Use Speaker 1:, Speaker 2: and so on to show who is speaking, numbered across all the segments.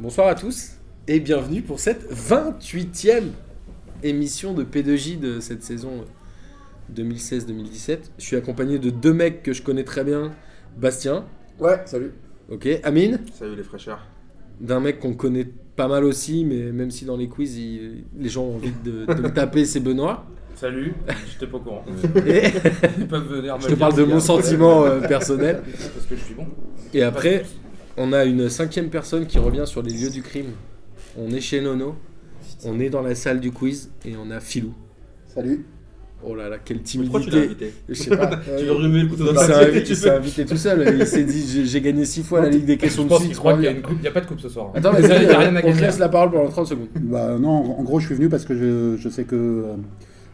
Speaker 1: Bonsoir à tous et bienvenue pour cette 28e émission de P2J de cette saison 2016-2017. Je suis accompagné de deux mecs que je connais très bien, Bastien,
Speaker 2: Ouais, salut.
Speaker 1: ok, Amine,
Speaker 3: Salut les fraîcheurs.
Speaker 1: d'un mec qu'on connaît pas mal aussi, mais même si dans les quiz il- les gens ont envie de, de le taper, c'est Benoît.
Speaker 4: Salut, j'étais pas au courant.
Speaker 1: Et
Speaker 4: Ils peuvent venir me
Speaker 1: je te
Speaker 4: dire
Speaker 1: parle de
Speaker 4: s'il y a
Speaker 1: mon
Speaker 4: un
Speaker 1: sentiment euh, personnel.
Speaker 4: problème, Parce que je suis bon.
Speaker 1: Et après, on a une cinquième personne qui revient sur les lieux du crime. On est chez Nono, on est dans la salle du quiz et on a Filou.
Speaker 2: Salut.
Speaker 1: Oh là là, quelle
Speaker 3: Pourquoi tu l'as
Speaker 1: timidité.
Speaker 3: invité
Speaker 1: Je sais pas.
Speaker 2: Euh,
Speaker 3: Tu veux remuer le couteau dans
Speaker 1: Il
Speaker 3: la
Speaker 1: s'est
Speaker 3: tête,
Speaker 1: invi-
Speaker 3: tu
Speaker 1: il s'est
Speaker 3: veux-
Speaker 1: invité tout seul. Il s'est dit j'ai- j'ai gagné 6 fois la Ligue des questions
Speaker 4: Je
Speaker 1: de
Speaker 4: pense qu'il
Speaker 1: 6.
Speaker 4: croit qu'il y a une coupe. Il n'y a pas de coupe ce soir.
Speaker 1: Attends,
Speaker 4: Il
Speaker 1: les
Speaker 4: y a rien
Speaker 1: amis,
Speaker 4: à
Speaker 1: on te
Speaker 4: gagner.
Speaker 1: laisse la parole pendant 30 secondes.
Speaker 2: Bah non, en en gros, je suis venu parce que je, je sais que euh,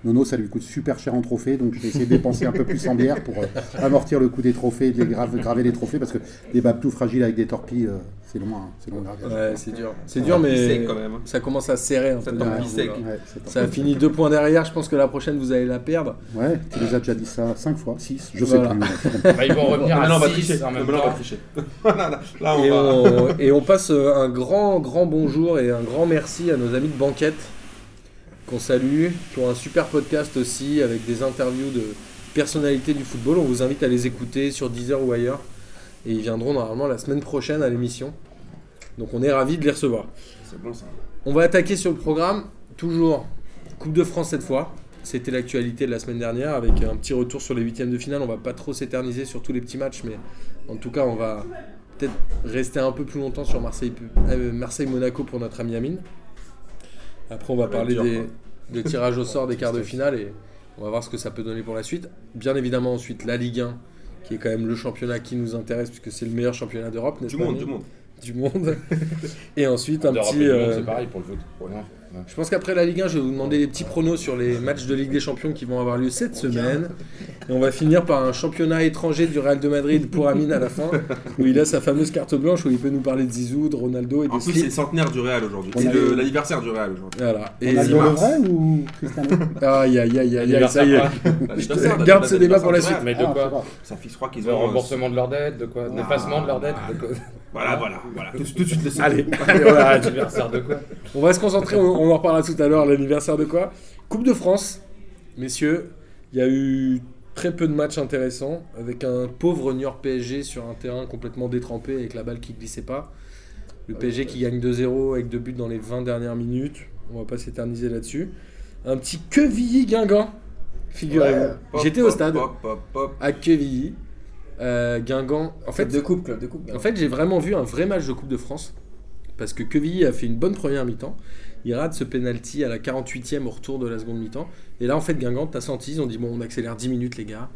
Speaker 2: Nono, ça lui coûte super cher en trophée, donc j'ai essayé de dépenser un peu plus en bière pour euh, amortir le coût des trophées, de les grave- graver les trophées, parce que des babtous fragiles avec des torpilles, euh, c'est loin, hein, c'est loin.
Speaker 1: Ouais, c'est dur. C'est dur, mais
Speaker 3: sec, quand même. hein.
Speaker 1: ça commence à serrer un
Speaker 3: Ça
Speaker 1: peu.
Speaker 3: tombe
Speaker 1: derrière
Speaker 3: bien
Speaker 1: vous,
Speaker 3: sec.
Speaker 1: là.
Speaker 2: Ouais, c'est
Speaker 1: Ça a fini deux points derrière. Je pense que la prochaine, vous allez la perdre.
Speaker 2: ouais, tu nous as déjà dit ça cinq fois, six, je
Speaker 1: Voilà.
Speaker 2: sais plus.
Speaker 4: Bah, ils vont revenir
Speaker 3: Non, mais là, on va
Speaker 4: à
Speaker 3: tricher.
Speaker 4: 6 en
Speaker 3: Non,
Speaker 4: même
Speaker 3: mais là, on va
Speaker 4: temps.
Speaker 3: tricher. Non, non, Là,
Speaker 1: Et
Speaker 3: on va.
Speaker 1: on, et on passe euh, un grand, grand bonjour et un grand merci à nos amis de Banquette qu'on salue, qui ont un super podcast aussi avec des interviews de personnalités du football. On vous invite à les écouter sur Deezer ou ailleurs. Et ils viendront normalement la semaine prochaine à l'émission. Donc on est ravis de les recevoir.
Speaker 3: C'est bon ça.
Speaker 1: On va attaquer sur le programme, toujours Coupe de France cette fois. C'était l'actualité de la semaine dernière avec un petit retour sur les huitièmes de finale. On va pas trop s'éterniser sur tous les petits matchs, mais en tout cas, on va peut-être rester un peu plus longtemps sur Marseille, euh, Marseille-Monaco pour notre ami Amine. Après, on va
Speaker 3: Ça va
Speaker 1: parler
Speaker 3: être dur,
Speaker 1: des, des tirages au sort des quarts de finale et on va voir ce que ça peut donner pour la suite. Bien évidemment, ensuite, la Ligue 1, qui est quand même le championnat qui nous intéresse puisque c'est le meilleur championnat d'Europe, n'est-ce
Speaker 3: Du
Speaker 1: pas
Speaker 3: monde,
Speaker 1: Amine
Speaker 3: du monde.
Speaker 1: Du monde. Et ensuite, un
Speaker 4: D'Europe et
Speaker 1: petit.
Speaker 4: du monde,
Speaker 1: euh,
Speaker 4: C'est pareil pour le foot. Ouais, non.
Speaker 1: je pense qu'après la Ligue 1, je vais vous demander des petits pronos sur les matchs de Ligue des Champions qui vont avoir lieu cette semaine. Et on va finir par un championnat étranger du Real de Madrid pour Amine à la fin, où il a sa fameuse carte blanche où il peut nous parler de Zizou, de Ronaldo et de
Speaker 3: En plus, c'est le
Speaker 1: Slip.
Speaker 3: centenaire du Real aujourd'hui.
Speaker 2: On
Speaker 3: C'est
Speaker 2: a-
Speaker 3: le- l'anniversaire du Real aujourd'hui.
Speaker 1: Voilà. Et
Speaker 2: On a le
Speaker 3: Zimars.
Speaker 2: vrai ou Cristiano
Speaker 1: aïe, aïe, aïe, aïe, aïe,
Speaker 4: L'anniversaire,
Speaker 1: ça y est.
Speaker 4: quoi.
Speaker 3: L'anniversaire de-
Speaker 1: Garde
Speaker 3: de-
Speaker 1: ce
Speaker 3: de-
Speaker 1: débat
Speaker 3: de-
Speaker 1: pour la
Speaker 3: du Real.
Speaker 4: Mais de
Speaker 2: Ah,
Speaker 4: quoi
Speaker 3: Ça fixe froid qu'ils
Speaker 4: Le
Speaker 3: ont. euh,
Speaker 4: remboursement de leur dette, de
Speaker 1: Ah.
Speaker 4: quoi
Speaker 2: Wow.
Speaker 4: L'effacement de leur dette de quoi
Speaker 3: Voilà, voilà, voilà. Tout tout de suite le sac.
Speaker 1: Allez, allez, voilà.
Speaker 4: L'anniversaire de quoi
Speaker 1: on va se concentrer, on, on en reparlera tout à l'heure, l'anniversaire de quoi Coupe de France, messieurs, il y a eu très peu de matchs intéressants, avec un pauvre Niort PSG sur un terrain complètement détrempé, avec la balle qui glissait pas. Le
Speaker 3: Ah
Speaker 1: PSG qui gagne 2-0 avec deux buts dans les 20 dernières minutes, on va pas s'éterniser là-dessus. Un petit Quevilly-Guingamp, figurez-vous.
Speaker 3: Pop,
Speaker 1: J'étais au
Speaker 3: pop,
Speaker 1: stade
Speaker 3: pop, pop, pop.
Speaker 1: à Quevilly. Euh, Guingamp, en fait,
Speaker 5: coupe, club de coupe.
Speaker 1: en fait, j'ai vraiment vu un vrai match de Coupe de France parce que Quevilly a fait une bonne première mi-temps. Il rate ce penalty à la 48e au retour de la seconde mi-temps. Et là, en fait, Guingamp, t'as senti, ils ont dit bon, on accélère 10 minutes, les gars.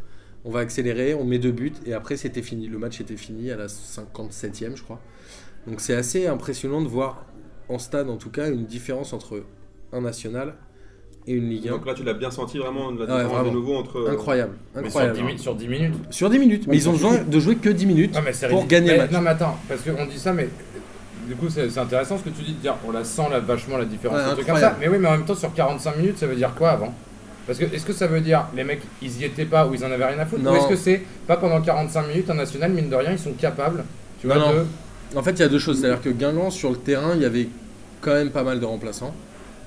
Speaker 1: On va accélérer, on met deux buts et après, c'était fini. Le match était fini à la 57e, je crois. Donc, c'est assez impressionnant de voir en stade, en tout cas, une différence entre un national et une Ligue 1.
Speaker 3: Donc là, tu l'as bien senti vraiment la
Speaker 1: Ouais,
Speaker 3: différence de
Speaker 1: vraiment.
Speaker 3: nouveau entre. euh,
Speaker 1: incroyable,
Speaker 4: Mais sur
Speaker 1: incroyable.
Speaker 4: 10
Speaker 1: Sur 10,
Speaker 4: minutes- sur 10 minutes
Speaker 1: minutes, mais
Speaker 2: Ouais,
Speaker 1: ils ont
Speaker 2: ça
Speaker 1: besoin de jouer que 10 minutes.
Speaker 4: Non, mais c'est
Speaker 1: pour
Speaker 4: ridicule.
Speaker 1: gagner
Speaker 4: Mais-
Speaker 1: le match.
Speaker 4: Non, mais attends, parce qu'on dit ça, mais du coup, c'est c'est intéressant ce que tu dis de dire on la sent là, vachement la différence.
Speaker 1: Ouais,
Speaker 4: un truc comme
Speaker 1: incroyable.
Speaker 4: ça. Mais oui, mais en même temps, sur 45 minutes, ça veut dire quoi avant Parce que est-ce que ça veut dire les mecs, ils y étaient pas ou ils en avaient rien à foutre
Speaker 1: Non.
Speaker 4: Ou est-ce que c'est pas pendant 45 minutes, un national, mine de rien, ils sont capables tu vois,
Speaker 1: Non, non.
Speaker 4: de.
Speaker 1: En fait, il y a deux choses. C'est-à-dire que Guingamp, sur le terrain, il y avait quand même pas mal de remplaçants.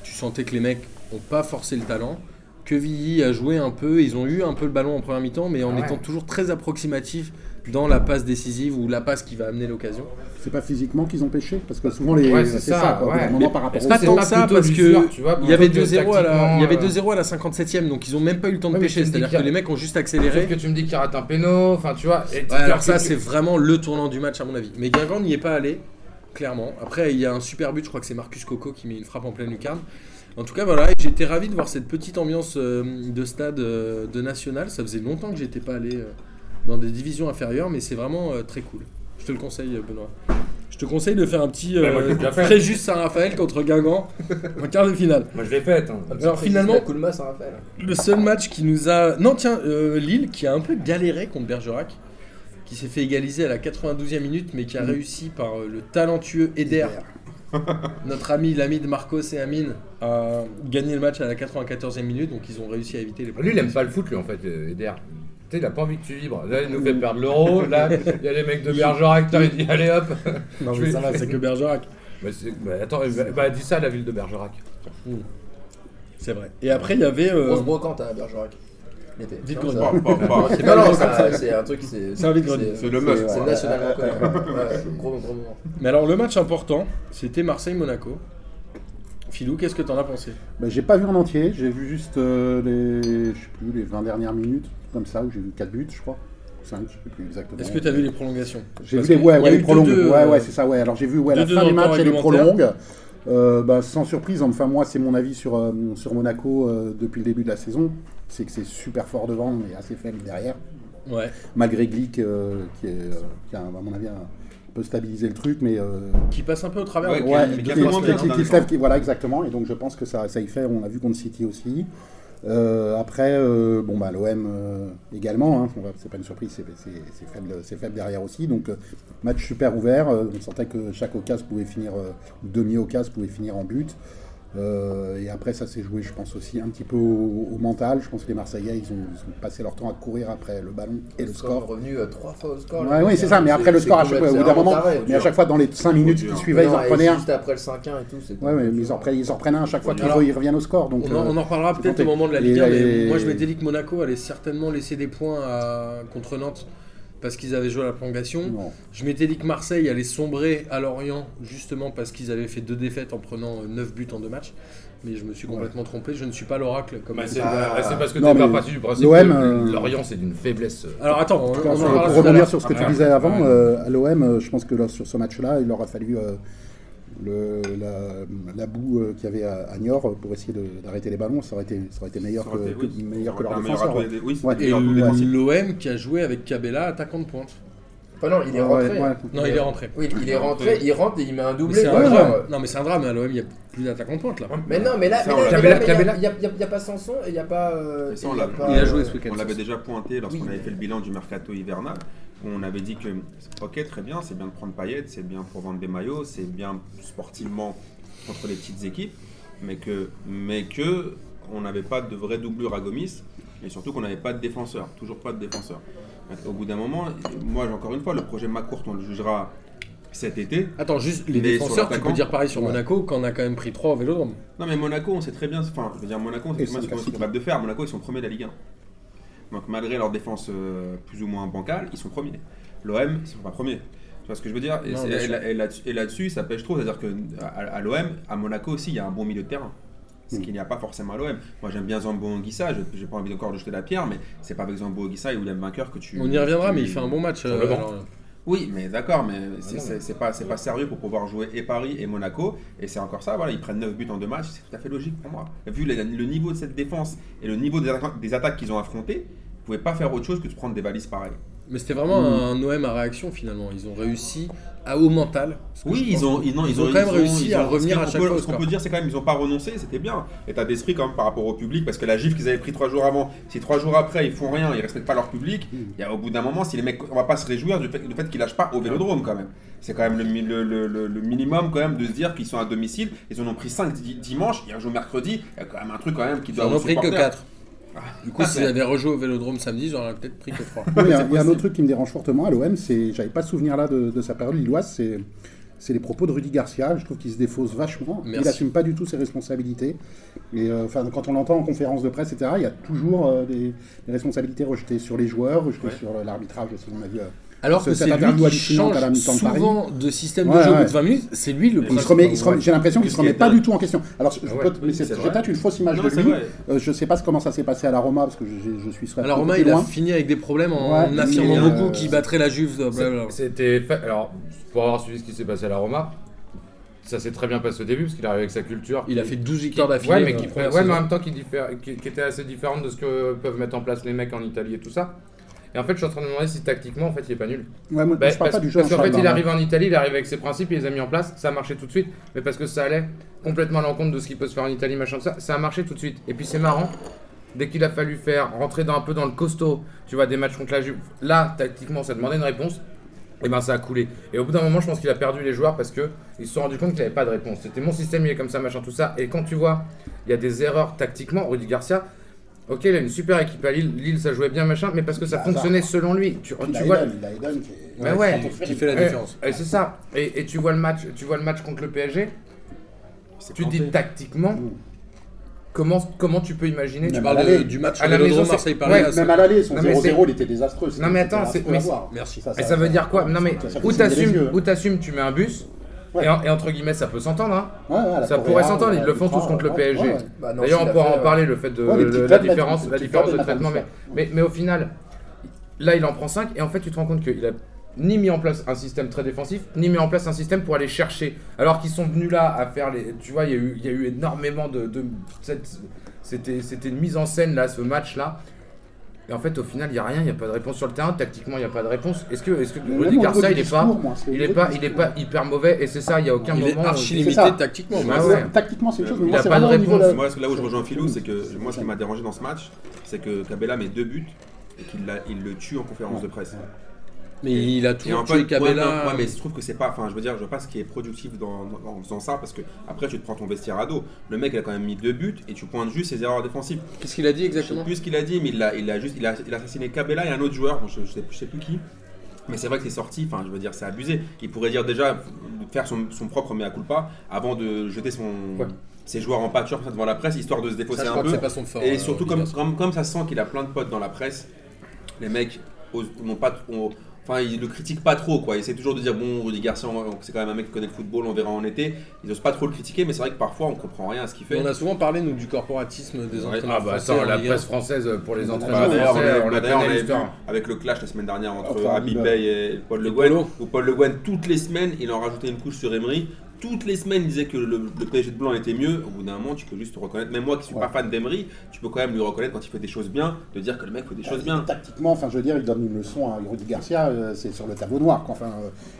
Speaker 1: Tu sentais que les mecs n'ont pas forcé le talent. Quevilly a joué un peu, ils ont eu un peu le ballon en première mi-temps, mais en
Speaker 4: Ah Ouais.
Speaker 1: étant toujours très approximatif dans la passe décisive ou la passe qui va amener l'occasion.
Speaker 2: C'est pas physiquement qu'ils ont pêché Parce que souvent, les,
Speaker 4: Ouais, c'est ça,
Speaker 2: quoi, au bout d'un
Speaker 4: ouais.
Speaker 2: moment, par rapport
Speaker 1: C'est
Speaker 2: au
Speaker 1: pas
Speaker 4: c'est
Speaker 1: tant
Speaker 4: pas
Speaker 1: que ça
Speaker 4: plutôt
Speaker 1: parce que
Speaker 4: l'usure, tu vois,
Speaker 1: il y avait
Speaker 4: plutôt
Speaker 1: 2-0 à la, il y avait
Speaker 4: tactiquement, euh,
Speaker 1: 2-0 à la 57e, donc ils ont même pas eu le temps de
Speaker 4: Ouais, mais
Speaker 1: pêcher.
Speaker 4: tu me dis
Speaker 1: C'est-à-dire
Speaker 4: qu'il
Speaker 1: que
Speaker 4: y a-
Speaker 1: les mecs ont juste
Speaker 4: Sauf
Speaker 1: accéléré.
Speaker 4: que tu me dis qu'il rate un péno, enfin tu vois. et tu-
Speaker 1: Ouais, alors
Speaker 4: tu-
Speaker 1: ça,
Speaker 4: tu-
Speaker 1: c'est vraiment le tournant du match à mon avis. Mais Guingamp n'y est pas allé, clairement. Après, il y a un super but, je crois que c'est Marcus Coco qui met une frappe en pleine lucarne. En tout cas, voilà, et j'étais ravi de voir cette petite ambiance euh, de stade euh, de national. Ça faisait longtemps que j'étais pas allé euh, dans des divisions inférieures, mais c'est vraiment euh, très cool. Je te le conseille, euh, Benoît. Je te conseille de faire un petit
Speaker 4: Bah, moi, je l'ai déjà fait.
Speaker 1: très juste Saint-Raphaël contre Guingamp en quart de finale.
Speaker 4: Moi je l'ai fait. hein.
Speaker 1: Alors finalement,
Speaker 5: Koulma saint Raphaël.
Speaker 1: le seul match qui nous a. Non, tiens, euh, Lille qui a un peu galéré contre Bergerac, qui s'est fait égaliser à la 92e minute, mais
Speaker 4: Mm.
Speaker 1: qui a réussi par euh, le talentueux Eder, notre ami, l'ami de Marcos et Amine, à gagner le match à la 94e minute. Donc ils ont réussi à éviter les
Speaker 4: Lui, il aime pas le foot, lui, en fait, euh, Eder. Tu sais, il a pas envie que tu vibres. Là, il nous fait perdre l'euro. Là, il y a les mecs de Bergerac. T'as dit, allez hop.
Speaker 1: Non,
Speaker 4: Je
Speaker 1: mais
Speaker 4: vais-
Speaker 1: ça va, c'est que Bergerac.
Speaker 4: Bah, c'est- bah, attends, bah, bah, dis ça à la ville de Bergerac.
Speaker 1: C'est vrai. Et après, il y avait. euh,
Speaker 5: Grosse brocante à Bergerac. L'été.
Speaker 1: Dites
Speaker 5: Non,
Speaker 1: grosse
Speaker 5: ça-
Speaker 3: Bah, bah, bah.
Speaker 5: C'est pas non, ça, c'est un truc, c'est. euh,
Speaker 1: C'est un vide grenier.
Speaker 3: C'est le must.
Speaker 5: C'est national reconnu. Ouais, Gros gros moment.
Speaker 1: Mais alors, le match important, c'était Marseille-Monaco. Philou, qu'est-ce que t'en as pensé
Speaker 2: Bah, j'ai pas vu en entier, j'ai vu juste euh, les, je sais plus, les 20 dernières minutes, comme ça, où j'ai vu 4 buts, je crois. 5, je sais plus exactement.
Speaker 1: Est-ce que t'as vu les prolongations
Speaker 2: J'ai vu
Speaker 1: Parce
Speaker 2: les,
Speaker 1: qu'il y
Speaker 2: ouais,
Speaker 1: a
Speaker 2: ouais,
Speaker 1: eu
Speaker 2: les prolongues.
Speaker 1: deux-deux,
Speaker 2: ouais,
Speaker 1: euh,
Speaker 2: ouais, c'est ça, ouais. Alors j'ai vu ouais, la
Speaker 1: deux-deux
Speaker 2: fin
Speaker 1: dans
Speaker 2: du
Speaker 1: le temps
Speaker 2: match et les
Speaker 1: réglementaire.
Speaker 2: prolongues. Euh, bah, sans surprise, enfin moi c'est mon avis sur, euh, sur Monaco euh, depuis le début de la saison, c'est que c'est super fort devant mais assez faible derrière.
Speaker 1: Ouais.
Speaker 2: Malgré Glick euh, qui, est, euh, qui a, à mon avis un peu stabilisé le truc, mais euh,
Speaker 1: Qui passe un peu au travers.
Speaker 3: Ouais,
Speaker 1: donc,
Speaker 2: Ouais,
Speaker 1: euh,
Speaker 3: qui-
Speaker 2: qui,
Speaker 3: qui a
Speaker 2: qui-
Speaker 3: fait moins
Speaker 2: qui-
Speaker 3: bien
Speaker 2: qui-
Speaker 3: dans
Speaker 2: qui
Speaker 3: le
Speaker 2: se
Speaker 3: temps.
Speaker 2: lève, qui- voilà exactement. Et donc je pense que ça, ça y fait. On l'a vu contre City aussi. Euh, après, euh, bon bah l'OM euh, également. Hein, on va- c'est pas une surprise. C'est, c'est- c'est faible, c'est faible derrière aussi. Donc euh, match super ouvert. euh, on sentait que chaque occasion pouvait finir, euh, ou demi occasion pouvait finir en but. Euh, et après, ça s'est joué, je pense aussi un petit peu au, au mental. Je pense que les Marseillais, ils ont, ils ont passé leur temps à courir après le ballon et le
Speaker 5: Le score est
Speaker 2: score.
Speaker 5: revenu euh, trois fois au score.
Speaker 2: Ouais, oui, c'est ça. Mais après le score, à chaque fois, au bout d'un moment, mais à chaque fois dans les 5 minutes qui
Speaker 3: dur.
Speaker 2: suivaient, ils en prenaient un.
Speaker 5: Juste après le 5-1 et tout. c'était-
Speaker 2: Ouais, ouais, mais ils en reprennent, ils en reprennent un à chaque fois qu'ils
Speaker 1: Alors,
Speaker 2: re- ils reviennent au score. Donc,
Speaker 1: On en,
Speaker 2: euh,
Speaker 1: on en reparlera
Speaker 2: c'est
Speaker 1: peut-être au
Speaker 2: tenté.
Speaker 1: moment de la
Speaker 2: Et
Speaker 1: Ligue 1,
Speaker 2: là,
Speaker 1: mais
Speaker 2: et-
Speaker 1: moi je m'étais dit que Monaco allait certainement laisser des points à- contre Nantes parce qu'ils avaient joué à la prolongation.
Speaker 2: non.
Speaker 1: Je m'étais dit que Marseille allait sombrer à Lorient justement parce qu'ils avaient fait deux défaites en prenant 9 buts en deux matchs. Mais je me suis complètement trompé, je ne suis pas l'oracle. Comme
Speaker 4: Bah,
Speaker 1: on
Speaker 4: c'est
Speaker 1: dit.
Speaker 5: Ah.
Speaker 4: bah, c'est parce que
Speaker 2: Non,
Speaker 4: t'es pas
Speaker 2: mais
Speaker 4: parti du principe
Speaker 2: l'OM,
Speaker 4: que
Speaker 2: euh,
Speaker 4: l'Orient c'est d'une faiblesse. euh,
Speaker 1: Alors attends, on, on en
Speaker 2: Pour
Speaker 1: reparlera tout à
Speaker 2: rebondir
Speaker 1: l'heure.
Speaker 2: sur ce que
Speaker 4: Ah,
Speaker 2: tu disais avant,
Speaker 4: ouais.
Speaker 2: euh, à l'OM, euh, je pense que là, sur ce match-là, il aura fallu euh, le, la, la boue euh, qu'il y avait à, à Niort pour essayer de- d'arrêter les ballons. Ça aurait été, ça aurait été meilleur
Speaker 3: Ça aurait
Speaker 2: que,
Speaker 3: été- oui.
Speaker 2: que- meilleur que
Speaker 3: Ça
Speaker 2: leur
Speaker 3: aurait été un
Speaker 2: défenseur.
Speaker 3: meilleur atout- Oui, c'était
Speaker 2: Ouais.
Speaker 3: le
Speaker 1: Et
Speaker 3: meilleur atout défensif.
Speaker 1: l'OM qui a joué avec Cabella attaquant de pointe.
Speaker 5: Enfin, Ah non, il est
Speaker 2: Ouais,
Speaker 5: rentré.
Speaker 2: ouais.
Speaker 1: Non, il est rentré.
Speaker 5: Oui, il est rentré, il rentre et il met un
Speaker 1: Mais
Speaker 5: doublé.
Speaker 1: c'est un
Speaker 5: quoi,
Speaker 1: drame.
Speaker 5: genre, euh,
Speaker 1: Non mais c'est un drame, à l'OM il n'y a plus d'attaquant de pointe là.
Speaker 5: Mais non, mais là,
Speaker 3: Ça,
Speaker 5: mais
Speaker 3: on
Speaker 5: là,
Speaker 3: l'a-
Speaker 5: mais là, mais
Speaker 4: Cabella-
Speaker 5: il n'y a, il y a- il y a pas Sanson et il n'y a pas. euh,
Speaker 3: Mais ça,
Speaker 5: et
Speaker 3: on
Speaker 5: il y
Speaker 3: l'a-
Speaker 5: pas,
Speaker 1: Il a
Speaker 5: euh,
Speaker 1: joué ce week-end.
Speaker 3: On l'avait déjà pointé lorsqu'on
Speaker 5: Oui,
Speaker 3: avait
Speaker 5: mais-
Speaker 3: fait le bilan du mercato hivernal. où On avait dit que, ok, très bien, c'est bien de prendre Payet, c'est bien pour vendre des maillots, c'est bien sportivement contre les petites équipes, mais que, mais que on n'avait pas de vraie doublure à Gomis, et surtout qu'on n'avait pas de défenseur, toujours pas de défenseur. Au bout d'un moment, moi, encore une fois, le projet Macourt, on le jugera cet été.
Speaker 1: Attends, juste les
Speaker 3: Mais sur
Speaker 1: défenseurs, tu
Speaker 3: l'attaquant
Speaker 1: peux dire pareil sur
Speaker 2: Ouais.
Speaker 1: Monaco quand on a quand même pris 3 au Vélodrome.
Speaker 3: Non mais Monaco, on sait très bien, enfin je veux dire Monaco, on sait
Speaker 2: Et
Speaker 3: très bien
Speaker 2: c'est
Speaker 3: ce qu'on est
Speaker 2: classique.
Speaker 3: capable de faire. Monaco, ils sont premiers de la Ligue 1. Donc malgré leur défense euh, plus ou moins bancale, ils sont premiers. L'OM, ils sont pas premiers. Tu vois ce que je veux dire Et,
Speaker 1: Non,
Speaker 3: c'est-
Speaker 1: bien
Speaker 3: et
Speaker 1: sûr.
Speaker 3: là- et là-dessus, et là-dessus, ça pêche trop. C'est-à-dire que à, à l'OM, à Monaco aussi, il y a un bon milieu de terrain. Ce
Speaker 1: Hmm.
Speaker 2: Mm.
Speaker 3: qu'il n'y a pas forcément à l'OM. Moi, j'aime bien Zambo Anguissa. Je j'ai pas envie encore de jeter la pierre, mais c'est pas avec Zambo Anguissa et William Vainqueur que tu.
Speaker 1: On y reviendra,
Speaker 3: tu-
Speaker 1: mais il fait un bon match. euh,
Speaker 4: Sur le banc.
Speaker 1: alors,
Speaker 3: oui, mais d'accord, mais
Speaker 4: non,
Speaker 3: c'est- c'est c'est pas, c'est pas sérieux pour pouvoir jouer et Paris et Monaco. Et c'est encore ça, voilà, ils prennent 9 buts en deux matchs, c'est tout à fait logique pour moi. Vu le, le niveau de cette défense et le niveau des, atta- des attaques qu'ils ont affrontées, vous pouvez pas faire autre chose que de prendre des valises pareilles.
Speaker 1: Mais c'était vraiment
Speaker 3: Mm.
Speaker 1: un OM à réaction finalement. Ils ont réussi à haut mental. ce que
Speaker 3: Oui,
Speaker 1: je pense.
Speaker 3: ils ont, ils, non,
Speaker 1: ils ont quand même réussi à revenir à
Speaker 3: ce
Speaker 1: chaque
Speaker 3: qu'on
Speaker 1: fois
Speaker 3: peut-
Speaker 1: au
Speaker 3: Ce qu'on
Speaker 1: score.
Speaker 3: peut dire, c'est quand même ils ont pas renoncé, c'était bien. État d'esprit quand même par rapport au public, parce que la gifle qu'ils avaient pris trois jours avant, si trois jours après ils font rien, ils respectent pas leur public,
Speaker 1: Hmm.
Speaker 3: il y a, au bout d'un moment, si les mecs, on va pas se réjouir du fait, du fait qu'ils lâchent pas au Vélodrome quand même. C'est quand même le, mi- le- le- le- le minimum quand même de se dire qu'ils sont à domicile. Ils en ont pris 5 dimanche, ils rejouent mercredi. Il y a quand même un truc quand même qui
Speaker 1: Ils
Speaker 3: doit.
Speaker 1: en
Speaker 3: aux
Speaker 1: ont pris que
Speaker 3: supporters. Ah.
Speaker 1: 4. Du coup, s'ils avaient rejoué au Vélodrome samedi, ils auraient peut-être pris que 3.
Speaker 2: Oui, Il y a, il y a un autre truc qui me dérange fortement à l'OM, c'est, j'avais pas de souvenir là de, de sa période lilloise, c'est, c'est les propos de Rudy Garcia. Je trouve qu'il se défausse vachement.
Speaker 1: Merci.
Speaker 2: Il assume pas du tout ses responsabilités. Et euh, enfin, quand on l'entend en conférence de presse, etc., il y a toujours euh, des, des responsabilités rejetées sur les joueurs, rejetées
Speaker 3: Ouais.
Speaker 2: sur l'arbitrage aussi. On a vu. euh,
Speaker 1: Alors
Speaker 2: Ce-
Speaker 1: que
Speaker 2: cette
Speaker 1: c'est lui
Speaker 2: interview
Speaker 1: qui
Speaker 2: hallucinante à la
Speaker 1: change
Speaker 2: mi-temps de Paris.
Speaker 1: souvent de système de
Speaker 2: Ouais,
Speaker 1: jeu au bout
Speaker 2: ouais.
Speaker 1: de 20 minutes. C'est lui le
Speaker 2: il se
Speaker 1: principal.
Speaker 2: remet- il se remet- j'ai l'impression qu'il se remet pas
Speaker 3: Qu'est-ce qui
Speaker 2: du tout en question. Alors, je, je
Speaker 4: Ah ouais,
Speaker 2: peux te- mais
Speaker 4: oui,
Speaker 2: c'est-
Speaker 4: c'est
Speaker 2: j'ai
Speaker 4: vrai.
Speaker 2: peut-être une fausse image
Speaker 3: Non,
Speaker 2: de
Speaker 3: c'est
Speaker 2: lui.
Speaker 3: vrai.
Speaker 2: Euh, je sais pas comment ça s'est passé à la Roma parce que je, je suis.
Speaker 1: Alors Romain, il a fini avec des problèmes en
Speaker 2: Ouais,
Speaker 1: affirmant
Speaker 3: il est, euh,
Speaker 1: beaucoup qu'il battrait la Juve. euh, blablabla.
Speaker 4: C'est- C'était fa- alors pour avoir suivi ce qui s'est passé à la Roma, ça s'est très bien passé au début parce qu'il arrive avec sa culture.
Speaker 1: Il a fait 12 victoires d'affilée.
Speaker 4: Ouais, mais, qui,
Speaker 1: euh,
Speaker 4: ouais,
Speaker 1: première
Speaker 4: mais
Speaker 1: saison.
Speaker 4: en même temps qui, diffère- qui- qui était assez différente de ce que peuvent mettre en place les mecs en Italie et tout ça. Et en fait, je suis en train de me demander si tactiquement, en fait, il est pas nul.
Speaker 2: Ouais, moi,
Speaker 4: Bah,
Speaker 2: je parle
Speaker 4: parce
Speaker 2: pas du jeu.
Speaker 4: parce
Speaker 2: en
Speaker 4: qu'en fait, il
Speaker 2: général, hein.
Speaker 4: arrive en Italie, il arrive avec ses principes, il les a mis en place, ça a marché tout de suite, mais parce que ça allait complètement à l'encontre de ce qui peut se faire en Italie, machin, tout ça, ça a marché tout de suite. Et puis c'est marrant, dès qu'il a fallu faire rentrer dans, un peu dans le costaud, tu vois, des matchs contre la Juve, là, tactiquement, ça demandait une réponse, et ben ça a coulé. Et au bout d'un moment, je pense qu'il a perdu les joueurs parce que ils se sont rendus compte qu'il n'avait pas de réponse. C'était mon système, il est comme ça, machin, tout ça. Et quand tu vois, il y a des erreurs tactiquement, Rudy Garcia, Ok, il a une super équipe à Lille, Lille ça jouait bien machin, mais parce que ça
Speaker 2: Bah,
Speaker 4: fonctionnait
Speaker 2: ça.
Speaker 4: selon lui. Tu, tu
Speaker 2: Il a
Speaker 4: vois,
Speaker 2: Eden, il a Eden qui est-
Speaker 4: Mais ouais.
Speaker 2: qui est
Speaker 1: Qui fait la
Speaker 4: Eh,
Speaker 1: différence.
Speaker 4: eh, c'est ça. Et, et tu vois le match, tu vois le match contre le PSG. Tu dis tactiquement, comment comment tu peux imaginer
Speaker 2: Mais
Speaker 4: tu-
Speaker 1: Tu
Speaker 2: Même
Speaker 1: parles
Speaker 2: à
Speaker 1: de-
Speaker 2: l'aller.
Speaker 1: du match
Speaker 4: À la maison,
Speaker 1: Vélodrome
Speaker 4: c'est-
Speaker 1: Marseille-Paris.
Speaker 4: ouais,
Speaker 1: à
Speaker 2: Même
Speaker 1: Saint-
Speaker 2: à l'aller, son
Speaker 4: Non, mais
Speaker 2: 0-0, il était désastreux.
Speaker 4: Non, mais attends,
Speaker 2: c'était
Speaker 4: c'est-
Speaker 2: affreux
Speaker 4: mais
Speaker 2: à
Speaker 4: c'est-
Speaker 2: voir.
Speaker 1: Merci.
Speaker 4: Et ça veut dire quoi Non mais
Speaker 2: Ça fait
Speaker 4: ou
Speaker 2: saigner les
Speaker 4: t'assumes,
Speaker 2: yeux. hein.
Speaker 4: ou t'assumes, tu mets un bus.
Speaker 2: Ouais.
Speaker 4: Et, en- et entre guillemets, ça peut s'entendre. Hein.
Speaker 2: Ouais, ouais, à la
Speaker 4: Ça
Speaker 2: Correa,
Speaker 4: pourrait s'entendre. Ils
Speaker 2: ouais,
Speaker 4: le font
Speaker 2: Ultra,
Speaker 4: tous contre le
Speaker 2: ouais,
Speaker 4: PSG.
Speaker 2: ouais, ouais.
Speaker 5: Bah non,
Speaker 4: D'ailleurs,
Speaker 5: s'il
Speaker 4: on
Speaker 5: a
Speaker 4: pourra
Speaker 5: fait,
Speaker 4: en
Speaker 5: euh,
Speaker 4: parler le fait de
Speaker 2: Ouais, les petits
Speaker 4: le- la
Speaker 2: clubs, là,
Speaker 4: différence,
Speaker 2: les
Speaker 4: la
Speaker 2: petits
Speaker 4: différence de
Speaker 2: clubs, ils n'ont pas
Speaker 4: traitement.
Speaker 2: le
Speaker 4: Mais, mais,
Speaker 2: faire.
Speaker 4: mais au final, là, il en prend 5 et en fait, tu te rends compte qu'il a ni mis en place un système très défensif, ni mis en place un système pour aller chercher. Alors qu'ils sont venus là à faire les. Tu vois, il y a eu, il y a eu énormément de. de- cette- C'était c'était une mise en scène là, ce match là. Et en fait, au final, il n'y a rien, il n'y a pas de réponse sur le terrain. Tactiquement, il n'y a pas de réponse. Est-ce que, est que
Speaker 2: Mais
Speaker 4: Rudy
Speaker 2: même au
Speaker 4: Garcia,
Speaker 2: niveau
Speaker 4: il
Speaker 2: du
Speaker 4: n'est pas,
Speaker 2: discours, moi, c'est au
Speaker 4: il est
Speaker 2: niveau
Speaker 4: pas,
Speaker 2: du
Speaker 4: il est
Speaker 2: discours.
Speaker 4: pas hyper mauvais Et c'est ça, il n'y a aucun
Speaker 1: Il est
Speaker 4: moment. euh,
Speaker 1: archi
Speaker 4: où-
Speaker 2: euh, C'est
Speaker 1: limité
Speaker 2: ça.
Speaker 1: tactiquement.
Speaker 4: Ouais,
Speaker 1: mais-
Speaker 4: ouais.
Speaker 2: Tactiquement, c'est une chose, mais
Speaker 3: Il
Speaker 2: moi,
Speaker 4: a
Speaker 2: c'est
Speaker 4: pas de
Speaker 2: vraiment au niveau
Speaker 4: réponse.
Speaker 2: de la-
Speaker 3: Moi, là où je rejoins Philou, c'est
Speaker 1: Hmm.
Speaker 3: que moi, ce qui m'a dérangé dans ce match, c'est que Cabella met deux buts et qu'il l'a- il le tue en conférence de presse.
Speaker 1: Mais il a
Speaker 3: Et
Speaker 1: toujours
Speaker 3: en fait,
Speaker 1: tué
Speaker 3: ouais,
Speaker 1: Cabella.
Speaker 3: non, ouais, mais je trouve que c'est pas. Enfin, je veux dire, je vois pas ce qui est productif dans, dans- en faisant ça parce que après, tu te prends ton vestiaire à dos. Le mec, il a quand même mis deux buts et tu pointes juste ses erreurs défensives.
Speaker 1: Qu'est-ce qu'il a dit
Speaker 3: Je sais
Speaker 1: exactement
Speaker 3: plus ce qu'il a dit, mais il a, il a juste, il a, il a assassiné Cabella et un autre joueur, bon, je, je sais, je sais plus qui. Mais c'est vrai que c'est sorti. Enfin, je veux dire, c'est abusé. Il pourrait dire déjà faire son, son propre mea culpa avant de jeter son
Speaker 4: Ouais.
Speaker 3: ses joueurs en pâture comme ça, devant la presse, histoire de
Speaker 1: Ça,
Speaker 3: se défausser
Speaker 1: je
Speaker 3: un
Speaker 1: crois que
Speaker 3: peu.
Speaker 1: c'est pas son fort.
Speaker 3: Et
Speaker 1: euh,
Speaker 3: surtout,
Speaker 1: Rudy
Speaker 3: comme,
Speaker 1: Garcia.
Speaker 3: comme, comme ça sent qu'il a plein de potes dans la presse, les mecs osent- n'ont pas. ont- Enfin, ils le critiquent pas trop, quoi. Ils essaient toujours de dire, bon, Rudy Garcia, on- c'est quand même un mec qui connaît le football, on verra en été. Ils osent pas trop le critiquer, mais c'est vrai que parfois, on comprend rien à ce qu'il fait. Bah,
Speaker 1: On a souvent parlé, nous, du corporatisme des
Speaker 3: Ouais.
Speaker 1: entraîneurs.
Speaker 4: Ah bah
Speaker 1: français
Speaker 4: attends,
Speaker 1: en
Speaker 4: la
Speaker 1: Ligue un.
Speaker 4: presse française euh, pour les
Speaker 2: Bah,
Speaker 3: Bah,
Speaker 4: entraîneurs
Speaker 3: d'ailleurs, on
Speaker 4: français, euh,
Speaker 3: avait-
Speaker 4: on la
Speaker 3: bah, d'ailleurs, on
Speaker 4: connaît
Speaker 3: avait vu
Speaker 4: l'histoire.
Speaker 3: avec le clash la semaine dernière entre
Speaker 2: Enfin,
Speaker 3: Habib
Speaker 2: bah.
Speaker 3: Bey et Paul Le
Speaker 1: Et
Speaker 3: Guen,
Speaker 1: Polo.
Speaker 3: où Paul Le Guen, toutes les semaines, il en rajoutait une couche sur Emery. Toutes les semaines, il disait que le, le PSG de Blanc était mieux. Au bout d'un moment, tu peux juste reconnaître. Même moi qui suis
Speaker 2: Ouais.
Speaker 3: pas fan d'Emery, tu peux quand même lui reconnaître quand il fait des choses bien, de dire que le mec fait des choses bien.
Speaker 2: Tactiquement, enfin, je veux dire, il donne une leçon à Rudy Garcia, euh, c'est sur le tableau noir. quoi. Enfin,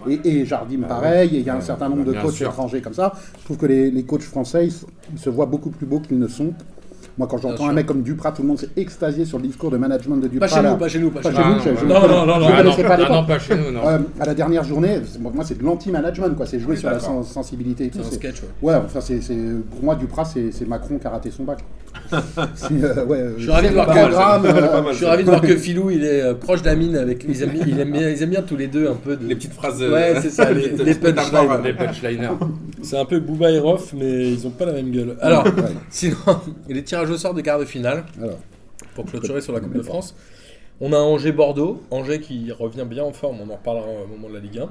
Speaker 2: euh, et, et Jardim, pareil, et il y a un
Speaker 4: Ah Ouais,
Speaker 2: certain
Speaker 4: bah,
Speaker 2: nombre de
Speaker 4: bien
Speaker 2: coachs
Speaker 4: sûr.
Speaker 2: étrangers comme ça. Je trouve que les, les coachs français, ils se- ils se voient beaucoup plus beaux qu'ils ne sont. Moi, quand
Speaker 1: Bien
Speaker 2: j'entends
Speaker 1: sûr.
Speaker 2: un mec comme Duprat, tout le monde s'est extasié sur le discours de management de Duprat.
Speaker 1: Pas chez
Speaker 2: là.
Speaker 1: nous, pas chez nous, pas
Speaker 3: Ah,
Speaker 2: Pas
Speaker 1: chez
Speaker 2: chez
Speaker 1: nous.
Speaker 2: vous, je- je-
Speaker 1: Non,
Speaker 2: je-
Speaker 1: non, non,
Speaker 2: je
Speaker 1: non,
Speaker 4: Ah
Speaker 2: connaissais
Speaker 4: non,
Speaker 2: pas les
Speaker 4: ah
Speaker 2: gens.
Speaker 4: non, pas chez nous, non.
Speaker 2: Euh, à la dernière journée, c'est- moi moi, c'est de l'anti-management, quoi. C'est jouer
Speaker 3: Oui,
Speaker 2: sur la
Speaker 3: d'accord.
Speaker 2: sen- sensibilité et tout.
Speaker 1: C'est un
Speaker 2: c'est-
Speaker 1: sketch, ouais.
Speaker 2: Ouais, enfin, c'est, c'est- pour moi, Duprat, c'est, c'est Macron qui a raté son bac. quoi. c'est, euh, ouais, euh,
Speaker 1: Je suis ravi de
Speaker 2: c'est
Speaker 1: voir
Speaker 2: le
Speaker 1: que-
Speaker 2: programme, euh,
Speaker 3: Pas mal,
Speaker 1: Je suis
Speaker 3: ça.
Speaker 1: ravi de voir que Philou il est euh, proche d'Amine avec ils aiment, bien- ils, aiment bien, ils aiment bien tous les deux un peu de...
Speaker 3: Les petites phrases. euh,
Speaker 1: Ouais, c'est ça, les- les punchlines.
Speaker 4: Les punchliner.
Speaker 1: C'est un peu Booba et Rof mais ils ont pas la même gueule. Alors, sinon les tirages au sort des quarts de finale
Speaker 2: Alors,
Speaker 1: pour clôturer sur la Coupe de France. On a Angers Bordeaux, Angers qui revient bien en forme, on en reparlera au moment de la Ligue 1.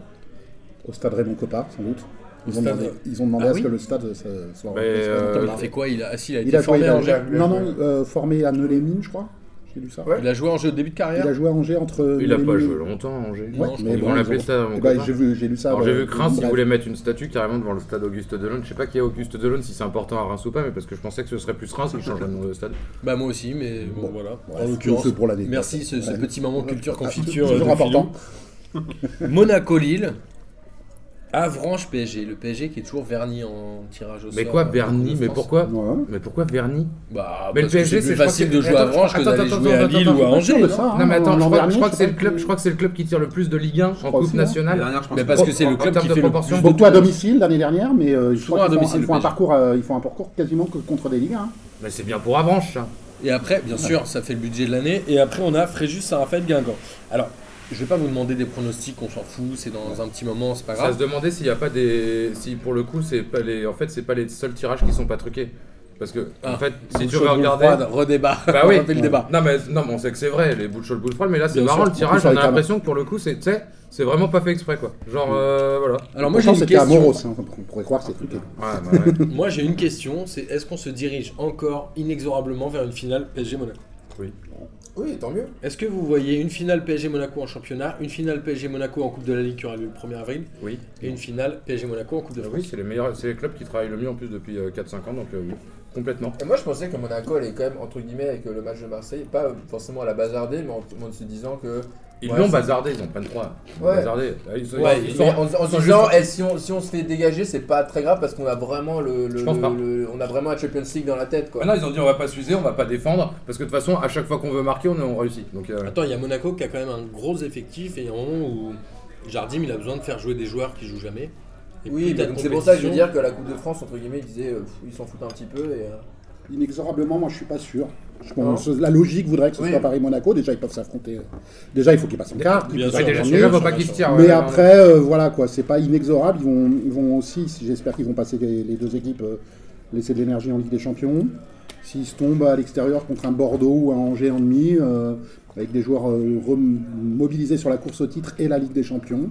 Speaker 2: au stade Raymond Coppa, sans doute. Ils ont,
Speaker 1: Au stade-
Speaker 2: demandé, ils ont demandé
Speaker 1: Ah
Speaker 2: à ce
Speaker 1: oui
Speaker 2: que le stade euh, ça- soit.
Speaker 4: Mais,
Speaker 2: remplacé.
Speaker 4: euh,
Speaker 1: Attends, il a fait quoi il a, ah, si, il a été
Speaker 2: il a joué,
Speaker 1: formé
Speaker 2: il
Speaker 1: à
Speaker 2: a-
Speaker 1: Angers.
Speaker 2: non, non, euh, formé à Neulémine, je crois. J'ai lu ça.
Speaker 5: Ouais.
Speaker 1: Il a joué en jeu de début de
Speaker 2: Il
Speaker 1: carrière.
Speaker 2: a joué à Angers entre.
Speaker 4: Il a pas
Speaker 2: Neulémine-
Speaker 4: joué longtemps, Angers.
Speaker 2: Ouais,
Speaker 1: Non, je
Speaker 2: mais
Speaker 1: crois
Speaker 4: Ils vont
Speaker 2: bon,
Speaker 4: l'appeler
Speaker 2: ils ont-
Speaker 4: ça. mon
Speaker 2: Eh ben,
Speaker 4: copain.
Speaker 2: j'ai vu, j'ai lu ça.
Speaker 4: Alors
Speaker 2: bah,
Speaker 4: j'ai vu Reims, il
Speaker 2: bref.
Speaker 4: voulait mettre une statue carrément devant le stade Auguste Delon. Je sais pas qui est Auguste Delon, si c'est important à Reims ou pas, mais parce que je pensais que ce serait plus Reims qui changerait le nom de stade.
Speaker 1: Bah moi aussi, mais bon,
Speaker 2: Bon,
Speaker 1: voilà.
Speaker 2: bref,
Speaker 1: en l'occurrence,
Speaker 2: c'est pour l'année.
Speaker 1: merci ce, ce
Speaker 2: Ouais.
Speaker 1: petit moment culture
Speaker 2: Ah,
Speaker 1: confiture.
Speaker 2: toujours
Speaker 1: euh, de Philou.
Speaker 2: important.
Speaker 1: Monaco-Lille. Avranches PSG, le PSG qui est toujours verni en tirage au sort.
Speaker 4: Mais quoi,
Speaker 1: euh,
Speaker 4: Bernie
Speaker 1: de
Speaker 4: Mais
Speaker 1: France.
Speaker 4: pourquoi
Speaker 2: Ouais.
Speaker 4: Mais pourquoi Bernie
Speaker 1: Bah,
Speaker 4: Mais le
Speaker 1: parce que c'est
Speaker 4: PSG, c'est-
Speaker 1: plus
Speaker 4: je crois
Speaker 1: facile
Speaker 4: que-
Speaker 1: de jouer
Speaker 4: attends,
Speaker 1: à Avranches que
Speaker 4: attends,
Speaker 1: d'aller
Speaker 4: attends,
Speaker 1: jouer à
Speaker 4: attends,
Speaker 1: Lille ou à
Speaker 4: attends,
Speaker 1: Angers.
Speaker 2: attends,
Speaker 1: non
Speaker 2: ça, Ah,
Speaker 4: Non mais attends, je
Speaker 2: l'an
Speaker 4: crois,
Speaker 2: dernier,
Speaker 4: je crois
Speaker 2: je
Speaker 4: que c'est le
Speaker 2: crois
Speaker 4: club,
Speaker 2: que-
Speaker 4: je crois que c'est le club qui tire le plus de Ligue 1 en
Speaker 2: crois
Speaker 4: Coupe
Speaker 2: aussi, hein.
Speaker 3: La
Speaker 4: nationale.
Speaker 3: dernière, je pense
Speaker 1: Mais parce
Speaker 4: en-
Speaker 1: que c'est
Speaker 4: en
Speaker 1: le club
Speaker 4: termes
Speaker 1: qui
Speaker 4: de
Speaker 1: fait le
Speaker 4: proportion.
Speaker 1: plus de
Speaker 2: Beaucoup à domicile l'année dernière, mais euh, je
Speaker 1: Souvent
Speaker 2: crois
Speaker 1: à
Speaker 2: qu'ils font,
Speaker 1: domicile,
Speaker 2: ils font un
Speaker 1: le PSG.
Speaker 2: parcours, euh, ils font un parcours quasiment que contre des hein. ligues.
Speaker 4: Mais c'est bien pour Avranches. ça.
Speaker 1: Et après, bien sûr, ça fait le budget de l'année. Et après, on a Fréjus Saint-Raphaël Guingamp. Alors, je vais pas vous demander des pronostics, on s'en fout, c'est dans un petit moment, c'est pas
Speaker 4: Ça
Speaker 1: grave.
Speaker 4: se demandait s'il n'y a pas des, si pour le coup c'est pas les, en fait c'est pas les seuls tirages qui sont pas truqués, parce que
Speaker 1: Ah.
Speaker 4: en fait si
Speaker 1: Boule
Speaker 4: tu
Speaker 1: chaude,
Speaker 4: veux
Speaker 1: boule
Speaker 4: regarder,
Speaker 1: froide, redébat.
Speaker 4: Bah
Speaker 1: on
Speaker 4: oui.
Speaker 1: refait le débat.
Speaker 4: Non mais, non mais on sait que c'est vrai, les bouts de chaud, le bout de froid, mais là c'est
Speaker 2: Bien
Speaker 4: marrant le
Speaker 2: sûr.
Speaker 4: tirage,
Speaker 2: En plus,
Speaker 4: on a
Speaker 2: avec un-
Speaker 4: l'impression que pour le coup c'est tu sais, c'est vraiment pas fait exprès quoi. Genre euh, voilà.
Speaker 1: Alors, moi, j'ai
Speaker 2: pense
Speaker 1: une
Speaker 2: c'était
Speaker 1: question.
Speaker 2: Amoros, hein, on pourrait croire que c'est truqué.
Speaker 4: Ouais, bah ouais.
Speaker 1: Moi, j'ai une question c'est est-ce qu'on se dirige encore inexorablement vers une finale PSG Monaco
Speaker 5: Oui, tant mieux.
Speaker 1: Est-ce que vous voyez une finale PSG Monaco en championnat, une finale PSG Monaco en Coupe de la Ligue qui aura lieu le 1er avril,
Speaker 4: Oui.
Speaker 1: et une finale PSG Monaco en Coupe de
Speaker 4: Bah
Speaker 1: France
Speaker 4: oui, c'est les meilleurs, c'est les clubs qui travaillent le mieux en plus depuis euh, 4-5 ans donc euh, oui, complètement.
Speaker 5: Et moi, je pensais que Monaco allait quand même, entre guillemets, avec euh, le match de Marseille, pas euh, forcément à la bazarder, mais en, en se disant que.
Speaker 4: Ils
Speaker 5: Ouais,
Speaker 4: l'ont
Speaker 5: c'est-
Speaker 4: bazardé, ils ont pas de 3. Ils l'ont
Speaker 5: Ouais.
Speaker 4: bazardé. Ah, ils sont-
Speaker 1: Ouais,
Speaker 4: ils
Speaker 5: mais
Speaker 4: sont-
Speaker 5: en, en se
Speaker 4: sont
Speaker 5: disant,
Speaker 4: juste-
Speaker 5: eh, si, on, si on se fait dégager, c'est pas très grave parce qu'on a vraiment le, le-
Speaker 4: Je pense pas.
Speaker 5: le- on a vraiment un Champions League dans la tête, quoi.
Speaker 4: Ah non, ils ont dit on va pas s'user, on va pas défendre, parce que de toute façon à chaque fois qu'on veut marquer on, on réussit. Donc euh,
Speaker 1: Attends, il y a Monaco qui a quand même un gros effectif et il y a un moment où Jardim il a besoin de faire jouer des joueurs qui jouent jamais. Et
Speaker 5: oui,
Speaker 1: plus
Speaker 5: mais
Speaker 1: t'as de
Speaker 5: donc c'est pour ça que je veux
Speaker 1: compétition,
Speaker 5: dire que la Coupe de France, entre guillemets, ils disaient, euh, pff, ils s'en foutent un petit peu et. euh,
Speaker 2: inexorablement, moi je suis pas sûr. Je pense-
Speaker 5: Non.
Speaker 2: ce- la logique voudrait que ce
Speaker 5: Oui.
Speaker 2: soit Paris-Monaco. Déjà, ils peuvent s'affronter. euh, Déjà, il faut qu'ils passent en quart. qu'ils
Speaker 1: Bien
Speaker 2: puissent
Speaker 1: sûr,
Speaker 2: aller
Speaker 4: déjà,
Speaker 2: en
Speaker 4: déjà,
Speaker 2: huit.
Speaker 4: faut pas qu'ils se tirent.
Speaker 2: Mais
Speaker 4: ouais, non,
Speaker 2: après, euh, voilà quoi, c'est pas inexorable. Ils vont, ils vont aussi, si- j'espère qu'ils vont passer les, les deux équipes, euh, laisser de l'énergie en Ligue des Champions. S'ils se tombent à l'extérieur contre un Bordeaux ou un Angers en demi, euh, avec des joueurs euh, rem- mobilisés sur la course au titre et la Ligue des Champions,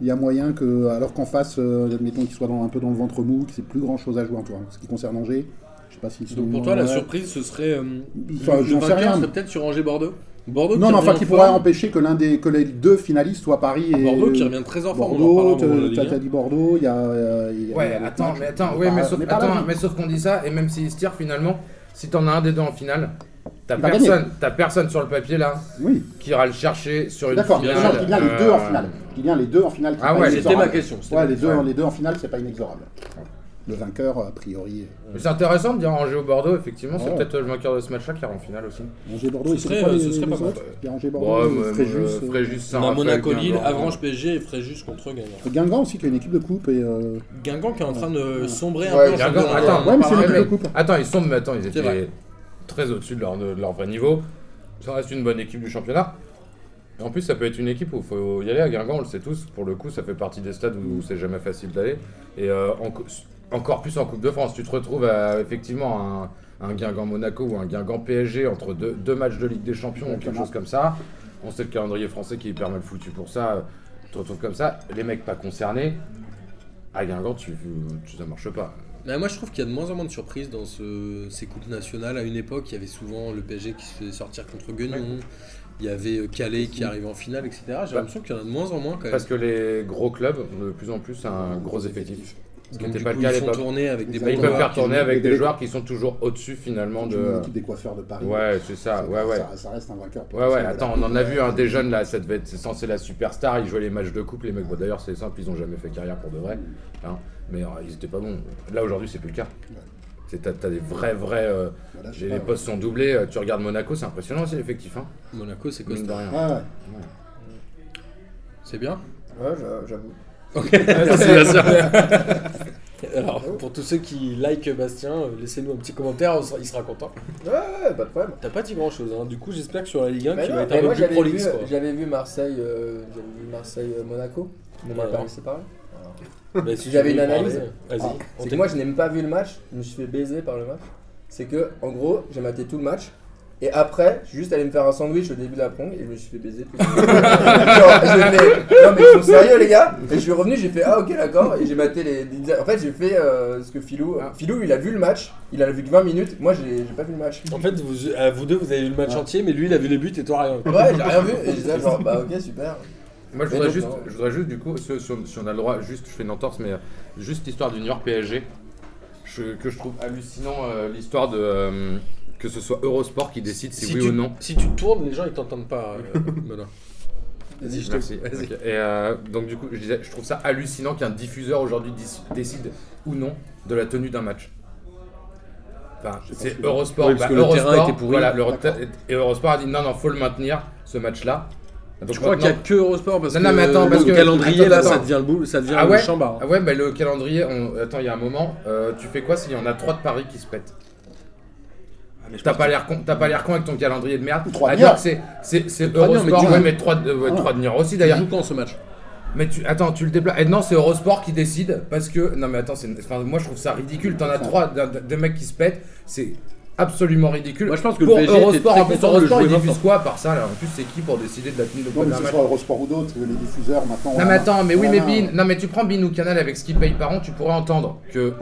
Speaker 2: il y a moyen que, alors qu'en face, euh, admettons qu'ils soient dans- un peu dans le ventre mou, qu'ils aient plus grand chose à jouer en tout cas, en ce qui concerne Angers. Je sais pas s'ils sont.
Speaker 1: Donc pour toi, la
Speaker 2: ouais.
Speaker 1: surprise, ce serait. euh,
Speaker 2: Enfin,
Speaker 1: le
Speaker 2: j'en sais
Speaker 1: vainqueur
Speaker 2: rien.
Speaker 1: serait peut-être sur Angers-Bordeaux. Bordeaux
Speaker 2: Non,
Speaker 1: qui
Speaker 2: mais enfin,
Speaker 1: revient
Speaker 2: qui
Speaker 1: fort.
Speaker 2: pourrait empêcher que l'un des, que les deux finalistes soient Paris et euh,
Speaker 1: Bordeaux qui revient très en forme. on en
Speaker 2: Bordeaux,
Speaker 1: parlera au moment de la
Speaker 2: t'as-
Speaker 1: Ligue
Speaker 2: t'as dit Bordeaux, il y a. euh, il y a- il y
Speaker 4: Ouais,
Speaker 2: a d'autres
Speaker 4: attends,
Speaker 2: matchs.
Speaker 4: mais attends,
Speaker 2: On
Speaker 4: oui,
Speaker 2: est
Speaker 4: mais
Speaker 2: pas-
Speaker 4: sauf,
Speaker 2: on est pas
Speaker 4: attends,
Speaker 2: là.
Speaker 4: mais sauf qu'on dit ça, et même s'ils se tirent finalement, si t'en as un des deux en finale, t'as
Speaker 2: Il va
Speaker 4: personne, t'as personne sur le papier là
Speaker 2: Oui,
Speaker 4: qui ira le chercher sur une
Speaker 2: d'accord,
Speaker 4: finale.
Speaker 2: bien sûr, qu'il y a les deux en
Speaker 4: euh,
Speaker 2: finale. Qu'il y a les deux en finale. c'est
Speaker 4: Ah
Speaker 2: pas
Speaker 4: ouais,
Speaker 1: C'était
Speaker 2: inexorable.
Speaker 1: ma question, c'était
Speaker 2: Ouais,
Speaker 1: ma
Speaker 2: les deux,
Speaker 4: question.
Speaker 2: les deux en finale, c'est pas inexorable. Le vainqueur, a priori. euh,
Speaker 4: mais C'est intéressant de dire Angers au Bordeaux, effectivement, c'est
Speaker 2: Ouais.
Speaker 4: peut-être le vainqueur de ce match-là qui ira en finale aussi.
Speaker 2: Angers-Bordeaux,
Speaker 1: Ce
Speaker 2: et c'est
Speaker 1: serait-
Speaker 2: quoi les,
Speaker 1: ce serait
Speaker 2: les
Speaker 1: pas mal.
Speaker 2: autres Il y a Angers-Bordeaux,
Speaker 4: Ouais,
Speaker 2: et
Speaker 4: ouais,
Speaker 2: Fréjus.
Speaker 4: euh,
Speaker 2: euh,
Speaker 4: Fréjus, ça
Speaker 1: On a Monaco-Lille,
Speaker 4: Avranches.
Speaker 1: Avranches-PSG et Fréjus contre Guingamp.
Speaker 2: Guingamp aussi, qui a une équipe de coupe. Et, euh,
Speaker 1: Guingamp qui est en train de sombrer un
Speaker 5: Ouais,
Speaker 1: peu. en
Speaker 4: Guingamp,
Speaker 1: championnat.
Speaker 4: attends,
Speaker 1: On en
Speaker 2: ouais, mais c'est
Speaker 1: parlera.
Speaker 2: une équipe de coupe.
Speaker 4: Attends, ils sont, mais attends, ils
Speaker 1: C'est vrai.
Speaker 4: étaient très au-dessus de leur, de leur vrai niveau. Ça reste une bonne équipe du championnat. Et en plus, ça peut être une équipe où il faut y aller à Guingamp, on le sait tous. Pour le coup, ça fait partie des stades où c'est jamais facile d'aller. Et euh, en cou- encore plus en Coupe de France, tu te retrouves à, effectivement à un, un Guingamp Monaco ou un Guingamp PSG entre deux, deux matchs de Ligue des Champions ou quelque
Speaker 2: Exactement.
Speaker 4: chose comme ça. On sait le calendrier français qui est hyper mal foutu pour ça. Tu te retrouves comme ça, les mecs pas concernés. À Guingamp, tu, tu- ça marche pas.
Speaker 1: Mais Bah, moi je trouve qu'il y a de moins en moins de surprises dans ce- ces coupes nationales. À une époque, il y avait souvent le PSG qui se faisait sortir contre Guignon. Il y avait euh, Calais qui arrivait en finale, etc. J'ai l'impression qu'il y en a de moins en moins quand même.
Speaker 4: Parce que les gros clubs ont de plus en plus un gros effectif. Ce qui
Speaker 1: Donc,
Speaker 4: n'était
Speaker 1: du
Speaker 4: pas
Speaker 1: coup,
Speaker 4: le cas à
Speaker 1: ils font
Speaker 4: l'époque.
Speaker 1: tourner avec des
Speaker 2: Ils
Speaker 1: bons
Speaker 4: Mais ils peuvent
Speaker 1: joueurs
Speaker 4: faire
Speaker 1: qui-
Speaker 4: tourner avec
Speaker 2: des
Speaker 4: des
Speaker 2: dé-
Speaker 4: joueurs qui sont toujours au-dessus finalement de.
Speaker 2: L'équipe des coiffeurs de Paris.
Speaker 4: Ouais, c'est ça,
Speaker 2: Ça-
Speaker 4: ouais, ouais.
Speaker 2: Ça, ça reste un vainqueur.
Speaker 4: Ouais, ouais, attends, on en a vu un des jeunes là, ça devait être c'est censé la superstar, ils jouaient les matchs de coupe, les mecs, bon, d'ailleurs c'est simple, ils ont jamais fait carrière pour de vrai, hein, mais euh, ils étaient pas bons. Là aujourd'hui c'est plus le cas. C'est- T'as t'as des vrais, vrais. euh,
Speaker 2: Voilà,
Speaker 1: Ah,
Speaker 2: je sais
Speaker 4: les
Speaker 2: pas,
Speaker 4: les postes sont doublés, euh, tu regardes Monaco, c'est impressionnant c'est l'effectif, hein.
Speaker 1: Monaco, c'est
Speaker 4: mine de
Speaker 1: costaud.
Speaker 4: rien.
Speaker 2: Ouais, ouais.
Speaker 1: C'est bien.
Speaker 5: Ouais, j'a- j'avoue.
Speaker 1: Merci, Bastien. Alors, pour tous ceux qui like Bastien, euh, laissez-nous un petit commentaire, on sera- il sera content.
Speaker 5: Ouais, pas de problème.
Speaker 1: T'as pas dit grand-chose, hein. du coup j'espère que sur la Ligue 1,
Speaker 5: Mais
Speaker 1: tu
Speaker 5: Bah non,
Speaker 1: vas être
Speaker 5: mais
Speaker 1: un peu
Speaker 5: moi,
Speaker 1: plus
Speaker 5: j'avais
Speaker 1: prolixe.
Speaker 5: vu,
Speaker 1: quoi.
Speaker 5: j'avais vu Marseille, euh, j'avais vu Marseille euh, Monaco. Mon
Speaker 1: Ouais.
Speaker 5: Paris, c'est pareil.
Speaker 1: Bah, si tu
Speaker 5: euh,
Speaker 1: veux
Speaker 5: J'avais une
Speaker 1: parler,
Speaker 5: analyse.
Speaker 1: Vas-y.
Speaker 5: Ah,
Speaker 1: on
Speaker 5: c'est que
Speaker 1: t'écoute.
Speaker 5: moi, je n'ai même pas vu le match, je me suis fait baiser par le match. C'est que, en gros, j'ai maté tout le match. Et après, je suis juste allé me faire un sandwich au début de la prong et je me suis fait baiser. Tout le match. Genre, j'ai fait, non mais ils sont sérieux les gars Et je suis revenu, j'ai fait ah ok d'accord et j'ai maté les. les- En fait j'ai fait euh, ce que Philou. Philou il a vu le match, il a vu que 20 minutes, moi j'ai j'ai pas vu le match.
Speaker 1: En fait, vous, euh, vous deux, vous avez vu le match
Speaker 5: Ah.
Speaker 1: entier, mais lui, il a vu les buts et toi, rien.
Speaker 5: Ouais j'ai rien vu et j'étais là, genre bah ok super.
Speaker 4: Moi, je
Speaker 5: Mais
Speaker 4: voudrais,
Speaker 5: donc,
Speaker 4: juste,
Speaker 5: non.
Speaker 4: je voudrais juste, du coup, si, si on, si on a le droit, juste, je fais une entorse, mais euh, juste l'histoire du New York PSG, je- que je trouve hallucinant, euh, l'histoire de euh, que ce soit Eurosport qui décide si, oui
Speaker 1: tu,
Speaker 4: ou non.
Speaker 1: si tu tournes, les gens, ils t'entendent pas. euh, Benoît. Vas-y, je
Speaker 4: Merci.
Speaker 1: t'écoute. Vas-y.
Speaker 4: Ok. Et euh, donc, du coup, je, disais, je trouve ça hallucinant qu'un diffuseur aujourd'hui dis- décide ou non de la tenue d'un match. Enfin, c'est Eurosport.
Speaker 1: Oui, parce
Speaker 4: Bah,
Speaker 1: que le terrain
Speaker 4: Eurosport,
Speaker 1: était pourri.
Speaker 4: Voilà, le-
Speaker 2: D'accord.
Speaker 4: et Eurosport a dit non, non, faut le maintenir, ce match-là.
Speaker 1: Je crois qu'il y a que Eurosport parce
Speaker 4: Non,
Speaker 1: que
Speaker 4: non, mais attends,
Speaker 1: le
Speaker 4: parce que-
Speaker 1: calendrier
Speaker 4: attends,
Speaker 1: là,
Speaker 4: attends.
Speaker 1: ça devient le boule, ça devient
Speaker 4: Ah
Speaker 1: le hein.
Speaker 4: ouais
Speaker 1: chambard.
Speaker 4: Ah ouais, mais le calendrier, on... attends, il y a un moment, euh, tu fais quoi s'il y en a 3 de Paris qui se pètent
Speaker 3: Ah, mais je
Speaker 4: T'as
Speaker 3: pense
Speaker 4: pas l'air con, t'as pas l'air con avec ton calendrier de merde.
Speaker 2: Ou trois
Speaker 4: à
Speaker 2: de
Speaker 4: dire
Speaker 2: Niort.
Speaker 4: que c'est c'est c'est
Speaker 1: Trois de Niort, mais
Speaker 4: Eurosport,
Speaker 1: tu
Speaker 4: ouais,
Speaker 1: joues.
Speaker 4: mais 3 de, ouais,
Speaker 2: Ah.
Speaker 4: trois de Niort aussi
Speaker 1: Il
Speaker 4: d'ailleurs.
Speaker 1: joue quand ce match
Speaker 4: Mais tu attends, tu le déplaces. Et non, c'est Eurosport qui décide parce que non mais attends, c'est enfin, moi je trouve ça ridicule, t'en as 3 des mecs qui se pètent, c'est absolument ridicule.
Speaker 1: Moi, je pense que le
Speaker 4: pour
Speaker 1: PSG était
Speaker 4: Eurosport
Speaker 1: très
Speaker 4: en plus
Speaker 1: content de le
Speaker 4: Eurosport, ils
Speaker 1: jouer
Speaker 4: diffusent
Speaker 1: maintenant.
Speaker 4: quoi par ça là En plus, c'est qui pour décider de la tenue de
Speaker 2: Non,
Speaker 4: d'un
Speaker 2: mais que ce
Speaker 4: match
Speaker 2: soit Eurosport ou d'autres, les diffuseurs maintenant.
Speaker 4: Non
Speaker 2: on
Speaker 4: mais
Speaker 2: a-
Speaker 4: attends, mais oui
Speaker 2: on
Speaker 4: mais
Speaker 2: a-
Speaker 4: Bean, non mais tu prends Bean ou Canal avec ce qu'ils payent par an, tu pourrais entendre que eux,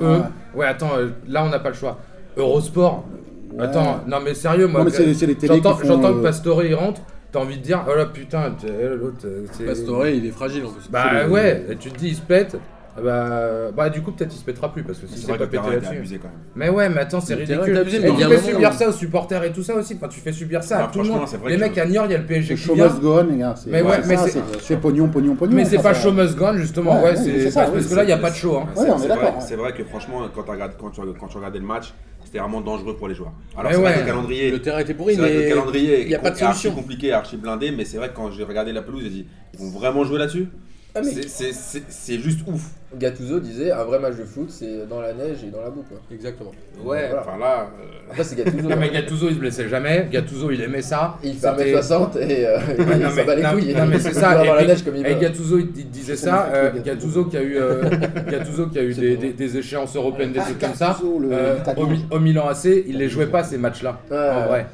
Speaker 4: ouais, attends, euh, là on n'a pas le choix. Eurosport,
Speaker 2: Ouais.
Speaker 4: attends, non mais sérieux moi,
Speaker 2: Non, mais
Speaker 4: que-
Speaker 2: c'est- c'est les télés
Speaker 4: j'entends
Speaker 2: qui font,
Speaker 4: j'entends que
Speaker 2: euh,
Speaker 4: Pastore il rentre, t'as envie de dire, oh là putain, t'es- eh, l'autre, euh, c'est...
Speaker 1: Pastore, il est fragile en plus.
Speaker 4: Bah
Speaker 1: C'est le-
Speaker 4: ouais, et tu te dis il se pète, ah bah, bah du coup peut-être il se pètera plus parce que
Speaker 3: que
Speaker 4: si
Speaker 3: c'est
Speaker 4: c'est
Speaker 3: vrai
Speaker 4: pas
Speaker 3: que le
Speaker 4: pété
Speaker 3: terrain était
Speaker 4: là-dessus.
Speaker 3: abusé quand même.
Speaker 4: Mais ouais, mais attends, c'est
Speaker 1: Le terrain
Speaker 4: ridicule.
Speaker 1: est abusé, mais
Speaker 4: Et
Speaker 1: il y
Speaker 4: tu
Speaker 1: a un
Speaker 4: fais
Speaker 1: moment
Speaker 4: subir
Speaker 1: où-
Speaker 4: ça aux supporters et tout ça aussi, enfin tu fais subir ça à
Speaker 3: Ah,
Speaker 4: tout le
Speaker 3: franchement,
Speaker 4: monde.
Speaker 3: c'est vrai
Speaker 4: Les
Speaker 3: que-
Speaker 4: mecs à Niort, il y a le PSG
Speaker 2: C'est
Speaker 4: qui vient.
Speaker 2: Chaumas Gone, les gars. C'est
Speaker 4: Mais ouais,
Speaker 2: c'est
Speaker 4: mais
Speaker 2: ça,
Speaker 4: c'est-
Speaker 2: c'est- c'est pognon, pognon, pognon.
Speaker 4: Mais
Speaker 2: hein,
Speaker 4: c'est
Speaker 2: ça,
Speaker 4: pas
Speaker 2: ça-
Speaker 4: Showmas Gone justement,
Speaker 2: Ouais,
Speaker 4: ouais,
Speaker 2: ouais,
Speaker 4: c'est
Speaker 2: c'est ça,
Speaker 4: parce
Speaker 2: oui,
Speaker 4: que là il n'y a pas de show. hein.
Speaker 3: C'est-
Speaker 2: Ouais, on est
Speaker 3: c'est
Speaker 2: d'accord,
Speaker 3: vrai-
Speaker 2: ouais.
Speaker 3: C'est vrai que franchement, quand tu regardes- quand tu quand tu regardais le match, c'était vraiment dangereux pour les joueurs. Alors
Speaker 4: Mais
Speaker 3: c'est vrai que
Speaker 4: ouais.
Speaker 3: le calendrier,
Speaker 1: Le terrain était
Speaker 3: c'est
Speaker 1: pourri,
Speaker 3: vrai que le
Speaker 1: mais.
Speaker 3: calendrier
Speaker 1: y a
Speaker 3: est
Speaker 1: pas de
Speaker 3: com- est archi
Speaker 1: solution.
Speaker 3: compliqué, archi blindé, mais c'est vrai que quand j'ai regardé la pelouse, j'ai dit ils vont vraiment jouer là-dessus
Speaker 5: Ah, mais
Speaker 3: C'est- c'est- C'est c'est juste ouf.
Speaker 5: Gattuso disait un vrai match de foot, c'est dans la neige et dans la boue. Quoi.
Speaker 1: Exactement.
Speaker 3: Ouais,
Speaker 5: Voilà.
Speaker 3: enfin là. euh,
Speaker 5: Après, c'est Gattuso.
Speaker 4: Non, mais
Speaker 5: hein.
Speaker 4: Gattuso, il se blessait jamais. Gattuso, il aimait ça.
Speaker 5: Il fait
Speaker 4: C'était-
Speaker 5: 1m60 et euh, il
Speaker 4: non,
Speaker 5: s'en
Speaker 4: mais-
Speaker 5: bat les
Speaker 4: non,
Speaker 5: couilles.
Speaker 4: non, mais c'est ça.
Speaker 5: Il va dans
Speaker 4: Et
Speaker 5: la
Speaker 4: puis-
Speaker 5: neige comme il
Speaker 4: Et
Speaker 5: veut.
Speaker 4: Gattuso, il, il disait
Speaker 2: Je
Speaker 4: ça.
Speaker 2: connais pas
Speaker 4: euh,
Speaker 2: que Gattuso.
Speaker 4: Gattuso qui a eu, euh, Gattuso qui a eu
Speaker 2: C'est
Speaker 4: des,
Speaker 2: pour-
Speaker 4: des- des échéances européennes, des
Speaker 2: Ah,
Speaker 4: trucs comme ça.
Speaker 2: Gattuso, le-
Speaker 4: Euh,
Speaker 2: l'Italien.
Speaker 4: au, Mi- au Milan AC, il
Speaker 5: Ah,
Speaker 4: les jouait pas ces matchs-là.
Speaker 5: Ouais.
Speaker 4: En vrai.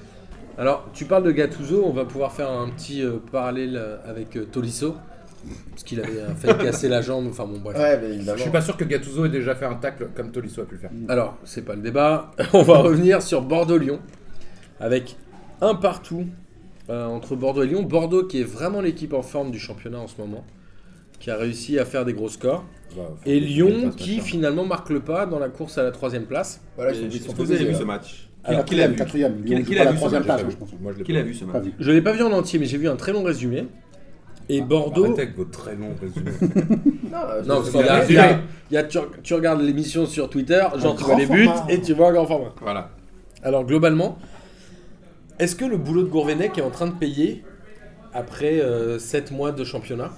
Speaker 1: Alors, tu parles de Gattuso, on va pouvoir faire un petit euh, parallèle euh, avec euh, Tolisso, parce qu'il avait euh, fait casser la jambe, enfin bon, bref.
Speaker 5: Ouais, mais
Speaker 4: Je suis
Speaker 5: évidemment.
Speaker 4: pas sûr que Gattuso ait déjà fait un tacle comme Tolisso a pu le faire.
Speaker 1: Alors, c'est pas le débat, on va revenir sur Bordeaux-Lyon, avec un partout euh, entre Bordeaux et Lyon. Bordeaux qui est vraiment l'équipe en forme du championnat en ce moment, qui a réussi à faire des gros scores, et Lyon qui finalement marque le pas dans la course à la troisième place.
Speaker 5: Voilà, ils sont- ils
Speaker 3: Est-ce
Speaker 5: sont
Speaker 3: que vous avez
Speaker 5: posés,
Speaker 3: vu
Speaker 5: là.
Speaker 3: ce match
Speaker 2: Alors,
Speaker 3: Qui l'a
Speaker 2: quatrième,
Speaker 3: vu
Speaker 2: quatrième.
Speaker 3: Qui-
Speaker 2: Lyon
Speaker 3: qui
Speaker 2: joue
Speaker 3: l'a
Speaker 2: pas la
Speaker 3: vu, ce
Speaker 2: troisième
Speaker 3: match,
Speaker 2: place, je pense.
Speaker 4: Moi, je l'ai
Speaker 3: Qui
Speaker 4: pas
Speaker 3: l'a
Speaker 4: vu.
Speaker 3: vu ce
Speaker 2: Pas
Speaker 3: match
Speaker 2: vu.
Speaker 1: Je l'ai pas vu en entier, mais j'ai vu un très long résumé. Et Bordeaux.
Speaker 4: Arrêtez avec vos très longs résumés.
Speaker 5: Non,
Speaker 1: Non,
Speaker 5: je-
Speaker 1: parce qu'il y a-
Speaker 4: résumé.
Speaker 1: il y a- il y a- tu, tu regardes l'émission sur Twitter, genre Ah, tu vois
Speaker 2: grand
Speaker 1: les buts
Speaker 2: format.
Speaker 1: et tu vois un grand format.
Speaker 3: Voilà.
Speaker 1: Alors globalement, est-ce que le boulot de Gourvenec est en train de payer après 7 mois de championnat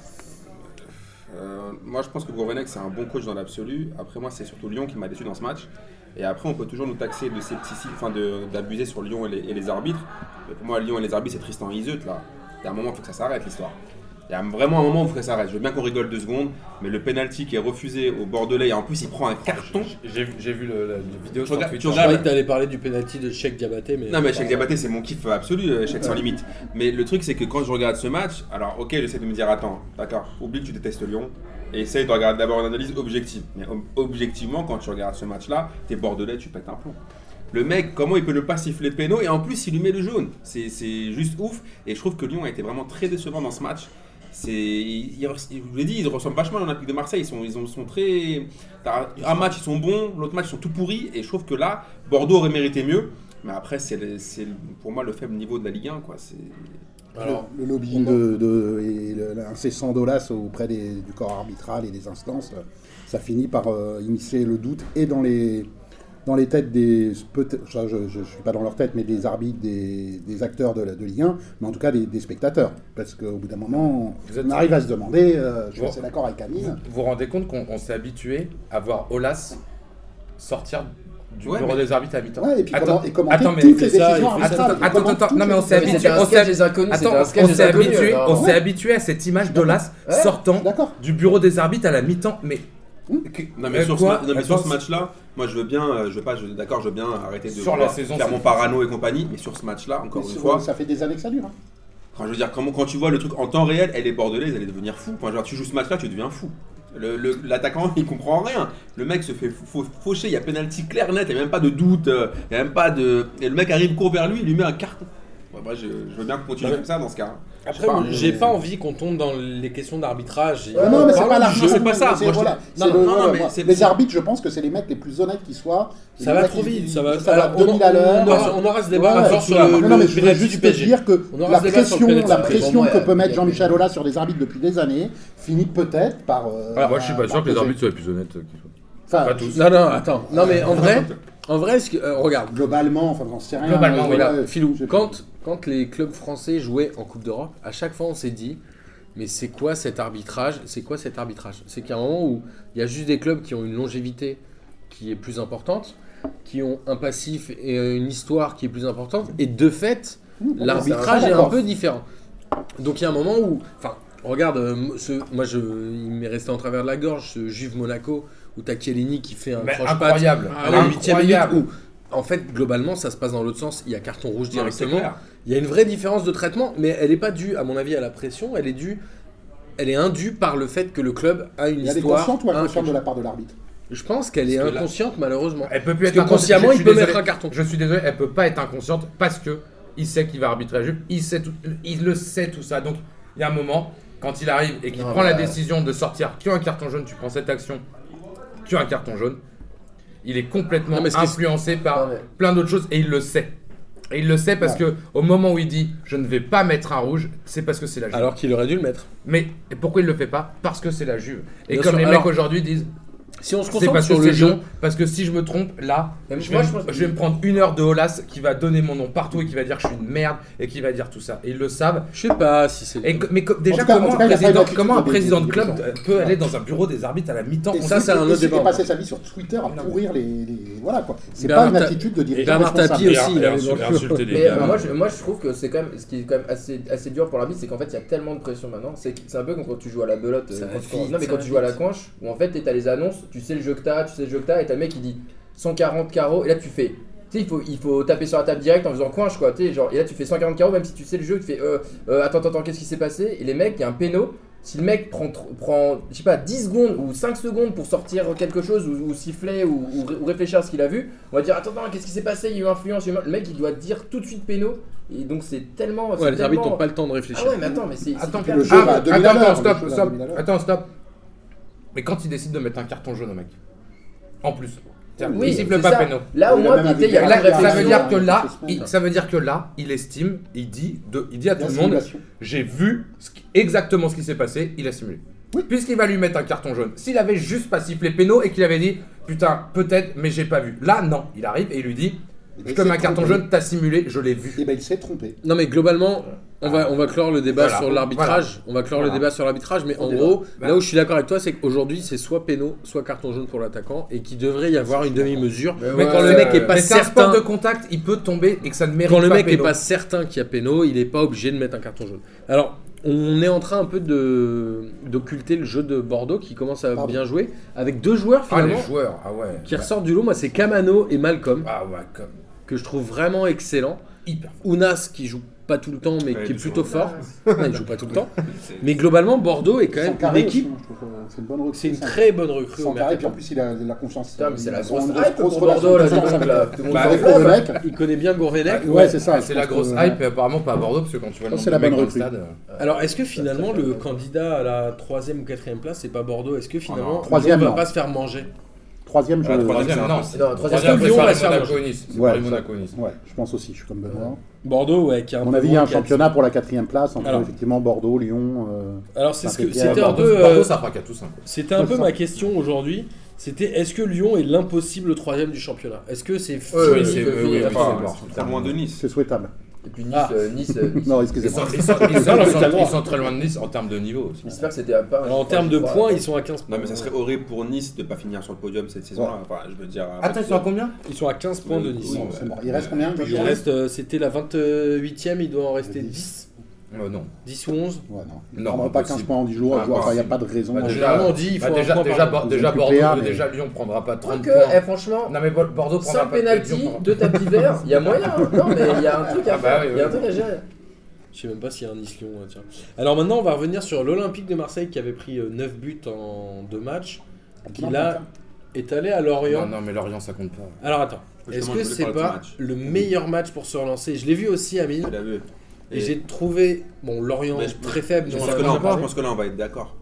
Speaker 3: Euh, moi, je pense que Gourvenec, c'est un bon coach dans l'absolu. Après, moi, c'est surtout Lyon qui m'a déçu dans ce match. Et après, on peut toujours nous taxer de scepticisme, enfin de- d'abuser sur Lyon et les, et les arbitres. Mais pour moi, Lyon et les arbitres, c'est Tristan Iseut, là. Il y a un moment, il faut que ça s'arrête, l'histoire. Il y a vraiment un moment où il faut que ça s'arrête. Je veux bien qu'on rigole deux secondes, mais le penalty qui est refusé au Bordelais, et en plus, il prend un carton.
Speaker 4: J'ai vu- j'ai vu le- la, la vidéo
Speaker 3: Tu regardes- tu
Speaker 4: sur Twitter.
Speaker 1: Je croyais
Speaker 3: regardes-
Speaker 1: que t'allais parler du penalty de Cheikh Diabaté, mais...
Speaker 3: Non mais Cheikh Diabaté c'est mon kiff absolu, euh, Cheikh sans limite. Mais le truc c'est que quand je regarde ce match, alors ok j'essaie de me dire attends, d'accord, oublie que tu détestes Lyon et essaye de regarder d'abord une analyse objective. Mais ob- objectivement quand tu regardes ce match là, t'es bordelais, tu pètes un plomb. Le mec, comment il peut ne pas siffler péno et en plus il lui met le jaune. C'est- C'est juste ouf et je trouve que Lyon a été vraiment très décevant dans ce match. C'est, il- il- je vous l'ai dit, ils ressemblent vachement à l'Olympique de Marseille. Ils sont, ils ont- sont très. t'as- Un match ils sont bons, l'autre match ils sont tout pourris et je trouve que là Bordeaux aurait mérité mieux. Mais après, c'est le- c'est le- pour moi le faible niveau de la Ligue 1. Quoi. C'est-
Speaker 1: Alors,
Speaker 2: le, le lobbying de, de- et le- l'incessant d'Olas auprès des- du corps arbitral et des instances, euh, ça finit par euh, initier le doute et dans les, dans les têtes des. peut-être- ça, je ne suis pas dans leur tête, mais des arbitres, des, des acteurs de, la- de Ligue 1, mais en tout cas des, des spectateurs. Parce qu'au bout d'un moment,
Speaker 4: Vous êtes-
Speaker 2: on arrive à se demander, euh, je suis
Speaker 4: Bon.
Speaker 2: assez d'accord avec Amine,
Speaker 4: Vous vous rendez compte qu'on on s'est habitué à voir Olas sortir du
Speaker 3: Ouais,
Speaker 4: bureau
Speaker 3: mais-
Speaker 4: des arbitres à mi-temps
Speaker 2: ouais, et puis
Speaker 4: Attends-
Speaker 2: comment- et commenter
Speaker 4: attends, mais
Speaker 2: toutes
Speaker 4: il
Speaker 2: les
Speaker 1: fait ça,
Speaker 2: décisions
Speaker 1: il fait ça.
Speaker 2: arbitrales. Il
Speaker 4: Attends,
Speaker 2: commente
Speaker 4: attends,
Speaker 2: toutes
Speaker 4: non, mais
Speaker 2: les
Speaker 4: on s'est
Speaker 5: Mais
Speaker 2: décisions
Speaker 5: c'était
Speaker 4: on
Speaker 5: un
Speaker 4: s'est-
Speaker 5: sketch des inconnus. c'était
Speaker 4: Attends,
Speaker 5: un sketch
Speaker 4: on
Speaker 5: des
Speaker 4: s'est
Speaker 5: inconnus,
Speaker 4: habitué,
Speaker 5: alors.
Speaker 4: on s'est habitué à cette image d'Olas
Speaker 5: Ouais.
Speaker 4: sortant
Speaker 2: D'accord.
Speaker 4: du bureau des arbitres à la mi-temps. Mais
Speaker 3: Non, mais
Speaker 4: Euh,
Speaker 3: sur, ce,
Speaker 4: quoi
Speaker 3: ma- non, mais sur
Speaker 4: Attends,
Speaker 3: ce match-là, moi je veux bien, euh, je veux pas, je- d'accord, je veux bien arrêter de
Speaker 4: Sur la
Speaker 3: vouloir
Speaker 4: saison,
Speaker 3: faire
Speaker 4: c'est-
Speaker 3: mon parano et compagnie, mais sur ce match-là, encore
Speaker 2: Mais
Speaker 3: une
Speaker 2: c'est-
Speaker 3: fois,
Speaker 2: Ça fait des années que ça dure. hein.
Speaker 3: Enfin, je veux dire, comment, quand tu vois le truc en temps réel, elle est bordelaise, elle est devenir fou. Enfin, genre, tu joues ce match-là, tu deviens fou. Le- le- L'attaquant, il comprend rien. Le mec se fait fau- faucher, il y a pénalty clair net, il n'y a même pas de doute, euh, il n'y a même pas de. Et le mec arrive court vers lui, il lui met un carton. Ouais, moi, je, je veux bien continuer
Speaker 1: Ouais.
Speaker 3: comme ça dans ce cas. hein.
Speaker 1: après,
Speaker 3: pas,
Speaker 1: moi,
Speaker 2: mais-
Speaker 1: j'ai pas envie qu'on tombe dans les questions d'arbitrage.
Speaker 2: Ah non, mais c'est pas l'argent.
Speaker 3: jeu, c'est pas ça. Moi, je-
Speaker 2: voilà.
Speaker 3: non,
Speaker 2: C'est
Speaker 3: non,
Speaker 2: le-
Speaker 3: non,
Speaker 2: voilà,
Speaker 3: mais
Speaker 2: moi.
Speaker 3: c'est-
Speaker 2: les
Speaker 3: c'est-
Speaker 2: arbitres, je pense que c'est les mecs les plus honnêtes qui soient.
Speaker 1: Ça
Speaker 2: Les
Speaker 1: va
Speaker 2: mecs
Speaker 1: trop
Speaker 2: qui-
Speaker 1: vite,
Speaker 2: qui-
Speaker 1: ça va...
Speaker 2: ça va
Speaker 1: alors, on,
Speaker 2: 2000 à l'heure.
Speaker 1: on aura- on aura ce débat
Speaker 2: Ouais,
Speaker 1: maintenant
Speaker 2: ouais,
Speaker 1: sur le,
Speaker 2: non, non, mais
Speaker 1: le
Speaker 2: je voulais
Speaker 1: pénalty
Speaker 2: juste
Speaker 1: du
Speaker 2: te
Speaker 1: PSG.
Speaker 2: dire que
Speaker 1: On aura
Speaker 2: la
Speaker 1: ce débat sur le
Speaker 2: pression,
Speaker 1: pénalty.
Speaker 2: la
Speaker 1: Pour
Speaker 2: pression
Speaker 5: moi,
Speaker 2: que
Speaker 5: il y a-
Speaker 2: peut
Speaker 5: il y
Speaker 2: mettre
Speaker 5: a-
Speaker 2: Jean-Michel Aulas sur les arbitres depuis des années finit peut-être par. euh,
Speaker 4: moi, je suis pas
Speaker 2: par
Speaker 4: sûr que les
Speaker 2: peser.
Speaker 4: arbitres soient les plus honnêtes euh, qu'ils soient.
Speaker 2: Enfin,
Speaker 4: Pas tous.
Speaker 1: Non, non, attends. Non, mais en vrai, en vrai, ce que- euh, regarde.
Speaker 2: Globalement, enfin, j'en sais rien.
Speaker 4: Globalement,
Speaker 2: mais
Speaker 4: oui, là,
Speaker 2: ouais,
Speaker 1: Filou,
Speaker 2: je-
Speaker 1: quand, quand les clubs français jouaient en Coupe d'Europe, à chaque fois on s'est dit mais c'est quoi cet arbitrage C'est quoi cet arbitrage C'est qu'il y a un moment où il y a juste des clubs qui ont une longévité qui est plus importante, qui ont un passif et une histoire qui est plus importante, et de fait,
Speaker 2: Mmh,
Speaker 1: l'arbitrage
Speaker 2: c'est un
Speaker 1: est un
Speaker 2: accord.
Speaker 1: peu différent. Donc il y a un moment où, enfin, regarde, euh, m- ce, moi je, il m'est resté en travers de la gorge ce Juve Monaco où t'as Chiellini qui fait un
Speaker 4: Mais
Speaker 1: croche-patte
Speaker 4: incroyable, Ah
Speaker 1: à la ah, huitième minute
Speaker 4: incroyable.
Speaker 1: où, en fait, globalement, ça se passe dans l'autre sens. Il y a carton rouge
Speaker 3: Non, mais c'est
Speaker 1: directement.
Speaker 3: clair.
Speaker 1: Il y a une vraie différence de traitement, mais elle n'est pas due, à mon avis, à la pression. Elle est due, elle est indue par le fait que le club a une
Speaker 2: Il y a des
Speaker 1: histoire.
Speaker 2: conscientes ou
Speaker 1: a un
Speaker 2: inconscientes de
Speaker 1: quelque-
Speaker 2: la part de l'arbitre.
Speaker 1: Je pense qu'elle est
Speaker 4: Parce que là-
Speaker 1: inconsciente, malheureusement.
Speaker 4: Elle peut plus
Speaker 1: Parce
Speaker 4: être
Speaker 1: que
Speaker 4: inconsciente.
Speaker 1: consciemment,
Speaker 4: Je- je
Speaker 1: il
Speaker 4: suis
Speaker 1: peut
Speaker 4: désolé.
Speaker 1: mettre un carton.
Speaker 4: Je suis désolé, elle peut pas être inconsciente parce que il sait qu'il va arbitrer à Juve, il sait tout, il le sait tout ça. Donc il y a un moment quand il arrive et qu'il
Speaker 5: Non,
Speaker 4: prend la
Speaker 1: euh,
Speaker 5: bah-
Speaker 4: décision de sortir, tu as un carton jaune, tu prends cette action, tu as un carton jaune. Il est complètement
Speaker 1: Non, mais ce qui-
Speaker 4: influencé par
Speaker 5: Non, mais-
Speaker 4: plein d'autres choses et il le sait. Et il le sait parce que au moment où il dit je ne vais pas mettre un rouge, c'est parce que c'est la Juve.
Speaker 1: Alors qu'il aurait dû le mettre.
Speaker 4: Mais pourquoi il le fait pas Parce que c'est la Juve. Et
Speaker 1: Bien
Speaker 4: comme
Speaker 1: sûr,
Speaker 4: les
Speaker 1: alors-
Speaker 4: mecs aujourd'hui disent
Speaker 1: Si on se
Speaker 4: C'est
Speaker 1: concentre
Speaker 4: parce que
Speaker 1: sur
Speaker 4: c'est
Speaker 1: le jeu,
Speaker 4: long, parce que si je me trompe, là,
Speaker 5: Mais
Speaker 4: je,
Speaker 5: moi,
Speaker 4: vais,
Speaker 5: je pense que-
Speaker 4: je vais me prendre une heure de Olas qui va donner mon nom partout et qui va dire que je suis une merde et qui va dire tout ça. Et ils le savent.
Speaker 1: je sais pas si c'est.
Speaker 4: Et que- mais que- déjà,
Speaker 2: tout cas- en
Speaker 4: comment,
Speaker 2: tout cas,
Speaker 4: un
Speaker 2: il a pas
Speaker 4: président,
Speaker 2: une
Speaker 4: comment un
Speaker 2: attitude
Speaker 4: président de
Speaker 2: des-
Speaker 4: club euh,
Speaker 2: des gens.
Speaker 4: peut aller dans un bureau des arbitres à la mi-temps
Speaker 1: Et
Speaker 4: on
Speaker 1: ça,
Speaker 4: sait-
Speaker 1: c'est un
Speaker 2: Et
Speaker 1: autre
Speaker 2: celui qui
Speaker 1: débat.
Speaker 2: passait sa vie sur Twitter à pourrir les, les- Voilà quoi. C'est pas
Speaker 1: Bernard
Speaker 2: une
Speaker 1: Ta-
Speaker 2: attitude de
Speaker 1: Et
Speaker 2: dirigeant.
Speaker 1: Bernard
Speaker 2: responsable.
Speaker 1: Tapie aussi, il avait
Speaker 6: insu-
Speaker 1: dans le jeu.
Speaker 6: insulter les
Speaker 5: Mais
Speaker 6: gars.
Speaker 5: euh, moi, je, moi je trouve que c'est quand même ce qui est quand même assez, assez dur pour l'arbitre, c'est qu'en fait il y a tellement de pression maintenant. C'est c'est un peu comme quand tu joues à la belote.
Speaker 1: Ça
Speaker 5: euh,
Speaker 1: va
Speaker 5: quand tu-
Speaker 1: vite,
Speaker 5: non mais
Speaker 1: ça
Speaker 5: quand
Speaker 1: va
Speaker 5: tu joues à la
Speaker 1: vite.
Speaker 5: canche, où en fait t'es- t'as les annonces, tu sais le jeu que t'as, tu sais le jeu que t'as, et t'as le mec qui dit 140 carreaux, et là tu fais. Tu sais, il faut, il faut taper sur la table direct en faisant coinche quoi. Tu sais, genre, et là tu fais 140 carreaux, même si tu sais le jeu, tu fais euh, euh, attends, attends, attends, qu'est-ce qui s'est passé Et les mecs, il y a un péno. Si le mec prend, tr- prend je sais pas, 10 secondes ou 5 secondes pour sortir quelque chose ou, ou siffler ou, ou ré- ou réfléchir à ce qu'il a vu, on va dire attends, attends, qu'est-ce qui s'est passé Il y a eu influence. il y a eu- Le mec il doit dire tout de suite péno. Et donc c'est tellement.
Speaker 1: Ouais,
Speaker 5: c'est
Speaker 1: les arbitres
Speaker 5: tellement-
Speaker 1: n'ont pas le temps de réfléchir.
Speaker 5: Ah ouais, mais attends, mais c'est.
Speaker 4: Attends,
Speaker 5: c'est
Speaker 2: le
Speaker 5: hyper-
Speaker 2: jeu va à
Speaker 4: Ah,
Speaker 2: 2000 à
Speaker 4: attends,
Speaker 2: l'heure,
Speaker 4: attends, stop,
Speaker 2: le jeu va à
Speaker 4: stop.
Speaker 2: 2000 à l'heure.
Speaker 4: Attends, stop. Mais quand il décide de mettre un carton jaune au mec, en plus, C'est-à-dire,
Speaker 5: Ah Oui,
Speaker 4: il siffle
Speaker 5: c'est
Speaker 4: pas
Speaker 5: ça.
Speaker 4: péno.
Speaker 5: Là au
Speaker 2: Il a
Speaker 5: moins,
Speaker 2: même
Speaker 5: tu sais, il y
Speaker 2: avec
Speaker 5: a
Speaker 4: Là,
Speaker 5: la
Speaker 2: Bernard,
Speaker 4: ça veut
Speaker 5: réflexion.
Speaker 4: dire que là,
Speaker 2: Quelque chose
Speaker 4: il,
Speaker 2: comme
Speaker 4: ça veut dire que là, il estime, il dit, de, il dit à tout
Speaker 2: La
Speaker 4: le monde,
Speaker 2: simulation.
Speaker 4: j'ai vu ce qui- exactement ce qui s'est passé, il a simulé. Puisqu'il va lui mettre un carton jaune. S'il avait juste pas sifflé péno et qu'il avait dit, putain, peut-être, mais j'ai pas vu. Là, non, il arrive et il lui dit,
Speaker 2: Mais
Speaker 4: je te mets un
Speaker 2: ben, c'est
Speaker 4: carton
Speaker 2: trompé.
Speaker 4: jaune, t'as simulé, je l'ai vu.
Speaker 2: Et ben il s'est trompé.
Speaker 1: Non mais globalement, on va, on va clore le débat
Speaker 4: Voilà.
Speaker 1: sur l'arbitrage. On va clore le
Speaker 4: Voilà.
Speaker 1: débat sur l'arbitrage, mais en
Speaker 2: débat.
Speaker 1: gros,
Speaker 4: Bah.
Speaker 1: là où je suis d'accord avec toi, c'est qu'aujourd'hui c'est soit péno, soit carton jaune pour l'attaquant, et qu'il devrait y avoir une demi-mesure.
Speaker 4: Mais
Speaker 1: quand le mec est pas
Speaker 4: Mais c'est un
Speaker 1: certain,
Speaker 4: sport de contact, il peut tomber et que ça ne mérite
Speaker 1: quand le
Speaker 4: pas
Speaker 1: mec est
Speaker 4: péno.
Speaker 1: pas certain qu'il y a péno, il n'est pas obligé de mettre un carton jaune. Alors, on est en train un peu de d'occulter le jeu de Bordeaux qui commence à
Speaker 2: Pardon.
Speaker 1: bien jouer avec deux joueurs
Speaker 4: Ah, les
Speaker 1: finalement
Speaker 4: joueurs, ah ouais.
Speaker 1: qui ressortent du lot. Moi, c'est Camano et Malcolm
Speaker 4: Ah ouais, comme
Speaker 1: que je trouve vraiment excellents.
Speaker 4: hyper.
Speaker 1: Ounas qui joue pas tout le temps mais
Speaker 3: Ouais,
Speaker 1: qui est
Speaker 3: il joue
Speaker 1: plutôt
Speaker 3: pas.
Speaker 1: fort. Non, il joue pas tout le temps.
Speaker 3: C'est-
Speaker 1: Mais globalement, Bordeaux est quand
Speaker 2: Sans
Speaker 1: même une
Speaker 2: carré aussi,
Speaker 1: équipe.
Speaker 2: moi, je trouve que C'est une bonne recrue.
Speaker 1: C'est une
Speaker 2: ça.
Speaker 1: très bonne recrue au
Speaker 2: Sans carré, puis en
Speaker 1: mercato.
Speaker 2: plus il a la confiance.
Speaker 5: Putain, mais c'est la
Speaker 2: une
Speaker 5: grosse
Speaker 2: grande,
Speaker 5: hype
Speaker 2: grosse
Speaker 5: pour
Speaker 2: relation
Speaker 5: Bordeaux là,
Speaker 2: avec
Speaker 5: dis
Speaker 2: la
Speaker 5: donc, là. Tout le monde
Speaker 4: Bah,
Speaker 5: s'en
Speaker 2: avec
Speaker 5: fout,
Speaker 2: le
Speaker 5: là.
Speaker 2: mec.
Speaker 1: Il connaît bien Gourvenec.
Speaker 2: Ouais, c'est ça,
Speaker 4: C'est
Speaker 2: je
Speaker 4: la
Speaker 2: pense
Speaker 4: grosse
Speaker 2: que-
Speaker 4: hype, apparemment pas à Bordeaux, parce que quand tu vois le
Speaker 2: Ça,
Speaker 4: nombre
Speaker 2: c'est
Speaker 4: de
Speaker 2: la
Speaker 4: mecs
Speaker 2: bonne
Speaker 4: dans le
Speaker 2: recrue.
Speaker 4: stade. euh,
Speaker 1: Alors, est-ce que finalement le candidat à la troisième ou quatrième place, c'est pas Bordeaux Est-ce que
Speaker 3: Ah non.
Speaker 1: finalement Lyon
Speaker 2: Troisième,
Speaker 1: va
Speaker 2: non.
Speaker 1: pas se faire manger
Speaker 2: euh, Troisième, je.
Speaker 3: Ah, troisième,
Speaker 4: troisième,
Speaker 3: c'est
Speaker 4: non.
Speaker 3: impossible.
Speaker 5: Non,
Speaker 4: Parce
Speaker 5: troisième
Speaker 1: Troisième,
Speaker 4: que Lyon
Speaker 1: Lyon
Speaker 4: va
Speaker 1: va
Speaker 4: se
Speaker 1: se
Speaker 4: faire
Speaker 1: faire
Speaker 4: Monaco et Nice. C'est
Speaker 2: Ouais,
Speaker 4: Paris
Speaker 2: ça.
Speaker 4: Monaco et Nice.
Speaker 2: Ouais, je pense aussi, je suis comme Benoît.
Speaker 1: Bordeaux, ouais, qui a un
Speaker 2: À mon
Speaker 1: peu
Speaker 2: avis, il y
Speaker 1: moins
Speaker 2: a un
Speaker 1: de qualité.
Speaker 2: championnat pour la quatrième place entre
Speaker 1: Alors.
Speaker 2: effectivement Bordeaux, Lyon. euh,
Speaker 1: Alors, c'est ce que-
Speaker 2: Saint-Étienne,
Speaker 1: c'était un
Speaker 4: Bordeaux,
Speaker 1: peu, euh,
Speaker 4: Bordeaux, ça frappe à tout ça.
Speaker 1: c'était un peu
Speaker 2: Bordeaux.
Speaker 1: ma question aujourd'hui. C'était est-ce que Lyon est l'impossible troisième du championnat Est-ce que c'est fini
Speaker 5: Ouais,
Speaker 4: Oui,
Speaker 5: c'est-
Speaker 4: c'est
Speaker 5: oui, oui,
Speaker 4: oui,
Speaker 5: oui,
Speaker 3: Enfin,
Speaker 5: c'est mort.
Speaker 3: c'est trop loin de Nice.
Speaker 2: C'est souhaitable.
Speaker 5: Et puis Nice,
Speaker 1: Ah.
Speaker 5: euh, Nice, euh, Nice.
Speaker 2: Non,
Speaker 4: Ils
Speaker 2: excusez-moi.
Speaker 4: sont, ils, sont, ils, sont, ils sont- ils sont très loin de Nice en termes de niveau aussi.
Speaker 5: J'espère que c'était à part.
Speaker 1: Alors, en termes de points, ils sont à 15 points.
Speaker 3: Non mais ça serait horrible pour Nice de pas finir sur le podium cette saison-là. Enfin, je veux dire.
Speaker 4: Attends, ils sont Ah, à combien
Speaker 1: Ils sont à 15 points de Nice.
Speaker 3: Oui,
Speaker 2: C'est mort. Il reste combien
Speaker 1: Il reste, euh, c'était la 28e, il doit en rester
Speaker 2: Dix.
Speaker 1: 10,
Speaker 4: Euh, Non.
Speaker 1: 10 ou 11.
Speaker 2: Ouais, non. Ils
Speaker 4: Non,
Speaker 2: prendront
Speaker 4: pas
Speaker 2: pas
Speaker 4: possible.
Speaker 2: 15 points en 10 jours.
Speaker 4: Pas
Speaker 2: joueur. Enfin, il n'y a
Speaker 4: possible.
Speaker 2: pas de raison.
Speaker 4: Bah,
Speaker 2: Ouais.
Speaker 4: déjà,
Speaker 1: Généralement, on dit il faut
Speaker 4: Bah,
Speaker 1: un
Speaker 4: déjà,
Speaker 1: point par
Speaker 4: déjà,
Speaker 1: match.
Speaker 4: Bor-
Speaker 2: Ils
Speaker 4: déjà
Speaker 2: ont plus
Speaker 4: Bordeaux,
Speaker 2: Léa, mais-
Speaker 4: déjà Lyon prendra pas 30
Speaker 5: Tant
Speaker 4: points.
Speaker 5: que, eh, franchement,
Speaker 4: Non mais Bo- Bordeaux prendra
Speaker 5: sans
Speaker 4: pas
Speaker 5: pénalty,
Speaker 4: Lyon prendra-
Speaker 5: deux tapis verts, il y a moyen. Non, mais il y a un truc à
Speaker 4: Ah bah
Speaker 5: faire.
Speaker 4: oui,
Speaker 5: Il y a un
Speaker 4: oui.
Speaker 5: truc à gérer.
Speaker 1: Je sais même pas s'il y a un Nice-Lyon. hein, tiens. Alors maintenant, on va revenir sur l'Olympique de Marseille qui avait pris euh, 9 buts en 2 matchs, qui là est allé à Lorient.
Speaker 4: Non, non mais Lorient ça compte pas.
Speaker 1: Alors attends,
Speaker 3: Justement,
Speaker 1: est-ce
Speaker 3: je
Speaker 1: que
Speaker 3: voulais
Speaker 1: c'est
Speaker 3: parler de
Speaker 1: pas
Speaker 3: ce match.
Speaker 1: le meilleur match pour se relancer Je l'ai vu aussi à Mille
Speaker 3: Tu l'as vu.
Speaker 1: et
Speaker 3: Et-
Speaker 1: j'ai trouvé bon Lorient
Speaker 3: Mais je-
Speaker 1: très faible.
Speaker 3: Je
Speaker 1: donc
Speaker 3: pense,
Speaker 1: ça
Speaker 3: que
Speaker 1: va
Speaker 3: là,
Speaker 1: pas.
Speaker 3: on, je pense que là, on va être d'accord.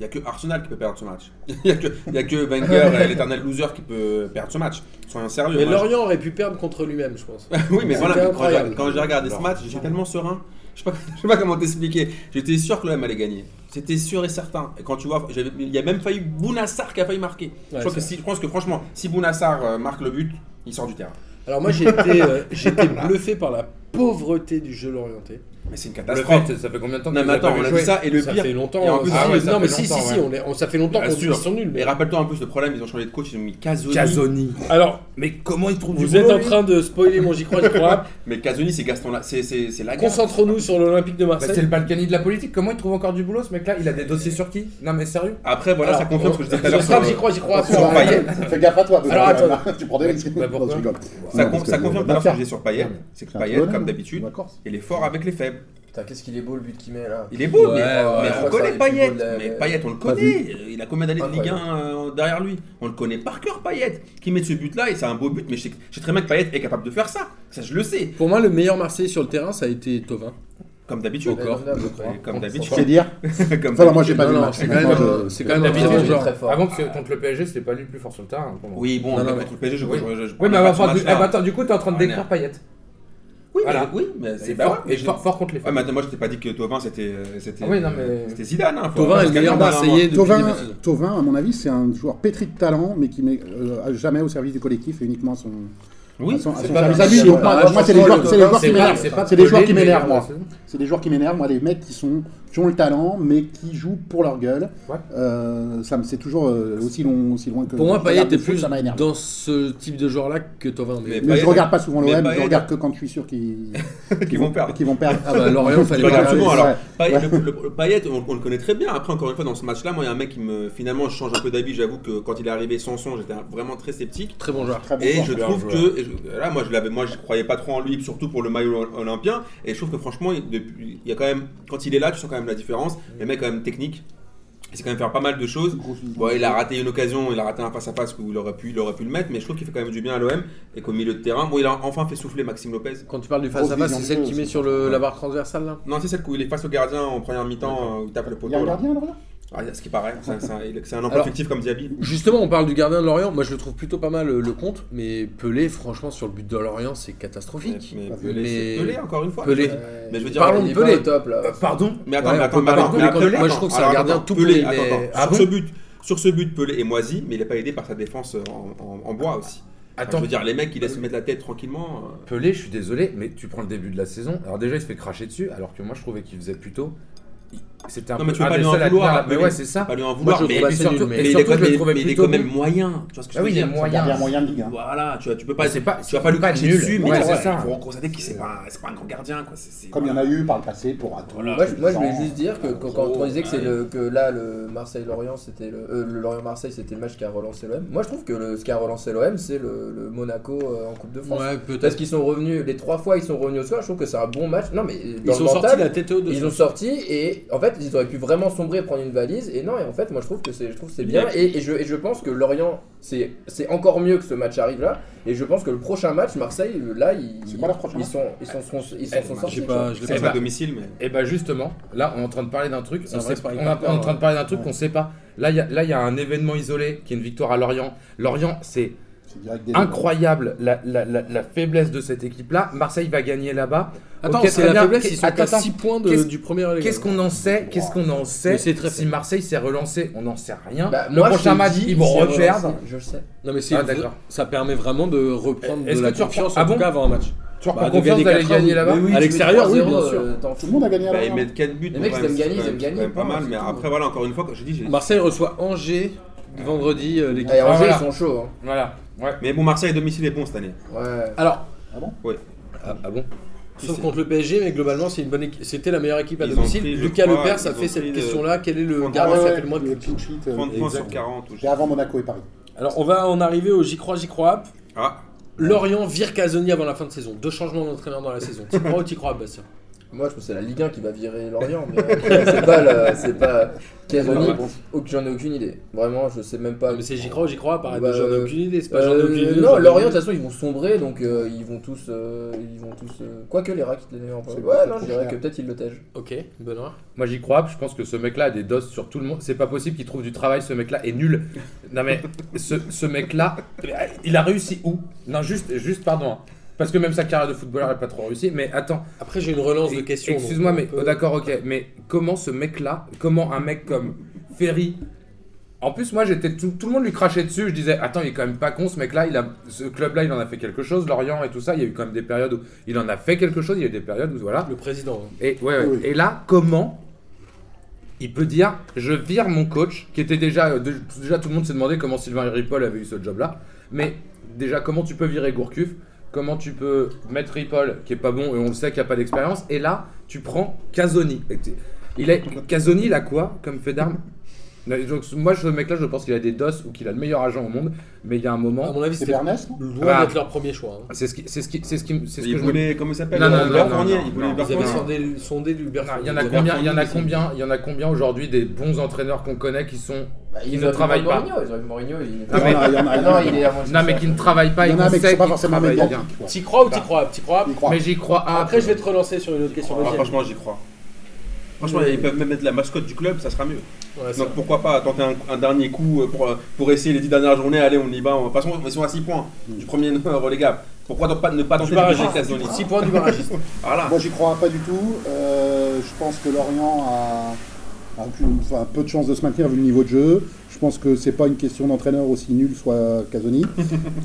Speaker 3: Il n'y a que Arsenal qui peut perdre ce match. Il n'y a, que- il y a que Wenger, euh, l'éternel loser, qui peut perdre ce match. Soyons sérieux.
Speaker 1: Mais
Speaker 3: moi, je-
Speaker 1: Lorient aurait pu perdre contre lui-même, je pense.
Speaker 3: oui, mais
Speaker 1: C'était
Speaker 3: voilà, mais quand
Speaker 1: incroyable.
Speaker 3: j'ai- quand j'ai regardé ce match, j'étais tellement serein. Je sais pas, je sais pas comment t'expliquer. J'étais sûr que l'OM allait gagner. C'était sûr et certain. Et quand tu vois, j'avais- il y a même failli Bounassar qui a failli marquer. je,
Speaker 1: Ouais,
Speaker 3: crois que
Speaker 1: c'est
Speaker 3: si- je pense que franchement, si Bounassar euh, marque le but, il sort du terrain.
Speaker 1: Alors moi j'ai été, euh, j'ai été bluffé par la pauvreté du jeu lorienté.
Speaker 3: Mais c'est une
Speaker 4: Le
Speaker 3: catastrophe.
Speaker 4: fait, ça fait combien de temps que
Speaker 3: Non,
Speaker 4: vous
Speaker 3: mais
Speaker 4: avez pas
Speaker 3: attends,
Speaker 4: vu
Speaker 3: on a
Speaker 4: jouer
Speaker 3: vu ça et le
Speaker 1: ça
Speaker 3: pire.
Speaker 1: fait longtemps.
Speaker 3: et en
Speaker 1: euh,
Speaker 3: plus,
Speaker 1: si,
Speaker 4: ah ouais, ça
Speaker 1: non mais
Speaker 4: fait
Speaker 1: si si
Speaker 4: longtemps,
Speaker 1: si,
Speaker 4: ouais.
Speaker 1: on est- on- ça fait longtemps
Speaker 3: Bien
Speaker 1: qu'on dit
Speaker 3: sûr.
Speaker 1: qu'ils sont nuls. mais-
Speaker 3: Mais rappelle-toi en plus le problème, ils ont changé de coach, ils ont mis Casoni.
Speaker 4: Casoni.
Speaker 1: Alors
Speaker 4: Mais comment ils trouvent du
Speaker 1: vous êtes
Speaker 4: boulot,
Speaker 1: en
Speaker 4: lui
Speaker 1: train de spoiler mon j'y crois j'y crois. pas.
Speaker 3: Mais Casoni, c'est Gaston, la- c'est c'est c'est la
Speaker 1: Concentrons-nous sur l'Olympique de
Speaker 4: Bah, c'est le
Speaker 1: Marseille.
Speaker 4: Balkany de la politique. Comment il trouve encore du boulot ce mec-là Il a des dossiers sur qui Non mais sérieux
Speaker 3: Après, voilà, ça
Speaker 1: Alors,
Speaker 3: confirme ce que je disais tout à l'heure.
Speaker 1: je crois,
Speaker 3: sur-
Speaker 1: j'y crois, j'y crois.
Speaker 3: sur Payet.
Speaker 2: Fais gaffe à toi. parce
Speaker 1: Alors,
Speaker 2: que-
Speaker 1: attends.
Speaker 2: Tu prends des risques.
Speaker 4: Bah, pourquoi
Speaker 2: Non, je rigole.
Speaker 3: Ça,
Speaker 2: Non,
Speaker 3: con-
Speaker 2: parce
Speaker 3: ça
Speaker 2: que-
Speaker 3: confirme tout à l'heure ce que je disais sur Payet. C'est que
Speaker 2: un
Speaker 3: Payet,
Speaker 2: problème,
Speaker 3: comme
Speaker 2: hein.
Speaker 3: d'habitude,
Speaker 2: La Corse.
Speaker 3: il est fort avec les faibles.
Speaker 5: Putain, qu'est-ce qu'il est beau le but qu'il met là.
Speaker 3: Il est beau,
Speaker 1: Ouais,
Speaker 3: mais,
Speaker 1: ouais,
Speaker 3: mais
Speaker 1: ouais,
Speaker 3: on
Speaker 5: ça,
Speaker 3: connaît
Speaker 5: il est
Speaker 3: Payet.
Speaker 5: beau de la-
Speaker 3: Mais Payet, on le
Speaker 2: Pas
Speaker 3: connaît. Il a combien d'années de Ligue 1 euh, derrière lui On le connaît par cœur, Payet. Qui met ce but-là et c'est un beau but, mais je sais, je sais très bien que Payet est capable de faire ça. Ça, je le sais.
Speaker 1: Pour moi le meilleur Marseille sur le terrain ça a été Tovin.
Speaker 3: Comme d'habitude.
Speaker 1: Encore.
Speaker 3: Et Comme
Speaker 2: Tu sais
Speaker 3: d'habitude.
Speaker 2: dire
Speaker 3: Comme
Speaker 2: Enfin, non, moi, j'ai
Speaker 3: d'habitude.
Speaker 2: pas vu le
Speaker 1: non,
Speaker 2: match.
Speaker 1: c'est quand même,
Speaker 2: Maintenant,
Speaker 1: euh,
Speaker 2: je-
Speaker 1: c'est quand même
Speaker 4: Comme
Speaker 1: un
Speaker 4: d'habitude,
Speaker 1: très bon
Speaker 4: j'ai
Speaker 1: joueur.
Speaker 5: très fort.
Speaker 4: Avant, parce que contre le PSG, c'était pas lui le plus fort sur le terrain. hein, pour moi.
Speaker 3: Oui, bon,
Speaker 1: Non,
Speaker 3: mais
Speaker 1: non,
Speaker 3: contre le PSG, je
Speaker 4: Oui.
Speaker 3: je- je- je-
Speaker 4: Oui, mais
Speaker 3: je-
Speaker 4: avant,
Speaker 3: je-
Speaker 4: du-
Speaker 3: je-
Speaker 4: eh ben, attends, du coup, t'es en train de
Speaker 3: Ah, merde.
Speaker 4: décrire Payet.
Speaker 3: Oui,
Speaker 4: Voilà.
Speaker 3: mais, oui, mais c'est
Speaker 4: Et
Speaker 3: bah
Speaker 4: fort,
Speaker 3: ouais,
Speaker 4: et
Speaker 3: j'ai-
Speaker 4: fort, fort contre les
Speaker 3: Ouais,
Speaker 4: femmes.
Speaker 3: mais attends, moi je t'ai pas dit que Tovin c'était euh, c'était
Speaker 4: Ah oui, non, mais-
Speaker 3: c'était Zidane. Hein, faut-
Speaker 1: Thauvin est le
Speaker 3: faut-
Speaker 1: meilleur
Speaker 3: Zidane, hein, moi.
Speaker 1: Marseillais depuis le
Speaker 2: Tovin,
Speaker 1: début de euh, saison.
Speaker 2: Tovin, à mon avis, c'est un joueur pétri de talent, mais qui n'est euh, jamais au service du collectif et uniquement à son, à
Speaker 3: Oui,
Speaker 2: son, à
Speaker 5: c'est
Speaker 2: son
Speaker 5: pas
Speaker 2: service
Speaker 5: bien.
Speaker 2: à lui.
Speaker 5: C'est
Speaker 2: Donc,
Speaker 5: pas
Speaker 2: moi,
Speaker 5: mal.
Speaker 2: moi, c'est les
Speaker 5: Franchement,
Speaker 2: joueurs,
Speaker 5: le
Speaker 2: c'est les
Speaker 5: Tovin,
Speaker 2: joueurs
Speaker 4: C'est
Speaker 2: qui
Speaker 4: pas-
Speaker 2: m'énervent.
Speaker 4: c'est pas
Speaker 2: C'est des
Speaker 4: que
Speaker 2: joueurs
Speaker 4: les
Speaker 2: qui
Speaker 4: meilleurs
Speaker 2: m'énervent,
Speaker 4: de la
Speaker 2: moi.
Speaker 4: saison.
Speaker 2: C'est des joueurs qui m'énervent, moi, les mecs qui sont qui ont le talent, mais qui jouent pour leur gueule.
Speaker 4: Ouais.
Speaker 2: Euh, ça me c'est toujours euh, aussi long, aussi loin que.
Speaker 1: Pour moi,
Speaker 2: je regarde
Speaker 1: Payet est
Speaker 2: le foot,
Speaker 1: plus
Speaker 2: ça m'a énervé.
Speaker 1: dans ce type de joueur-là que Tovin.
Speaker 3: Mais-
Speaker 2: Mais je
Speaker 3: Payet-
Speaker 2: regarde pas souvent
Speaker 3: mais
Speaker 2: l'OM, je
Speaker 3: Payet-
Speaker 2: regarde que quand je suis sûr qu'ils
Speaker 3: qui vont perdre.
Speaker 2: qu'ils vont perdre.
Speaker 1: Ah bah, Lorient, fallait
Speaker 3: Tu
Speaker 1: pas
Speaker 3: regardes
Speaker 1: regarder.
Speaker 3: souvent,
Speaker 2: Ouais.
Speaker 3: alors. Payet, le, le- le Payet, on, on le connaît très bien. Après, encore une fois, dans ce match-là, moi, il y a un mec qui me. Finalement, je change un peu d'avis. J'avoue que quand il est arrivé sans son, j'étais vraiment très sceptique.
Speaker 1: Très bon joueur.
Speaker 2: Très bon
Speaker 3: Et
Speaker 2: joueur.
Speaker 3: je
Speaker 6: bien
Speaker 3: trouve
Speaker 6: joué.
Speaker 3: que. et je- Là, moi, je l'avais, moi, je croyais pas trop en lui, surtout pour le maillot olympien. Et je trouve que franchement, il, depuis- il y a quand même. Quand il est là, tu sens quand même la différence. Le mec, est quand même, technique. Il sait quand même faire pas mal de choses. Bon, il a raté une occasion, il a raté un face-à-face où il aurait, pu, il aurait pu le mettre, mais je trouve qu'il fait quand même du bien à l'OM et qu'au milieu de terrain, bon, il a enfin fait souffler Maxime Lopez.
Speaker 1: Quand tu parles du
Speaker 2: Grosse
Speaker 1: face-à-face,
Speaker 2: vision
Speaker 1: c'est
Speaker 2: de
Speaker 1: celle
Speaker 2: jeu
Speaker 1: qui
Speaker 2: aussi.
Speaker 1: met sur le- la barre transversale là
Speaker 3: Non, c'est celle où il est face au gardien en première mi-temps, euh, où il tape le
Speaker 2: Il y a
Speaker 3: poteau.
Speaker 2: un
Speaker 3: là.
Speaker 2: gardien là
Speaker 3: Ah, ce qui paraît, c'est un, c'est un- c'est un emploi
Speaker 1: Alors-
Speaker 3: fictif comme Diaby.
Speaker 1: Justement, on parle du gardien de Lorient. Moi, je le trouve plutôt pas mal euh, le compte, mais Pelé, franchement, sur le but de Lorient, c'est
Speaker 3: Mais,
Speaker 1: catastrophique.
Speaker 3: mais
Speaker 2: Mais-
Speaker 3: Pelé, c'est Pelé, encore une fois.
Speaker 1: Pelé.
Speaker 3: Mais je veux dire,
Speaker 1: Parlons
Speaker 5: Il
Speaker 1: de
Speaker 5: est pas
Speaker 1: Pelé.
Speaker 5: au top là.
Speaker 4: Euh, Pardon
Speaker 3: Mais attends,
Speaker 1: Ouais,
Speaker 3: mais
Speaker 1: on
Speaker 3: attends,
Speaker 1: peut
Speaker 3: mais
Speaker 1: parler
Speaker 3: attends,
Speaker 1: de
Speaker 3: mais
Speaker 1: Pelé
Speaker 3: attends,
Speaker 1: quand même.
Speaker 3: Pelé,
Speaker 1: Moi, je trouve que c'est un
Speaker 3: attends,
Speaker 1: gardien
Speaker 3: attends,
Speaker 1: tout
Speaker 3: Pelé,
Speaker 1: pourri,
Speaker 3: attends,
Speaker 1: mais-
Speaker 3: attends.
Speaker 4: Ah
Speaker 3: sur
Speaker 4: bon
Speaker 3: ce but, sur ce but, Pelé est moisi, mais il est pas aidé par sa défense en, en- en bois aussi. Enfin,
Speaker 4: Attends,
Speaker 3: Je veux dire, les mecs, ils laissent mettre la tête tranquillement. euh.
Speaker 4: Pelé, je suis désolé, mais tu prends le début de la saison. Alors déjà, il se fait cracher dessus, alors que moi, je trouvais qu'il faisait plutôt. il- C'était un
Speaker 3: Non,
Speaker 4: peu
Speaker 3: mais tu peux
Speaker 4: un
Speaker 3: pas
Speaker 4: des
Speaker 3: lui en
Speaker 4: seuls à
Speaker 3: vouloir,
Speaker 4: tenir la-
Speaker 3: à
Speaker 4: Mais
Speaker 3: Pelé.
Speaker 4: ouais, c'est ça.
Speaker 3: Pas lui en
Speaker 1: Moi,
Speaker 3: vouloir,
Speaker 1: je le
Speaker 3: mais,
Speaker 1: trouve assez
Speaker 4: surtout-
Speaker 1: nul,
Speaker 4: et
Speaker 1: mais
Speaker 3: mais il est
Speaker 4: surtout,
Speaker 3: quand
Speaker 4: je le
Speaker 3: même,
Speaker 4: trouvais
Speaker 3: mais il est
Speaker 4: plutôt
Speaker 3: quand même
Speaker 4: bon.
Speaker 3: moyen. Tu vois ce que je
Speaker 4: Ah
Speaker 3: veux
Speaker 4: oui, il est
Speaker 3: dire
Speaker 4: moyen.
Speaker 2: Gardien moyen de ligue. hein.
Speaker 3: Voilà, tu, vois, tu peux pas,
Speaker 4: Mais c'est pas-
Speaker 3: tu vas pas lui
Speaker 4: pas
Speaker 3: cracher
Speaker 4: nul.
Speaker 3: dessus, mais
Speaker 4: Ouais,
Speaker 3: c'est
Speaker 4: c'est ça.
Speaker 3: faut constater qu'il c'est pas, c'est pas un grand gardien quoi. c'est- c'est-
Speaker 2: Comme il y en a eu par le passé pour Atou.
Speaker 5: Moi, je, moi, je voulais juste dire que quand, quand on disait que, c'est le, que là, le Marseille-Lorient, c'était le, euh, le Lorient-Marseille, c'était le match qui a relancé l'OM. Moi, je trouve que le, ce qui a relancé l'OM, c'est le, le Monaco euh, en Coupe de France.
Speaker 1: Ouais,
Speaker 5: Parce
Speaker 1: peut-être.
Speaker 5: qu'ils sont revenus, les trois fois ils sont revenus au score, je trouve que c'est un bon match. Non, mais dans
Speaker 1: Ils
Speaker 5: le
Speaker 1: sont
Speaker 5: mental,
Speaker 1: sortis la tête haute de
Speaker 5: ils ont sorti et en fait ils auraient pu vraiment sombrer et prendre une valise et non et en fait moi je trouve que c'est je trouve que c'est bien et, et je, et je pense que Lorient c'est c'est encore mieux que ce match arrive là et je pense que le prochain match Marseille là ils
Speaker 2: C'est pas leur prochain
Speaker 5: ils
Speaker 2: match
Speaker 5: sont ils sont ils sont, ils sont,
Speaker 4: Eh,
Speaker 5: sont
Speaker 4: j'ai
Speaker 5: sortis
Speaker 1: J'ai
Speaker 5: quoi.
Speaker 1: pas, je l'ai
Speaker 3: C'est
Speaker 1: pas.
Speaker 4: Eh
Speaker 3: pas à
Speaker 4: bah-
Speaker 3: domicile, mais.
Speaker 4: Et bah justement, là on est en train de parler d'un truc,
Speaker 1: C'est
Speaker 4: on,
Speaker 1: vrai,
Speaker 4: sait
Speaker 1: c'est
Speaker 4: pas-
Speaker 1: pas
Speaker 4: on a-
Speaker 1: hyper,
Speaker 4: on est en train de parler d'un truc
Speaker 2: ouais.
Speaker 4: qu'on sait pas. Là il y, a- là, il y a un événement isolé qui est une victoire à Lorient. Lorient c'est
Speaker 2: C'est direct des-
Speaker 4: incroyable la, la- la- la faiblesse de cette équipe là. Marseille va gagner là-bas.
Speaker 1: Attends,
Speaker 4: Ok,
Speaker 1: c'est
Speaker 4: très
Speaker 1: la
Speaker 4: bien.
Speaker 1: faiblesse, ils sont
Speaker 4: Attends,
Speaker 1: qu'à
Speaker 4: attends.
Speaker 1: 6 points de-
Speaker 4: Qu'est-ce-
Speaker 1: du premier relégable.
Speaker 4: Qu'est-ce qu'on en sait Qu'est-ce qu'on en sait
Speaker 1: Mais c'est très
Speaker 4: Si
Speaker 1: faible.
Speaker 4: Marseille s'est relancé, on n'en sait rien.
Speaker 5: Bah,
Speaker 4: Le
Speaker 5: moi, je
Speaker 4: prochain
Speaker 5: te
Speaker 4: match,
Speaker 5: dis,
Speaker 4: ils vont
Speaker 5: c'est relancé,
Speaker 4: reperdre.
Speaker 5: je le sais
Speaker 1: Non, mais c'est
Speaker 4: Ah,
Speaker 1: vrai-
Speaker 4: d'accord.
Speaker 1: ça permet vraiment de reprendre
Speaker 4: Est-ce
Speaker 1: de la
Speaker 4: que tu reprends-
Speaker 1: confiance
Speaker 4: Ah
Speaker 1: en
Speaker 4: bon
Speaker 1: tout cas avant un match.
Speaker 4: Tu
Speaker 1: Bah,
Speaker 4: reprends
Speaker 1: de
Speaker 4: confiance
Speaker 1: gagner
Speaker 4: d'aller
Speaker 1: 4 à
Speaker 4: gagner
Speaker 1: un,
Speaker 4: là-bas
Speaker 1: oui. À l'extérieur, oui, bien sûr.
Speaker 5: euh,
Speaker 2: Tout le monde a gagné à
Speaker 3: Bah,
Speaker 2: la
Speaker 3: ils mettent 4 buts,
Speaker 5: Les
Speaker 3: donc
Speaker 5: mecs,
Speaker 3: quand
Speaker 5: ils aiment
Speaker 3: même, c'est
Speaker 5: gagner,
Speaker 3: quand même-
Speaker 5: ils aiment
Speaker 3: c'est quand
Speaker 5: gagner,
Speaker 3: même pas
Speaker 5: point,
Speaker 3: mal,
Speaker 5: c'est
Speaker 3: mais
Speaker 5: tout.
Speaker 3: après, voilà, encore une fois, je dis,
Speaker 2: Bah,
Speaker 3: j'ai-
Speaker 1: Marseille reçoit Angers vendredi, euh, l'équipe.
Speaker 5: Allez, Ah, Angers,
Speaker 4: voilà.
Speaker 5: ils sont chauds hein.
Speaker 4: Voilà. Ouais.
Speaker 3: Mais bon, Marseille à domicile est bon cette année.
Speaker 5: ouais
Speaker 1: Alors,
Speaker 4: Ah, ah bon
Speaker 1: sauf
Speaker 3: c'est-
Speaker 1: contre le PSG, mais globalement, c'est une bonne équipe- C'était la meilleure équipe à
Speaker 3: Ils ont
Speaker 1: domicile.
Speaker 3: pris, je
Speaker 1: Lucas
Speaker 3: crois,
Speaker 1: Lepers
Speaker 3: ils
Speaker 1: a
Speaker 3: ont
Speaker 1: fait cette
Speaker 3: pris euh, le-
Speaker 1: question-là. Quel est le
Speaker 3: Ouais,
Speaker 1: gardien qui
Speaker 2: Ouais,
Speaker 1: a
Speaker 2: Ah ouais,
Speaker 1: fait le moins de
Speaker 2: le
Speaker 1: clean
Speaker 2: clean sheet, euh,
Speaker 3: 30 points sur
Speaker 1: exact.
Speaker 3: 40. ou je-
Speaker 2: Et avant Monaco et Paris.
Speaker 1: Alors, on va en arriver au J'y crois, J'y crois app.
Speaker 3: Ah,
Speaker 1: Lorient vire Casoni avant la fin de saison. Deux changements d'entraîneur dans la saison. Tu crois ou tu crois, Bastien
Speaker 5: moi je pense que c'est la Ligue 1 qui va virer Lorient mais euh, c'est pas le- c'est pas Casoni
Speaker 3: Ah, bah.
Speaker 5: aucune- j'en ai aucune idée vraiment je sais même pas
Speaker 1: Mais c'est J'y crois ou J'y crois, pareil.
Speaker 5: Bah,
Speaker 1: J'en ai
Speaker 5: euh,
Speaker 1: aucune idée. C'est pas j'en ai
Speaker 5: Euh,
Speaker 1: aucune idée. j'en
Speaker 5: non,
Speaker 1: ai
Speaker 5: Lorient, de toute
Speaker 1: aucune idée.
Speaker 5: façon, ils vont sombrer, donc euh, ils vont tous. euh, ils vont tous euh, Quoique les rats qui te les en
Speaker 2: C'est
Speaker 5: Ouais,
Speaker 2: pas
Speaker 5: non, je
Speaker 2: trop
Speaker 5: dirais
Speaker 2: cher.
Speaker 5: que peut-être ils le tègent.
Speaker 1: Ok, Benoît.
Speaker 4: Moi j'y crois, je pense que ce mec-là a des doses sur tout le monde. C'est pas possible qu'il trouve du travail, ce mec-là est nul. Non mais ce, ce mec-là, il a réussi où Non juste, juste pardon. hein. Parce que même sa carrière de footballeur n'est pas trop réussie. Mais attends,
Speaker 1: Après, j'ai une relance de questions. donc
Speaker 4: excuse-moi,
Speaker 1: on
Speaker 4: mais
Speaker 1: peut-
Speaker 4: oh, d'accord, ok. Mais comment ce mec-là, comment un mec comme Ferry En plus, moi j'étais tout, tout le monde lui crachait dessus. Je disais, attends, il est quand même pas con ce mec-là. Il a ce club-là, il en a fait quelque chose. Lorient et tout ça, il y a eu quand même des périodes où il en a fait quelque chose. Il y a eu des périodes où voilà.
Speaker 1: Le président. hein.
Speaker 4: Et, ouais, ouais.
Speaker 2: Oui.
Speaker 4: et là, comment il peut dire je vire mon coach qui était déjà euh, de- déjà tout le monde s'est demandé comment Sylvain Ripoll avait eu ce job là mais déjà comment tu peux virer Gourcuff comment tu peux mettre Ripoll qui est pas bon et on le sait qu'il a pas d'expérience et là tu prends Casoni Et t'es- il est Casoni il a quoi comme fait d'armes Non, donc, moi ce mec là je pense qu'il a des doses ou qu'il a le meilleur agent au monde mais il y a un
Speaker 1: À
Speaker 4: moment
Speaker 1: mon avis,
Speaker 2: C'est
Speaker 1: c'était
Speaker 2: Bernès, non
Speaker 1: loin
Speaker 4: Ah.
Speaker 1: d'être leur premier choix. hein.
Speaker 4: c'est ce qui c'est ce qui c'est ce qui c'est ce
Speaker 3: il
Speaker 4: que je me-
Speaker 3: voulait, comment il s'appelle
Speaker 4: Non, non,
Speaker 3: euh,
Speaker 4: non,
Speaker 3: Berfournier,
Speaker 4: non,
Speaker 3: il voulait
Speaker 4: non,
Speaker 1: Ils avaient
Speaker 3: Berfournier.
Speaker 1: sondé, sondé du Bertrand.
Speaker 4: Il y en a
Speaker 1: du
Speaker 4: combien, il y en a
Speaker 1: Bertrand,
Speaker 4: combien, il y en a combien aujourd'hui des bons entraîneurs qu'on connaît qui sont, qui ne
Speaker 5: auraient pu
Speaker 4: travaillent
Speaker 5: prendre
Speaker 4: pas,
Speaker 5: Mourinho, ils auraient pu Mourinho, il
Speaker 2: Il y en a- il y en a-
Speaker 5: Ah
Speaker 2: il y en
Speaker 5: non,
Speaker 2: a-
Speaker 5: il est avant
Speaker 4: non mais qui ne travaillent pas Ah bah,
Speaker 2: il
Speaker 4: et
Speaker 2: y en a un
Speaker 4: qu'on
Speaker 2: mec qui
Speaker 4: sait
Speaker 2: sont pas
Speaker 4: qu'ils
Speaker 2: forcément
Speaker 4: travaillent
Speaker 2: médiatiques.
Speaker 4: bien.
Speaker 2: quoi.
Speaker 1: T'y crois ou t'y crois T'y crois
Speaker 2: Il croit.
Speaker 4: Mais j'y crois. Ah,
Speaker 1: Après, je vais te relancer sur une autre question.
Speaker 3: Ah,
Speaker 1: vas-y.
Speaker 3: Franchement, j'y crois. Franchement, ils peuvent même mettre la mascotte du club, ça sera mieux.
Speaker 1: Ouais, c'est
Speaker 3: Donc
Speaker 1: vrai.
Speaker 3: pourquoi pas tenter un, un dernier coup euh, pour, euh, pour essayer les 10 dernières journées, allez on y va, on- de toute façon ils sont à 6 points du premier relégable. Pourquoi donc pas, ne pas tenter de
Speaker 1: barragiste.
Speaker 3: bouger Casoni
Speaker 1: 6 points du barragiste.
Speaker 3: Voilà.
Speaker 2: Moi, j'y crois pas du tout. Euh, je pense que Lorient a, a aucune- enfin, peu de chances de se maintenir vu le niveau de jeu. Je pense que c'est pas une question d'entraîneur aussi nul soit Casoni.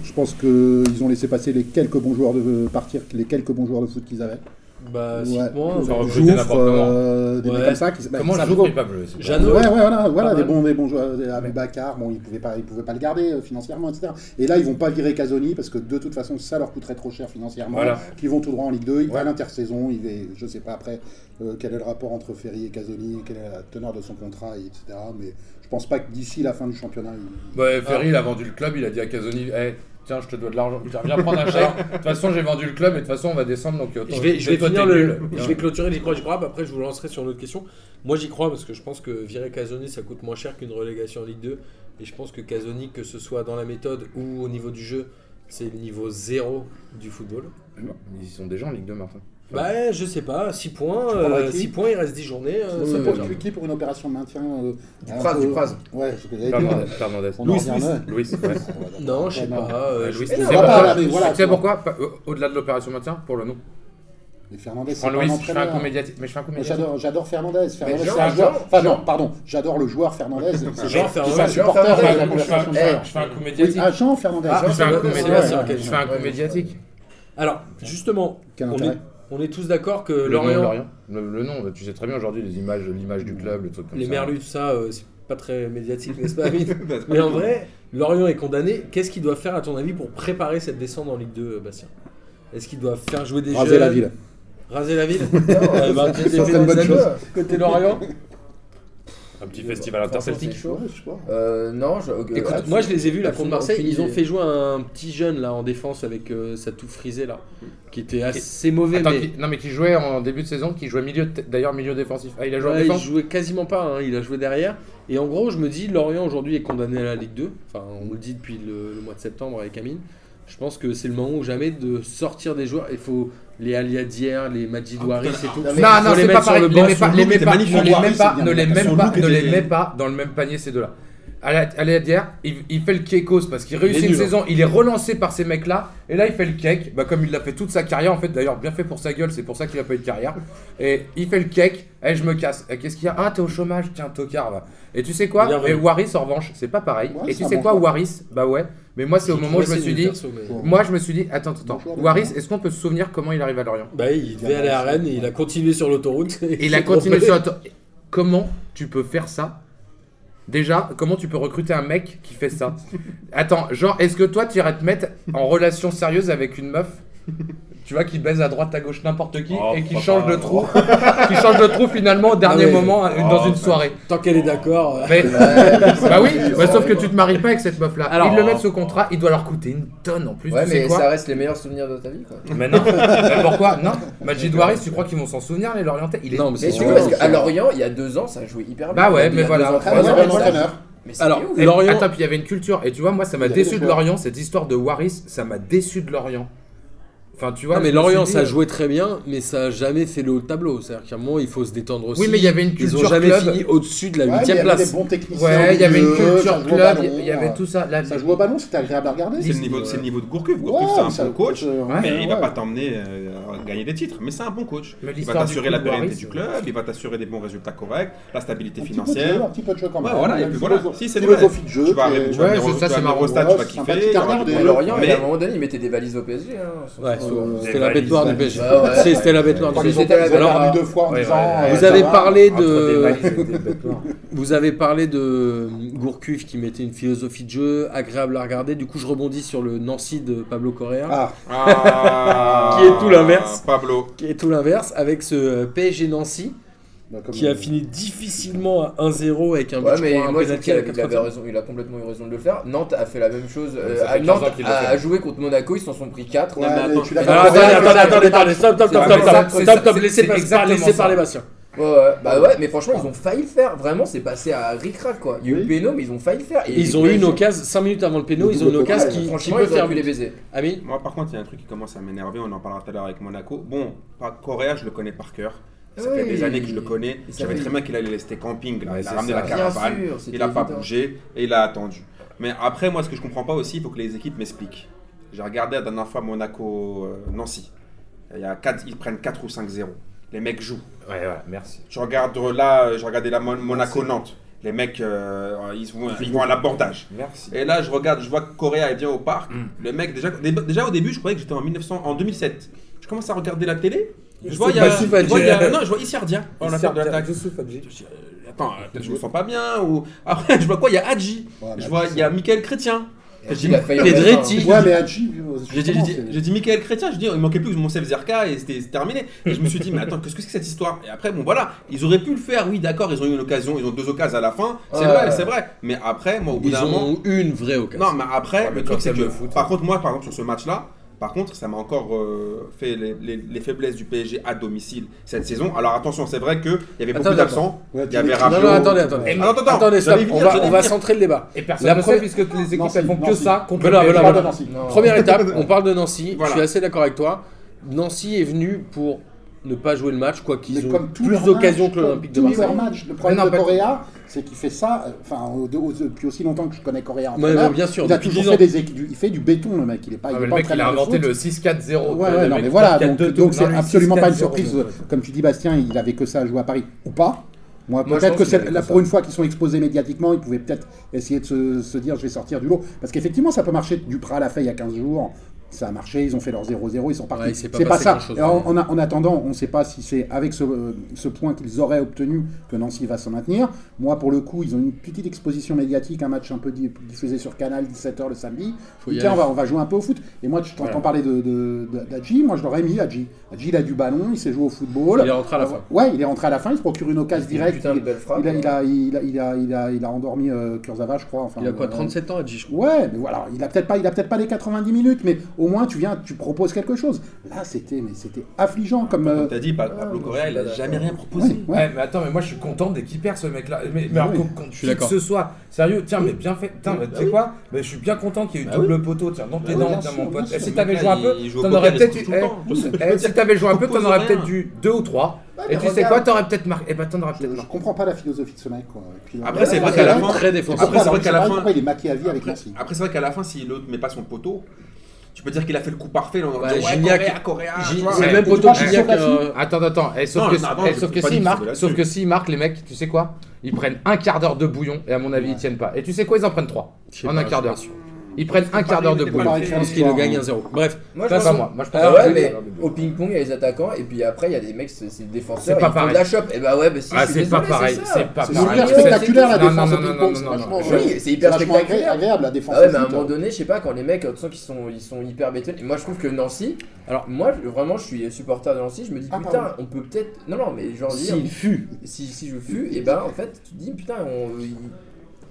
Speaker 2: je pense qu'ils ont laissé passer les quelques bons joueurs de partir, les quelques bons joueurs de foot qu'ils avaient.
Speaker 4: Euh,
Speaker 1: Bah,
Speaker 2: Ouais.
Speaker 1: cite-moi.
Speaker 4: Ça aurait pu être
Speaker 2: Jouffre,
Speaker 4: n'importe
Speaker 2: euh, des mecs
Speaker 1: Ouais.
Speaker 2: comme ça. Qui, bah,
Speaker 4: Comment
Speaker 2: ça
Speaker 4: la
Speaker 2: joue-
Speaker 4: joue est pas bleue c'est pas-
Speaker 1: Jeannot.
Speaker 2: Ouais, ouais, voilà, voilà
Speaker 4: Ah,
Speaker 1: Pas
Speaker 2: des,
Speaker 1: mal.
Speaker 2: bons, des bons joueurs. Aboubacar, bon, ils pouvaient pas, ils pouvaient pas le garder euh, financièrement, etc. Et là, ils vont pas virer Casoni parce que de toute façon, ça leur coûterait trop cher financièrement.
Speaker 4: Voilà.
Speaker 2: Ils vont tout droit en Ligue 2, ils
Speaker 4: Ouais.
Speaker 2: à l'intersaison, ils, vais- je sais pas après euh, quel est le rapport entre Ferry et Casoni, quelle est la teneur de son contrat, et etc. Mais je pense pas que d'ici la fin du championnat, ils-
Speaker 4: Bah, Ferry, il a vendu le club, il a dit à Casoni, Eh, tiens, je te dois de l'argent, Tiens, viens prendre un chèque. De toute façon, j'ai vendu le club et de toute façon, on va descendre. Donc, autant-
Speaker 1: Je vais, je vais
Speaker 4: toi,
Speaker 1: finir
Speaker 4: t'es
Speaker 1: le.
Speaker 4: nul.
Speaker 1: Je vais clôturer les croix, j'y crois. pas, Après, je vous lancerai sur une autre question. Moi, j'y crois parce que je pense que virer Casoni, ça coûte moins cher qu'une relégation en Ligue 2. Et je pense que Casoni, que ce soit dans la méthode ou au niveau du jeu, c'est le niveau zéro du football.
Speaker 4: Ils sont déjà en Ligue 2, Martin.
Speaker 1: Bah, je sais pas, 6 points,
Speaker 2: Tu prendrais
Speaker 1: euh,
Speaker 2: qui
Speaker 1: 6 points, il reste 10 journées. euh, ça
Speaker 2: C'est
Speaker 1: peut
Speaker 2: pour
Speaker 1: être-
Speaker 2: qui pour une opération de maintien euh,
Speaker 5: Du
Speaker 2: un
Speaker 5: Praz,
Speaker 2: peu-
Speaker 5: du Praz.
Speaker 2: Ouais, je j'avais dit,
Speaker 4: Fernandez. Fernandez.
Speaker 2: on en
Speaker 4: Louis.
Speaker 2: revient là.
Speaker 4: Louis. ouais.
Speaker 1: Non, je sais
Speaker 2: Non.
Speaker 1: pas. euh,
Speaker 4: Ouais,
Speaker 1: je
Speaker 4: Louis.
Speaker 1: sais
Speaker 4: Tu
Speaker 1: pas.
Speaker 4: sais
Speaker 2: voilà,
Speaker 4: pourquoi-
Speaker 2: mais voilà,
Speaker 4: tu sais
Speaker 2: tu vois.
Speaker 4: pourquoi Pas- au- Au-delà de l'opération maintien, pour le nom.
Speaker 2: Mais Fernandez,
Speaker 4: Je
Speaker 2: c'est
Speaker 4: prends
Speaker 2: pas
Speaker 4: Louis,
Speaker 2: un
Speaker 4: je fais un
Speaker 2: entraîneur.
Speaker 4: coup médiatique. Mais je fais un coup
Speaker 2: Moi,
Speaker 4: médiatique.
Speaker 2: J'adore, j'adore Fernandez. Fernandez,
Speaker 4: Jean-
Speaker 2: c'est un joueur.
Speaker 4: Jean-
Speaker 2: Enfin,
Speaker 4: Jean-
Speaker 2: non, pardon. J'adore le joueur Fernandez.
Speaker 1: C'est
Speaker 2: C'est
Speaker 1: Jean
Speaker 2: un
Speaker 1: Fernandez.
Speaker 2: supporter de
Speaker 4: Je fais
Speaker 2: la
Speaker 4: un coup- je fais un-
Speaker 2: conversation.
Speaker 4: je fais un- je fais un coup
Speaker 2: Oui,
Speaker 4: médiatique.
Speaker 2: ah, Jean Fernandez.
Speaker 1: Ah,
Speaker 4: Je fais un coup
Speaker 1: c'est vrai,
Speaker 4: médiatique.
Speaker 1: c'est vrai,
Speaker 4: Je fais un coup médiatique.
Speaker 1: Alors, justement,
Speaker 2: Quel
Speaker 1: on
Speaker 2: intérêt
Speaker 1: est, on est tous d'accord que
Speaker 4: Le nom de
Speaker 1: Lorient,
Speaker 4: Lorient. Le le nom, tu sais très bien aujourd'hui, les images, l'image du club, le truc comme ça.
Speaker 1: les Merlus, tout ça, euh, c'est pas très médiatique, n'est-ce pas, Amine
Speaker 3: Bah, c'est pas
Speaker 1: Mais en
Speaker 3: du tout.
Speaker 1: vrai, Lorient est condamné. Qu'est-ce qu'il doit faire, à ton avis, pour préparer cette descente en Ligue 2, Bastien Est-ce qu'il doit faire jouer
Speaker 5: Ah,
Speaker 1: des
Speaker 2: Raser
Speaker 1: jeunes
Speaker 2: la ville.
Speaker 1: Raser la ville Eh
Speaker 5: Non,
Speaker 1: ben, tu t'es
Speaker 2: Ça,
Speaker 1: fait
Speaker 2: c'est une bonne
Speaker 1: des
Speaker 2: chose.
Speaker 1: amis, Côté Lorient
Speaker 5: Euh,
Speaker 4: Un petit festival
Speaker 5: Franchement,
Speaker 4: interceltique.
Speaker 5: c'est chaud.
Speaker 2: Ouais, je sais pas.
Speaker 5: Euh, non, je, ok,
Speaker 1: Écoute,
Speaker 5: ah,
Speaker 1: moi je les ai vus là
Speaker 5: Absolument
Speaker 1: contre Marseille,
Speaker 5: aucune
Speaker 1: ils ont
Speaker 5: idée.
Speaker 1: fait jouer un petit jeune là en défense avec euh, sa touffe frisée là, qui était assez mauvais
Speaker 4: Attends,
Speaker 1: mais
Speaker 4: qui- non mais qui jouait en début de saison, qui jouait milieu, de- d'ailleurs milieu défensif. Ah, il a joué en
Speaker 1: Ouais, il
Speaker 4: défense
Speaker 1: jouait quasiment pas, hein, il a joué derrière. Et en gros, je me dis, Lorient aujourd'hui est condamné à la Ligue 2. Enfin, on le dit depuis le, le mois de septembre avec Amine. Je pense que c'est le moment ou jamais de sortir des joueurs. Il faut les Alia d'hier, les Majidouari, c'est tout.
Speaker 5: Non, mais-
Speaker 4: Non,
Speaker 1: Faut
Speaker 4: non,
Speaker 1: les
Speaker 4: c'est
Speaker 1: mettre
Speaker 4: pas
Speaker 1: sur
Speaker 4: pareil.
Speaker 1: le
Speaker 4: Les
Speaker 1: banc,
Speaker 4: mets
Speaker 1: son
Speaker 4: pas, les
Speaker 3: look
Speaker 4: mets
Speaker 3: était
Speaker 4: pas,
Speaker 3: magnifique.
Speaker 4: ne les
Speaker 2: Son
Speaker 4: mets pas,
Speaker 2: look
Speaker 4: ne les
Speaker 2: était
Speaker 4: mets
Speaker 3: bien.
Speaker 4: pas,
Speaker 3: Son look
Speaker 4: ne les
Speaker 3: était-
Speaker 4: mets pas dans le même panier ces deux-là. Allez, allez derrière, il, il fait le kekos parce qu'il réussit
Speaker 1: Il est
Speaker 4: une
Speaker 1: nul, hein.
Speaker 4: saison, il est relancé par ces mecs-là, et là il fait le cake, bah, comme il l'a fait toute sa carrière, en fait d'ailleurs bien fait pour sa gueule, c'est pour ça qu'il a pas eu de carrière. Et il fait le cake, et je me casse. Eh, Qu'est-ce qu'il y a Ah t'es au chômage, tiens tocard va. Et tu sais quoi
Speaker 1: Bien vrai.
Speaker 4: Et Waris en revanche, c'est pas pareil.
Speaker 2: Ouais,
Speaker 4: et tu
Speaker 2: c'est un
Speaker 4: sais
Speaker 2: bon
Speaker 4: quoi
Speaker 2: choix.
Speaker 4: Waris Bah ouais, mais moi c'est au moment où je me suis dit, moi je me suis dit, attends, attends,
Speaker 2: Bonjour,
Speaker 4: attends. Waris, est-ce qu'on peut se souvenir comment il arrive à Lorient
Speaker 1: Bah, il devait aller à Rennes et il a continué sur l'autoroute.
Speaker 4: Et il a continué sur la to- Comment tu peux faire ça Déjà, comment tu peux recruter un mec qui fait ça Attends, genre, est-ce que toi, tu irais te mettre en relation sérieuse avec une meuf tu vois, qui baise à droite, à gauche, n'importe qui,
Speaker 3: Oh,
Speaker 4: et qui
Speaker 3: pas
Speaker 4: change de
Speaker 3: grave.
Speaker 4: trou, qui change de trou finalement au dernier
Speaker 1: mais-
Speaker 4: moment euh, dans
Speaker 3: Oh,
Speaker 4: une
Speaker 3: bah.
Speaker 4: soirée.
Speaker 1: Tant qu'elle est d'accord. euh,
Speaker 4: Mais- bah oui, bah, sauf que
Speaker 5: Ouais,
Speaker 4: tu te maries pas avec cette meuf-là.
Speaker 1: Alors-
Speaker 4: ils le mettent sous contrat, il doit leur coûter une tonne en plus.
Speaker 5: Ouais,
Speaker 4: tu sais
Speaker 5: mais
Speaker 4: quoi
Speaker 5: ça reste les meilleurs souvenirs de ta vie, quoi.
Speaker 4: Mais non, mais pourquoi Non, Majid Waris, tu crois qu'ils vont s'en souvenir, les Lorientais Il est
Speaker 1: Non, mais c'est
Speaker 5: Mais tu
Speaker 2: Ouais,
Speaker 5: vois, parce
Speaker 2: c'est
Speaker 5: qu'à
Speaker 2: vrai.
Speaker 5: Lorient, il y a deux ans, ça jouait hyper bien.
Speaker 4: Bah ouais,
Speaker 5: Il y a
Speaker 4: mais
Speaker 5: deux
Speaker 4: voilà.
Speaker 5: ans,
Speaker 4: Ah,
Speaker 2: Ah,
Speaker 5: trois
Speaker 2: ouais,
Speaker 5: ans,
Speaker 2: c'est
Speaker 5: ça
Speaker 2: un bon
Speaker 5: jouait.
Speaker 2: entraîneur.
Speaker 5: Mais c'est
Speaker 1: Alors,
Speaker 5: ouf.
Speaker 4: Eh,
Speaker 1: Lorient.
Speaker 4: Attends, puis il y avait une culture. Et tu vois, moi, ça m'a
Speaker 2: Il y avait
Speaker 4: déçu
Speaker 2: des
Speaker 4: de
Speaker 2: joueurs.
Speaker 4: Lorient. Cette histoire de Waris, ça m'a déçu de Lorient. Enfin, tu vois.
Speaker 1: Non, mais
Speaker 4: je me
Speaker 1: Lorient,
Speaker 4: suis dit,
Speaker 1: ça
Speaker 4: euh,
Speaker 1: jouait très bien, mais ça a jamais fait le haut de tableau. C'est-à-dire qu'à un moment, il faut se détendre aussi.
Speaker 4: Oui, mais il y avait une
Speaker 1: Ils ont
Speaker 4: culture
Speaker 1: jamais
Speaker 4: club.
Speaker 1: fini au-dessus de la
Speaker 2: Ouais, mais
Speaker 1: 8
Speaker 2: il y avait
Speaker 1: place.
Speaker 2: des bons techniciens.
Speaker 4: Ouais, il y avait une
Speaker 2: au milieu, ça
Speaker 4: culture
Speaker 2: jouait au
Speaker 4: club.
Speaker 2: ballon,
Speaker 4: Il y
Speaker 1: hein.
Speaker 4: avait tout ça. Là,
Speaker 2: Ça joue au ballon, c'était agréable à regarder.
Speaker 3: C'est le niveau, c'est le niveau de Gourcuff. Gourcuff,
Speaker 2: Ouais,
Speaker 3: c'est un
Speaker 2: ça-
Speaker 3: bon coach,
Speaker 2: euh,
Speaker 4: ouais,
Speaker 3: mais il va
Speaker 2: ouais.
Speaker 3: pas t'emmener euh, à gagner des titres. Mais c'est un bon coach.
Speaker 4: Mais
Speaker 3: Il va
Speaker 4: l'histoire du bah,
Speaker 3: t'assurer
Speaker 4: club euh,
Speaker 3: la
Speaker 4: de
Speaker 3: pérennité
Speaker 4: Waris,
Speaker 3: du club, il va t'assurer des bons résultats corrects, la stabilité
Speaker 2: Un petit peu de jeu,
Speaker 3: financière.
Speaker 2: Un petit peu de jeu quand
Speaker 3: Ouais,
Speaker 2: même.
Speaker 3: voilà, et
Speaker 2: Une
Speaker 3: puis voilà.
Speaker 2: philosophie-
Speaker 3: Si, c'est
Speaker 2: philosophie de jeu.
Speaker 3: Tu vas
Speaker 2: qui est-
Speaker 3: arriver, tu vas
Speaker 4: Ouais,
Speaker 3: venir au-
Speaker 4: c'est ça,
Speaker 3: tu vas
Speaker 4: c'est
Speaker 3: venir au
Speaker 4: marrant.
Speaker 3: stade,
Speaker 2: Ouais,
Speaker 3: tu vas
Speaker 2: c'est
Speaker 3: kiffer.
Speaker 2: sympathique
Speaker 3: il y aura
Speaker 2: à
Speaker 3: des
Speaker 2: regarder.
Speaker 3: bons
Speaker 5: Mais
Speaker 2: Alors,
Speaker 5: Lorient,
Speaker 3: Mais-
Speaker 5: à un moment donné, ils mettaient des valises au PSG. hein, sur-
Speaker 1: Ouais,
Speaker 5: sur-
Speaker 2: Euh,
Speaker 1: c'était la bête noire du PSG.
Speaker 4: Ah
Speaker 5: Ouais, ouais.
Speaker 1: C'est- C'était la bête noire
Speaker 2: Enfin,
Speaker 1: du
Speaker 5: Ouais,
Speaker 2: ils
Speaker 1: PSG.
Speaker 2: ont perdu
Speaker 5: Alors,
Speaker 1: Alors,
Speaker 2: deux fois en
Speaker 4: ouais,
Speaker 2: disant.
Speaker 4: ouais,
Speaker 2: euh,
Speaker 1: Vous
Speaker 2: ça
Speaker 1: avez
Speaker 2: va.
Speaker 1: parlé
Speaker 4: entre des
Speaker 1: de.
Speaker 4: valises et des bêtes noires.
Speaker 1: Vous avez parlé de euh, Gourcuff qui mettait une philosophie de jeu agréable à regarder. Du coup, je rebondis sur le Nancy de Pablo Correa,
Speaker 2: Ah,
Speaker 3: Ah,
Speaker 1: Qui est tout l'inverse.
Speaker 3: Pablo.
Speaker 1: qui est tout l'inverse, avec ce euh, PSG Nancy
Speaker 2: bah, comme-
Speaker 1: qui a fini difficilement à 1-0 avec un but
Speaker 5: Ouais,
Speaker 1: je
Speaker 5: mais
Speaker 1: crois, un
Speaker 5: moi je trouve
Speaker 1: penalty
Speaker 5: qu'il
Speaker 1: à la
Speaker 5: avait- il
Speaker 1: 80e.
Speaker 5: avait raison, il a complètement eu raison de le faire. Nantes a fait la même chose. euh,
Speaker 4: ça fait
Speaker 5: à
Speaker 4: 15
Speaker 5: Nantes
Speaker 4: ans qu'il le
Speaker 5: a,
Speaker 4: fait.
Speaker 5: a joué contre Monaco, ils s'en sont pris 4.
Speaker 2: Ouais, mais tu l'as
Speaker 1: Alors,
Speaker 2: pas-
Speaker 1: attendez,
Speaker 2: Ouais,
Speaker 1: attendez,
Speaker 5: ouais,
Speaker 1: attendez,
Speaker 5: ouais.
Speaker 1: attendez, stop, stop, stop,
Speaker 4: C'est
Speaker 1: stop,
Speaker 4: ça,
Speaker 1: stop,
Speaker 4: c'est
Speaker 1: stop,
Speaker 4: ça,
Speaker 1: stop,
Speaker 4: c'est-
Speaker 1: laissez
Speaker 4: c'est
Speaker 1: par-
Speaker 4: exactement
Speaker 1: laissez parler
Speaker 4: ça.
Speaker 1: Bastien.
Speaker 5: Ouais, ouais, bah ouais, mais franchement, ils ont failli le faire. Vraiment, c'est passé à ric-rac quoi. Il y a
Speaker 2: Oui.
Speaker 5: eu le péno, mais ils ont failli le faire. Et
Speaker 1: Ils ont eu une
Speaker 5: PSG,
Speaker 1: occasion, 5 minutes avant le péno,
Speaker 2: Le
Speaker 1: ils ont
Speaker 2: double
Speaker 1: une occasion
Speaker 5: ouais,
Speaker 1: qui, qui
Speaker 5: franchement,
Speaker 1: peut
Speaker 5: ils auraient
Speaker 1: faire
Speaker 5: pu les
Speaker 1: but.
Speaker 5: baiser.
Speaker 1: Amine
Speaker 3: Moi, par contre, il y a un truc qui commence à m'énerver. On en parlera tout à l'heure avec Monaco. Bon, pas Correa, je le connais par cœur. Ça fait
Speaker 5: Oui.
Speaker 3: des années que je le connais.
Speaker 5: Et ça
Speaker 3: J'avais
Speaker 5: fait-
Speaker 3: très bien qu'il allait rester camping. là.
Speaker 4: Ouais,
Speaker 3: Ah, il a
Speaker 4: c'est
Speaker 3: ramené
Speaker 4: ça.
Speaker 3: la
Speaker 5: Bien
Speaker 3: caravane.
Speaker 5: sûr,
Speaker 3: il
Speaker 5: c'était
Speaker 3: n'a pas
Speaker 5: évident.
Speaker 3: bougé et il a attendu. Mais après, moi, ce que je comprends pas aussi, il faut que les équipes m'expliquent. J'ai regardé la dernière fois Monaco-Nancy. Il y a quatre, ils prennent 4 ou 5-0. Les mecs jouent.
Speaker 4: Ouais, ouais, merci.
Speaker 3: Tu regardes là, euh, je regardais la Mon- Monaco-Nantes. Les mecs, euh, ils, vont, ils vont à l'abordage.
Speaker 4: Merci.
Speaker 3: Et là, je regarde, je vois que Correa il vient au parc.
Speaker 1: Mm.
Speaker 3: Le mec, déjà, dé- déjà au début, je croyais que j'étais en 1900, en 2007. Je commence à regarder la télé. Je vois, il y a,
Speaker 1: Youssouf Hadji.
Speaker 3: je vois, il y a- non, je vois Issiardia en attaque de l'attaque.
Speaker 5: Youssouf Hadji.
Speaker 3: Je- euh, Attends, euh, peut-être que je me sens pas bien. Ou après, je vois quoi Il y a Hadji.
Speaker 5: Ah,
Speaker 2: Ouais,
Speaker 5: bah,
Speaker 2: mais
Speaker 3: je vois, il y a Michael Chrétien. J'ai
Speaker 5: Il
Speaker 3: dit,
Speaker 5: a failli
Speaker 1: Pedretti.
Speaker 2: Ouais, mais euh, Hadji,
Speaker 3: j'ai dit, j'ai dit, j'ai dit Michael Chrétien, je dis, il manquait plus que mon Zerka et c'était c'est terminé. Et je me suis dit, mais attends, qu'est-ce que c'est que cette histoire Et après, bon voilà, ils auraient pu le faire, oui, d'accord, ils ont eu une occasion, ils ont deux occasions à la fin, c'est
Speaker 5: Ouais.
Speaker 3: vrai, c'est vrai. Mais après, moi, au bout
Speaker 1: Ils
Speaker 3: d'un moment.
Speaker 1: ont eu une vraie occasion.
Speaker 3: Non, mais après,
Speaker 4: Ouais,
Speaker 3: le
Speaker 4: mais quand
Speaker 3: truc, c'est
Speaker 4: t'aimes
Speaker 3: que.
Speaker 4: le foot,
Speaker 3: par
Speaker 4: ouais.
Speaker 3: contre, moi, par exemple, sur ce match-là, par contre, ça m'a encore euh, fait les, les- les faiblesses du PSG à domicile cette saison. Alors attention, c'est vrai qu'il y avait
Speaker 1: Attends,
Speaker 3: beaucoup
Speaker 1: attends.
Speaker 3: d'absents.
Speaker 2: Ouais,
Speaker 3: Il
Speaker 2: tu
Speaker 3: y avait
Speaker 2: l'écris.
Speaker 1: Non,
Speaker 3: Rabiot.
Speaker 1: non, attendez, attendez.
Speaker 3: Ah, Attends, attends,
Speaker 1: Attendez, stop,
Speaker 3: j'allais
Speaker 1: on
Speaker 3: venir,
Speaker 1: va,
Speaker 3: j'allais
Speaker 1: on va
Speaker 3: venir.
Speaker 1: centrer le débat.
Speaker 4: Et personne
Speaker 1: La
Speaker 4: ne sait
Speaker 1: première-
Speaker 4: puisque les équipes
Speaker 2: Nancy,
Speaker 4: elles font que
Speaker 2: Nancy.
Speaker 4: ça contre
Speaker 1: Voilà,
Speaker 4: le
Speaker 1: voilà,
Speaker 4: PSG.
Speaker 1: voilà.
Speaker 5: Non.
Speaker 1: Première étape, on parle de Nancy.
Speaker 3: Oh.
Speaker 1: Je
Speaker 3: Voilà.
Speaker 1: suis assez d'accord avec toi. Nancy est venu pour ne pas jouer le match, quoi qu'ils ont
Speaker 2: comme tous
Speaker 1: plus
Speaker 2: leurs
Speaker 1: d'occasions
Speaker 2: matchs,
Speaker 1: que l'Olympique de
Speaker 2: comme tous leurs
Speaker 1: Marseille.
Speaker 2: matchs. Le problème
Speaker 4: Mais non,
Speaker 2: de
Speaker 4: pas-
Speaker 2: Correa, c'est qu'il fait ça, euh, enfin, au- de- au- depuis aussi longtemps que je connais Correa en
Speaker 1: Ouais, ouais, bien sûr,
Speaker 2: Il a
Speaker 1: depuis
Speaker 2: toujours
Speaker 1: 10
Speaker 2: fait
Speaker 1: ans.
Speaker 2: des équ- du- il fait du béton le mec, il est pas
Speaker 4: Ah,
Speaker 2: il
Speaker 4: mais
Speaker 2: est
Speaker 4: le
Speaker 2: pas
Speaker 4: mec, il a
Speaker 2: entraîneur de
Speaker 4: inventé
Speaker 2: foot.
Speaker 4: le 6-4-0.
Speaker 2: Ouais,
Speaker 4: quoi,
Speaker 2: ouais,
Speaker 4: le
Speaker 2: non,
Speaker 4: mec,
Speaker 2: mais voilà,
Speaker 4: 4-4-2,
Speaker 2: donc
Speaker 4: tout
Speaker 2: donc c'est
Speaker 4: dans euh, le
Speaker 2: absolument pas une
Speaker 4: 6-4-0,
Speaker 2: surprise.
Speaker 4: quoi.
Speaker 2: Comme tu dis, Bastien, il avait que ça à jouer à Paris, ou pas Moi,
Speaker 4: Moi, je
Speaker 2: peut-être
Speaker 4: pense
Speaker 2: que
Speaker 4: qu'il
Speaker 2: c'est-
Speaker 4: avait
Speaker 2: là,
Speaker 4: que
Speaker 2: pour
Speaker 4: ça.
Speaker 2: une fois qu'ils sont exposés médiatiquement, ils pouvaient peut-être essayer de se, se dire je vais sortir du lot. Parce qu'effectivement, ça peut marcher. Duprat l'a fait il y a 15 jours. Ça a marché, ils ont fait leur 0-0, ils sont partis.
Speaker 1: Ouais, il s'est pas
Speaker 2: c'est pas
Speaker 1: passé
Speaker 2: ça.
Speaker 1: grand-chose,
Speaker 2: Et en,
Speaker 1: ouais.
Speaker 2: en a- en attendant, on ne sait pas si c'est avec ce, euh, ce point qu'ils auraient obtenu que Nancy va se maintenir. Moi, pour le coup, ils ont une petite exposition médiatique, un match un peu di- diffusé sur Canal 17h le samedi.
Speaker 1: Faut y
Speaker 2: Tiens, on
Speaker 1: aller.
Speaker 2: va, on va jouer un peu au foot. Et moi, tu t'entends parler de, de, de- d'Adji. Moi, je l'aurais mis, Adji. Adji, il a du ballon, il sait jouer au football.
Speaker 1: Il est rentré à la fin.
Speaker 2: Ouais, il est rentré à la fin, il se procure une occasion
Speaker 5: Il fait une
Speaker 2: directe.
Speaker 5: putain de
Speaker 2: il-
Speaker 5: belle frappe.
Speaker 2: il a, il, a, il, a, il, a, il, a, il a endormi euh, Kurzawa, je crois. Enfin,
Speaker 1: Il a quoi,
Speaker 2: euh,
Speaker 1: 37 ans, Adji, je crois.
Speaker 2: Ouais, mais voilà, il a peut-être pas, il a peut-être pas les 90 minutes, mais au moins tu viens, tu proposes quelque chose. Là, c'était, mais c'était affligeant comme. euh,
Speaker 3: Comme t'as dit, Pa- Pablo Correa, il
Speaker 5: Ah,
Speaker 3: a jamais rien proposé.
Speaker 2: ouais,
Speaker 4: Ouais.
Speaker 2: ouais.
Speaker 4: mais attends, mais moi je suis content dès qu'il perd ce mec-là. Mais, mais alors,
Speaker 2: oui.
Speaker 4: qu'on- qu'on-
Speaker 1: Je suis
Speaker 4: qui que
Speaker 1: d'accord.
Speaker 4: ce soit, sérieux, tiens, mais bien fait. Putain, mais tu sais quoi mais Je suis bien content qu'il y ait eu
Speaker 3: Bah
Speaker 4: double poteau. Tiens, dans tes
Speaker 2: oui,
Speaker 4: dents,
Speaker 2: bien
Speaker 4: tiens,
Speaker 2: sûr,
Speaker 4: mon pote.
Speaker 2: bien
Speaker 4: Et
Speaker 2: sûr.
Speaker 4: si t'avais
Speaker 3: Le
Speaker 4: joué un
Speaker 3: mec,
Speaker 4: peu,
Speaker 3: il joue au
Speaker 4: t'en
Speaker 3: poker,
Speaker 4: aurais
Speaker 3: il se
Speaker 4: peut-être
Speaker 3: couche
Speaker 4: eu.
Speaker 3: tout le
Speaker 4: eh,
Speaker 3: temps. Je sais
Speaker 4: eh, si t'avais joué un peu, t'en
Speaker 3: Propose
Speaker 4: aurais
Speaker 3: rien.
Speaker 4: peut-être eu deux ou trois.
Speaker 5: Ouais,
Speaker 4: Et
Speaker 5: mais
Speaker 4: tu sais
Speaker 5: regarde.
Speaker 4: quoi, t'aurais peut-être marqué. Et bah, t'en aurais
Speaker 2: Je,
Speaker 4: peut-être
Speaker 2: je
Speaker 4: marqué.
Speaker 2: comprends pas la philosophie de ce mec. Quoi. Et puis,
Speaker 3: Après, c'est
Speaker 2: voilà,
Speaker 3: vrai qu'à la
Speaker 2: il-
Speaker 3: fin-
Speaker 1: Très
Speaker 2: je
Speaker 1: défensif.
Speaker 2: comprends
Speaker 3: Après,
Speaker 2: pas,
Speaker 3: c'est vrai qu'à
Speaker 2: je sais
Speaker 3: la
Speaker 2: pas
Speaker 3: fin-
Speaker 2: pourquoi il est maqué à vie avec
Speaker 3: Après,
Speaker 2: Nancy.
Speaker 3: après, c'est vrai qu'à la fin, si l'autre met pas son poteau, tu peux dire qu'il a fait le coup parfait. Là, on va
Speaker 1: Ouais,
Speaker 3: dire, ouais,
Speaker 1: Gignac-
Speaker 3: Correa, Correa,
Speaker 5: Ah,
Speaker 3: tu
Speaker 1: Gi-
Speaker 3: vois.
Speaker 1: C'est le
Speaker 4: Ouais.
Speaker 1: même
Speaker 2: Et tu
Speaker 1: poteau
Speaker 2: parles
Speaker 1: que
Speaker 2: sur
Speaker 1: Gignac.
Speaker 2: la
Speaker 1: euh,
Speaker 4: Attends, attends, et sauf
Speaker 3: Non,
Speaker 4: que,
Speaker 3: non, non,
Speaker 4: et
Speaker 3: je
Speaker 4: sauf
Speaker 3: peux
Speaker 4: que
Speaker 3: pas
Speaker 4: s'ils
Speaker 3: discuter
Speaker 4: marquent,
Speaker 3: là-dessus.
Speaker 4: sauf que s'ils marquent, les mecs, tu sais quoi Ils prennent un quart d'heure de bouillon, et à mon avis, ils tiennent pas. Et tu sais quoi, ils en prennent trois,
Speaker 1: Je sais
Speaker 4: en
Speaker 1: pas,
Speaker 4: un quart
Speaker 1: je
Speaker 4: d'heure.
Speaker 1: suis pas sûr.
Speaker 4: Ils prennent un quart d'heure de
Speaker 3: Paris,
Speaker 4: bouillon.
Speaker 2: Pareil,
Speaker 1: Je pense qu'il le
Speaker 2: hein.
Speaker 5: hein.
Speaker 1: gagne 1-0. Bref,
Speaker 5: Moi, je
Speaker 4: Pas
Speaker 5: pense
Speaker 4: pas
Speaker 5: que-
Speaker 4: moi, moi je pense
Speaker 5: Ah
Speaker 4: que-
Speaker 5: ouais, mais au ping-pong, il y a les attaquants, et puis après, il y a des mecs, c'est c'est des
Speaker 4: C'est
Speaker 5: défenseurs.
Speaker 4: pas
Speaker 5: ils font
Speaker 4: pareil.
Speaker 5: de la chope. Et bah ouais, bah si,
Speaker 4: Ah,
Speaker 5: je suis
Speaker 4: c'est pas
Speaker 5: désolé,
Speaker 4: pareil,
Speaker 5: ça.
Speaker 4: c'est pas
Speaker 2: C'est
Speaker 4: pareil.
Speaker 2: hyper spectaculaire la
Speaker 4: Non, non,
Speaker 2: défense
Speaker 4: non,
Speaker 2: au
Speaker 4: non,
Speaker 2: ping-pong.
Speaker 4: non,
Speaker 2: C'est
Speaker 4: non,
Speaker 2: vachement,
Speaker 4: non,
Speaker 5: non. Oui, c'est hyper
Speaker 2: vachement
Speaker 5: spectaculaire.
Speaker 2: agré- agréable la défense.
Speaker 5: Ah ouais,
Speaker 2: au
Speaker 5: mais à un
Speaker 2: foot,
Speaker 5: moment
Speaker 2: hein.
Speaker 5: donné, je sais pas, quand les mecs, tu sens qu'ils sont, ils sont hyper bétonnés. Et moi, je trouve que Nancy, alors moi, je- vraiment, je suis supporter de Nancy, je me dis,
Speaker 2: Ah,
Speaker 5: putain,
Speaker 2: pardon.
Speaker 5: on peut peut-être. Non, non, mais genre, dire,
Speaker 1: s'il fut.
Speaker 5: si, si je fus, et ben en fait, tu te dis, putain, on- il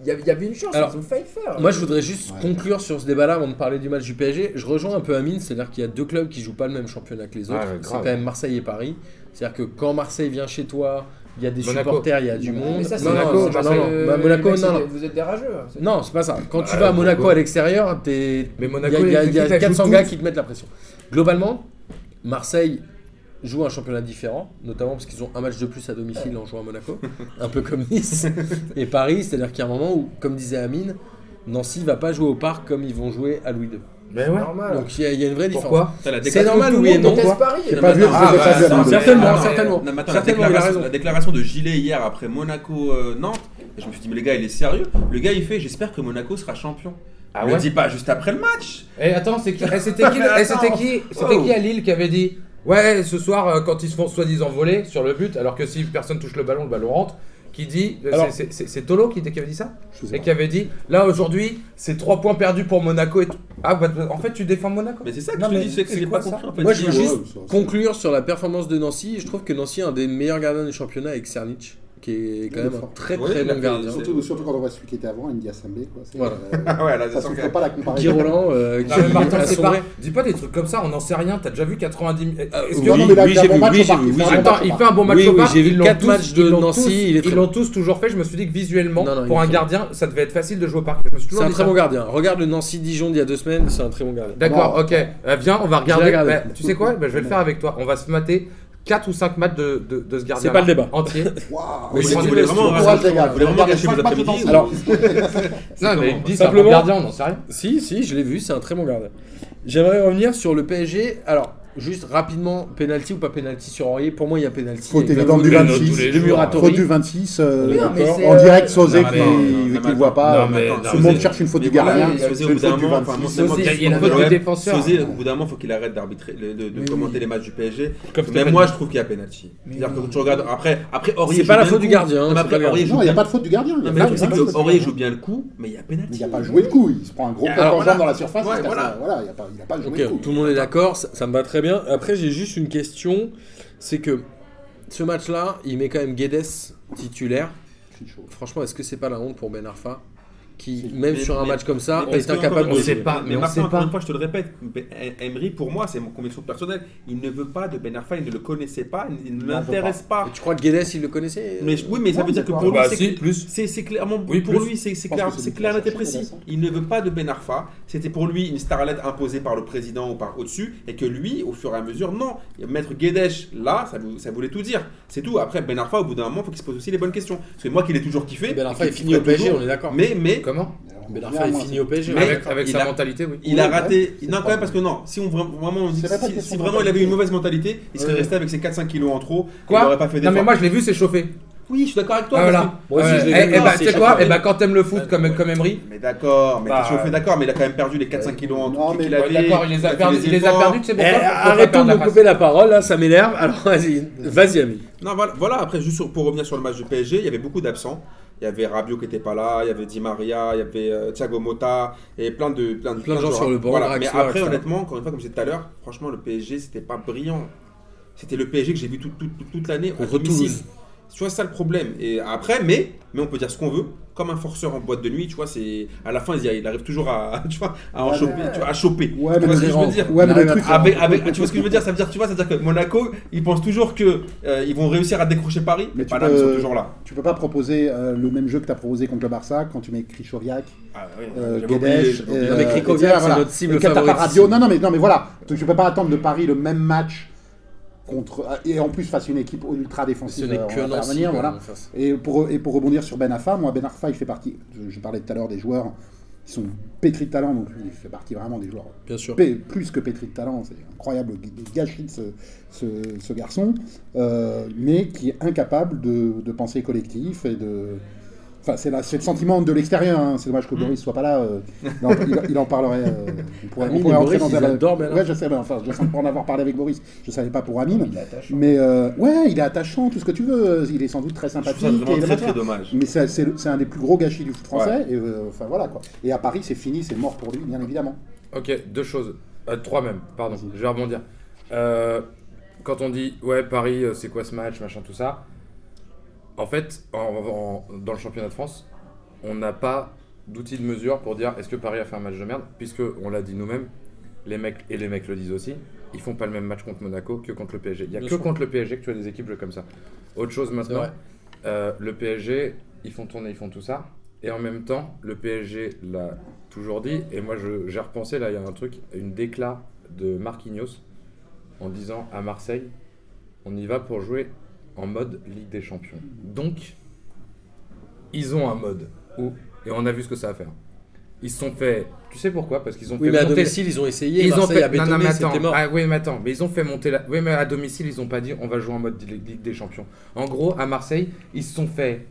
Speaker 5: il y, avait- il y avait une chance,
Speaker 1: Alors,
Speaker 5: ils ont failli le faire.
Speaker 1: Moi, je voudrais juste
Speaker 2: Ouais.
Speaker 1: conclure sur ce débat-là avant de parler du match du PSG. Je rejoins un peu Amine, c'est-à-dire qu'il y a deux clubs qui jouent pas le même championnat que les autres.
Speaker 4: Ah ouais,
Speaker 1: c'est
Speaker 4: grave.
Speaker 1: quand même Marseille et Paris. C'est-à-dire que quand Marseille vient chez toi, il y a des
Speaker 4: Monaco.
Speaker 1: supporters, il y a du monde.
Speaker 5: Mais ça, c'est
Speaker 1: non,
Speaker 4: Monaco,
Speaker 1: non, non,
Speaker 4: Marseille,
Speaker 1: non, non.
Speaker 5: euh,
Speaker 1: Bah, Monaco,
Speaker 5: les mecs,
Speaker 1: non,
Speaker 5: c'est-
Speaker 1: non.
Speaker 5: Vous êtes des rageux. hein, c'est-
Speaker 1: Non, c'est pas ça. Quand
Speaker 4: Bah,
Speaker 1: tu vas à Monaco,
Speaker 4: Monaco.
Speaker 1: à l'extérieur, t'es. Il y
Speaker 4: Mais
Speaker 1: a,
Speaker 4: Monaco,
Speaker 1: il y a-
Speaker 4: les
Speaker 1: il y a
Speaker 4: équipes, elles jouent
Speaker 1: 400
Speaker 4: toutes.
Speaker 1: gars qui te mettent la pression. Globalement, Marseille joue un championnat différent, notamment parce qu'ils ont un match de plus à domicile en jouant à Monaco, un peu comme Nice et Paris, c'est-à-dire qu'il y a un moment où, comme disait Amine, Nancy va pas jouer au parc comme ils vont jouer à Louis II.
Speaker 4: Mais
Speaker 5: c'est
Speaker 4: ouais,
Speaker 5: normal.
Speaker 1: Donc il y, a- il y a une vraie différence.
Speaker 4: Ah. pourquoi
Speaker 3: Putain, la
Speaker 1: C'est
Speaker 3: déclaration-
Speaker 1: normal,
Speaker 5: Tout
Speaker 1: oui
Speaker 5: le
Speaker 1: et
Speaker 5: monde
Speaker 1: non.
Speaker 5: déteste Paris.
Speaker 2: J'ai pas vu
Speaker 3: Ah,
Speaker 2: j'ai pas
Speaker 3: bah,
Speaker 2: vu
Speaker 3: ça,
Speaker 2: Amine.
Speaker 3: mais-
Speaker 1: Certainement,
Speaker 3: ah, non,
Speaker 1: certainement.
Speaker 3: mais attends, la
Speaker 1: Certainement, il a
Speaker 3: déclaration-
Speaker 1: raison.
Speaker 3: La déclaration de Gilet hier après Monaco-Nantes, je me suis dit, mais les gars, il est sérieux. Le gars, il fait, j'espère que Monaco sera champion.
Speaker 4: Ah
Speaker 3: Ne
Speaker 4: ouais
Speaker 3: dis pas juste après le match.
Speaker 4: Et attends, c'est qui- eh, c'était qui, le- eh, c'était qui, c'était qui à Lille qui avait dit Ouais, ce soir, euh, quand ils se font soi-disant voler sur le but, alors que si personne touche le ballon, le ballon rentre, qui dit euh,
Speaker 1: Alors-
Speaker 4: c'est- C'est c'est- c'est Tolo qui, était- qui avait dit ça
Speaker 2: Je sais
Speaker 4: Et
Speaker 2: pas.
Speaker 4: qui avait dit Là aujourd'hui, c'est 3 points perdus pour Monaco et tout. Ah, bah, en fait, tu défends Monaco
Speaker 3: Mais c'est ça que
Speaker 4: Non,
Speaker 3: je te
Speaker 4: mais
Speaker 3: dis, c'est que
Speaker 4: c'est
Speaker 3: j'ai
Speaker 4: quoi
Speaker 3: pas
Speaker 4: ça
Speaker 3: compris en fait.
Speaker 1: Moi, je veux
Speaker 2: Ouais,
Speaker 1: juste
Speaker 2: ouais, ça, ça-
Speaker 1: conclure sur la performance de Nancy. Je trouve que Nancy est un des meilleurs gardiens du championnat avec Cernic, qui est quand
Speaker 2: Il est
Speaker 1: même un
Speaker 2: fort.
Speaker 1: très
Speaker 3: Oui,
Speaker 1: très
Speaker 3: il a
Speaker 1: bon
Speaker 3: fait-
Speaker 1: gardien.
Speaker 3: c'est-
Speaker 2: Surtout, surtout quand on voit celui qui était avant, India Sambe. Quoi. C'est,
Speaker 1: Voilà.
Speaker 2: euh,
Speaker 3: Ah ouais, là,
Speaker 2: ça
Speaker 3: c'est
Speaker 2: ne
Speaker 3: sûr
Speaker 2: pas la
Speaker 4: Ah,
Speaker 2: comparaison.
Speaker 1: Guy Roland, euh, qui
Speaker 4: Non, mais Martin,
Speaker 1: a
Speaker 4: c'est pas.
Speaker 1: sombré.
Speaker 4: Dis pas des trucs comme ça, on n'en sait rien. T'as déjà vu 90 000. eh, est-ce que-
Speaker 2: Non, non, mais là,
Speaker 1: Oui,
Speaker 2: il fait un
Speaker 1: j'ai
Speaker 2: bon
Speaker 1: vu,
Speaker 2: match
Speaker 1: oui,
Speaker 2: au
Speaker 1: j'ai
Speaker 2: parc,
Speaker 1: vu,
Speaker 2: il
Speaker 1: oui,
Speaker 2: fait un bon
Speaker 1: j'ai
Speaker 2: match au
Speaker 4: Attends, il
Speaker 2: parc.
Speaker 4: fait un bon match
Speaker 1: Oui,
Speaker 4: au
Speaker 1: oui,
Speaker 4: parc,
Speaker 1: j'ai vu
Speaker 4: ils l'ont
Speaker 1: quatre
Speaker 4: tous-
Speaker 1: matchs de
Speaker 4: ils l'ont
Speaker 1: Nancy,
Speaker 4: tous-
Speaker 1: il est très
Speaker 4: Ils l'ont tous toujours fait. Je me suis dit que visuellement,
Speaker 1: Non, non, il est
Speaker 4: pour un
Speaker 1: très
Speaker 4: gardien, ça devait être facile de jouer au parc. Je me suis toujours
Speaker 1: C'est un
Speaker 4: dit
Speaker 1: très
Speaker 4: ça.
Speaker 1: bon gardien. Regarde le Nancy-Dijon d'il y a deux semaines, c'est un très bon gardien.
Speaker 4: D'accord,
Speaker 2: Bon.
Speaker 4: ok. Euh, viens, on va regarder.
Speaker 1: Je vais regarder.
Speaker 4: Bah, tu sais quoi Bah, Je vais le faire avec toi. On va se mater 4 ou 5 matchs de, de, de ce gardien.
Speaker 1: pas le débat.
Speaker 4: Entier.
Speaker 2: Waouh
Speaker 3: Mais
Speaker 4: Oui,
Speaker 3: si
Speaker 4: on
Speaker 3: vous
Speaker 4: est
Speaker 3: voulez
Speaker 4: laisse
Speaker 3: vraiment
Speaker 4: tout.
Speaker 2: Courage, les
Speaker 3: gâcher-
Speaker 2: gars.
Speaker 3: vous voulez vraiment
Speaker 2: Regardez,
Speaker 3: gâcher
Speaker 2: pas
Speaker 3: vos
Speaker 2: tout
Speaker 3: après-midi
Speaker 2: ensemble.
Speaker 3: ou-
Speaker 2: Alors,
Speaker 4: non, mais
Speaker 3: comment
Speaker 4: dis, c'est un bon
Speaker 1: Simplement.
Speaker 4: gardien, on n'en sait rien.
Speaker 1: Si, si, je l'ai vu, c'est un très bon gardien. J'aimerais revenir sur le PSG. Alors, juste rapidement, penalty ou pas penalty sur Aurier Pour moi, il y a penalty.
Speaker 2: Faute
Speaker 1: Et
Speaker 2: évidente
Speaker 1: faute
Speaker 2: du
Speaker 1: de-
Speaker 2: 26,
Speaker 1: de
Speaker 6: de
Speaker 1: Muratori.
Speaker 2: faute du 26, euh,
Speaker 5: Oui, non, mais c'est,
Speaker 2: en
Speaker 5: euh,
Speaker 2: direct, Sosé
Speaker 3: non,
Speaker 2: qui
Speaker 3: mais attends, non,
Speaker 2: ne
Speaker 3: mais
Speaker 2: le voit pas.
Speaker 6: Non, mais-
Speaker 2: Tout le monde
Speaker 6: Sosé.
Speaker 2: cherche une faute
Speaker 3: Mais
Speaker 2: du
Speaker 3: voilà,
Speaker 2: gardien.
Speaker 5: il y a
Speaker 3: Sosé,
Speaker 2: c'est
Speaker 3: au bout
Speaker 2: une
Speaker 3: d'un
Speaker 2: faute du
Speaker 3: moment, enfin,
Speaker 2: 26.
Speaker 3: moi, c'est moi
Speaker 4: Il y a- il y a
Speaker 3: qui
Speaker 4: une
Speaker 3: suis
Speaker 4: faute de
Speaker 3: contre
Speaker 4: défenseur.
Speaker 3: l'OM. Sosé, au bout d'un moment, faut qu'il arrête d'arbitrer, de, de- de
Speaker 5: Mais
Speaker 3: commenter
Speaker 5: oui.
Speaker 3: les matchs du PSG.
Speaker 6: Comme
Speaker 3: Même
Speaker 6: Stéphane-
Speaker 3: moi, je trouve qu'il y a penalty.
Speaker 5: Mais
Speaker 3: C'est-à-dire que
Speaker 5: oui.
Speaker 3: quand tu regardes après, après Aurier.
Speaker 1: C'est pas
Speaker 3: joue
Speaker 1: la
Speaker 3: bien
Speaker 1: faute
Speaker 3: le
Speaker 1: du
Speaker 3: coup.
Speaker 1: gardien, hein,
Speaker 3: Non, mais
Speaker 1: c'est pas
Speaker 3: après
Speaker 1: grave.
Speaker 3: Aurier joue
Speaker 2: Non, il n'y
Speaker 3: bien.
Speaker 2: a pas de faute du gardien.
Speaker 3: Non,
Speaker 2: Il
Speaker 3: mais
Speaker 2: y a
Speaker 3: le
Speaker 2: pas
Speaker 3: truc,
Speaker 2: de
Speaker 3: c'est
Speaker 2: faute
Speaker 3: que
Speaker 2: du
Speaker 3: Aurier
Speaker 2: gardien.
Speaker 3: joue bien le coup, mais il y a penalty.
Speaker 2: Il n'a pas joué le coup, il se prend un gros
Speaker 3: Alors,
Speaker 2: carton
Speaker 3: voilà.
Speaker 2: jaune dans la surface.
Speaker 3: Ouais,
Speaker 2: il se casse
Speaker 3: voilà.
Speaker 2: la- voilà, il n'a pas, il a pas joué
Speaker 1: Ok,
Speaker 2: le coup.
Speaker 1: tout le monde est d'accord, ça, ça me va très bien. Après, j'ai juste une question c'est que ce match-là, il met quand même Guedes titulaire.
Speaker 2: Je suis chaud.
Speaker 1: Franchement, est-ce que c'est pas la honte pour Ben Arfa qui,
Speaker 2: Si.
Speaker 1: même
Speaker 3: Mais-
Speaker 1: sur un
Speaker 3: mais-
Speaker 1: match comme ça,
Speaker 3: mais parce
Speaker 1: est
Speaker 3: que,
Speaker 1: incapable
Speaker 3: encore
Speaker 1: de
Speaker 3: une
Speaker 4: sait
Speaker 1: jouer
Speaker 3: fois,
Speaker 4: pas, mais
Speaker 3: Mais
Speaker 4: on sait
Speaker 3: Martin, encore
Speaker 4: pas.
Speaker 3: une fois, je te le répète, Ben- Emery, pour moi, c'est mon conviction personnelle, il ne veut pas de Ben Arfa, il ne le connaissait pas, il ne
Speaker 2: veut
Speaker 3: l'intéresse pas.
Speaker 1: Et Tu crois que Guedes, il le connaissait
Speaker 3: Mais je- oui, mais ça
Speaker 2: Non,
Speaker 3: veut dire
Speaker 2: mais
Speaker 3: que
Speaker 2: pas.
Speaker 3: pour lui,
Speaker 6: Bah
Speaker 3: c'est
Speaker 6: si,
Speaker 3: que-
Speaker 6: plus.
Speaker 3: c'est c'est clairement
Speaker 6: Oui,
Speaker 3: pour
Speaker 6: plus.
Speaker 3: lui, c'est c'est
Speaker 2: pense
Speaker 3: clair,
Speaker 2: que c'est
Speaker 3: c'est
Speaker 2: lui
Speaker 3: clair
Speaker 2: qui
Speaker 3: net et
Speaker 2: a cherché
Speaker 3: précis.
Speaker 2: Benarfa.
Speaker 3: Il ne veut pas de Ben Arfa. C'était pour lui une starlette imposée par le président ou par au-dessus, et que lui, au fur et à mesure, non. Et Mettre Guedesh là, ça, vous- ça voulait tout dire. C'est tout. Après, Ben Arfa, au bout d'un moment, faut qu'il se pose aussi les bonnes questions. Parce que moi, qu'il ai toujours kiffé.
Speaker 1: Ben Arfa
Speaker 3: et
Speaker 1: est
Speaker 3: qu'il
Speaker 1: fini au
Speaker 3: kifferait
Speaker 1: PSG,
Speaker 3: toujours.
Speaker 1: on est d'accord.
Speaker 3: Mais mais
Speaker 4: Comment
Speaker 1: Ben Arfa est fini au PSG.
Speaker 3: Mais-
Speaker 4: Avec, avec
Speaker 3: il
Speaker 4: sa
Speaker 3: a-
Speaker 4: mentalité, oui.
Speaker 3: il a
Speaker 2: Ouais,
Speaker 3: raté.
Speaker 2: c'est
Speaker 3: non, quand
Speaker 2: pas
Speaker 3: même, parce que non, si, on, vra- vraiment, si,
Speaker 2: C'est pas
Speaker 3: si-
Speaker 2: question
Speaker 3: si
Speaker 2: de
Speaker 3: vraiment il avait
Speaker 2: mentalité.
Speaker 3: une mauvaise mentalité, il serait
Speaker 5: Ouais.
Speaker 3: resté avec ses 4-5 kilos en trop.
Speaker 4: Quoi
Speaker 3: il n'aurait pas fait
Speaker 4: Non, mais
Speaker 3: d'efforts.
Speaker 4: moi je l'ai vu s'échauffer.
Speaker 3: Oui, je suis d'accord avec toi.
Speaker 4: Ah,
Speaker 3: parce
Speaker 4: voilà.
Speaker 1: Moi aussi,
Speaker 4: Ouais.
Speaker 1: je l'ai
Speaker 4: Eh,
Speaker 1: vu, Ah,
Speaker 4: eh
Speaker 1: il
Speaker 4: bah,
Speaker 1: s'est
Speaker 4: tu sais quoi
Speaker 1: échauffé.
Speaker 4: Eh bah, quand t'aimes le foot comme, comme Emery,
Speaker 3: que- Mais d'accord, mais
Speaker 6: Bah,
Speaker 3: t'es chauffé d'accord, mais il a quand même perdu les 4-5
Speaker 5: ouais.
Speaker 3: kilos en
Speaker 2: Non,
Speaker 3: trop
Speaker 2: mais-
Speaker 3: qu'il
Speaker 2: Ouais,
Speaker 3: avait.
Speaker 4: ouais, d'accord, il les a
Speaker 3: fait
Speaker 4: perdus, il les a
Speaker 3: efforts.
Speaker 4: perdus, tu sais
Speaker 1: Eh,
Speaker 4: pourquoi Pour pas
Speaker 1: arrêtons
Speaker 4: perdre
Speaker 1: de
Speaker 4: la
Speaker 1: me
Speaker 4: face.
Speaker 1: couper la parole, là, ça m'énerve. Alors, vas-y, vas-y, ami.
Speaker 3: Non, voilà, voilà, après, juste sur- pour revenir sur le match du PSG, il y avait beaucoup d'absents. Il y avait Rabiot qui n'était pas là, il y avait Di Maria, il y avait euh, Thiago Motta et plein de plein de,
Speaker 1: Plein de gens sur le banc,
Speaker 3: Voilà. Mais
Speaker 1: Draxler,
Speaker 3: après,
Speaker 1: etc.
Speaker 3: honnêtement, encore une fois, comme je disais tout à l'heure, franchement, le PSG, c'était pas brillant. C'était le PSG que j'ai vu tout- tout- tout- toute l'année à
Speaker 1: Contre
Speaker 3: domicile.
Speaker 1: Toulouse.
Speaker 3: Tu vois, c'est ça le problème. Et après, mais, mais on peut dire ce qu'on veut. Comme un forceur en boîte de nuit, tu vois, c'est à la fin, il, y a- il arrive toujours à, tu vois, à en
Speaker 2: Ouais,
Speaker 3: choper,
Speaker 2: mais-
Speaker 3: tu vois, à choper.
Speaker 2: Ouais,
Speaker 3: tu
Speaker 2: mais
Speaker 3: vois ce
Speaker 2: le-
Speaker 3: que je veux dire
Speaker 2: ouais, mais le
Speaker 1: Non,
Speaker 2: truc, euh,
Speaker 3: avec, avec- ah, tu vois ce que je veux dire Ça veut dire, tu vois, ça veut dire que Monaco, ils pensent toujours que euh, ils vont réussir à décrocher Paris.
Speaker 2: Mais
Speaker 3: Mais
Speaker 2: tu
Speaker 3: Paname,
Speaker 2: peux-
Speaker 3: ils sont toujours là.
Speaker 2: tu peux pas proposer euh, le même jeu que tu as proposé contre le Barça quand tu mets Krishoriak,
Speaker 3: Ah, oui,
Speaker 2: euh,
Speaker 3: j'avais oublié,
Speaker 2: Guedes, euh,
Speaker 3: j'avais oublié.
Speaker 1: Non, mais Krikoviak,
Speaker 2: etc.,
Speaker 1: c'est notre cible
Speaker 2: Et quand t'as pas
Speaker 1: favorite
Speaker 2: Rabiot-
Speaker 1: ici.
Speaker 2: Non, non, mais non, mais voilà. Donc, tu peux pas attendre de Paris le même match contre et en plus face à une équipe ultra
Speaker 1: Ce
Speaker 2: défensive.
Speaker 1: n'est
Speaker 2: euh, on
Speaker 1: que
Speaker 2: va pas
Speaker 1: Nancy.
Speaker 2: revenir,
Speaker 1: quoi,
Speaker 2: voilà.
Speaker 1: enfin, c'est-
Speaker 2: Et pour, et pour rebondir sur Ben Arfa, moi Ben Arfa il fait partie, je, je parlais tout à l'heure des joueurs qui sont pétris de talent, donc lui, il fait partie vraiment des joueurs
Speaker 1: Bien sûr.
Speaker 2: pé- plus que pétris de talent, c'est incroyable le gâchis de ce, ce- ce garçon, euh, mais qui est incapable de, de penser collectif et de... Enfin, c'est la- c'est le sentiment de l'extérieur, hein. c'est dommage que Boris soit pas là, euh, il, en, il en- il en parlerait, euh, on pourrait,
Speaker 1: Amine
Speaker 2: on pourrait
Speaker 1: et
Speaker 2: entrer
Speaker 1: Boris,
Speaker 2: dans
Speaker 1: ils
Speaker 2: un...
Speaker 1: adorent Ben Arfa.
Speaker 2: ouais, je sais, mais enfin, je sens pour en avoir parlé avec Boris, je savais pas pour Amine,
Speaker 5: Il attache.
Speaker 2: mais euh, ouais, il est attachant, tout ce que tu veux. Il est sans doute très
Speaker 3: Je
Speaker 2: sympathique.
Speaker 3: trouve ça vraiment
Speaker 2: et
Speaker 3: très
Speaker 2: machin.
Speaker 3: très dommage.
Speaker 2: mais c'est c'est le- c'est un des plus gros gâchis du foot français. Et euh, enfin voilà quoi. Et à Paris, c'est fini, c'est mort pour lui, bien évidemment.
Speaker 4: Ok, deux choses. Euh, trois même, pardon, je vais rebondir. Euh, quand on dit, ouais, Paris, euh, c'est quoi ce match, machin, tout ça. En fait, en- en- dans le championnat de France, on n'a pas d'outil de mesure pour dire est-ce que Paris a fait un match de merde, puisque on l'a dit nous-mêmes, les mecs et les mecs le disent aussi, ils font pas le même match contre Monaco que contre le PSG. Il y a
Speaker 1: Bien
Speaker 4: que
Speaker 1: sûr.
Speaker 4: contre le PSG que tu as des équipes comme ça. Autre chose maintenant,
Speaker 1: vrai.
Speaker 4: euh, le PSG, ils font tourner, ils font tout ça, et en même temps, le PSG l'a toujours dit, et moi je- j'ai repensé là, il y a un truc, une décla de Marquinhos en disant à Marseille, on y va pour jouer en mode Ligue des Champions. Donc, ils ont un mode où, et on a vu ce que ça va faire. Ils se sont fait, tu sais pourquoi Parce qu'ils ont
Speaker 1: Oui, mais
Speaker 4: fait
Speaker 1: à
Speaker 4: monter.
Speaker 1: domicile, ils ont essayé.
Speaker 4: Ils ont
Speaker 1: Marseille
Speaker 4: fait.
Speaker 1: a
Speaker 4: non, non,
Speaker 1: bétonné,
Speaker 4: mais
Speaker 1: c'était
Speaker 4: attends.
Speaker 1: mort.
Speaker 4: Ah, oui, mais attends. Mais ils ont fait monter la. Oui, mais à domicile, ils ont pas dit on va jouer en mode Ligue Ligue des Champions. En gros, à Marseille, ils se sont fait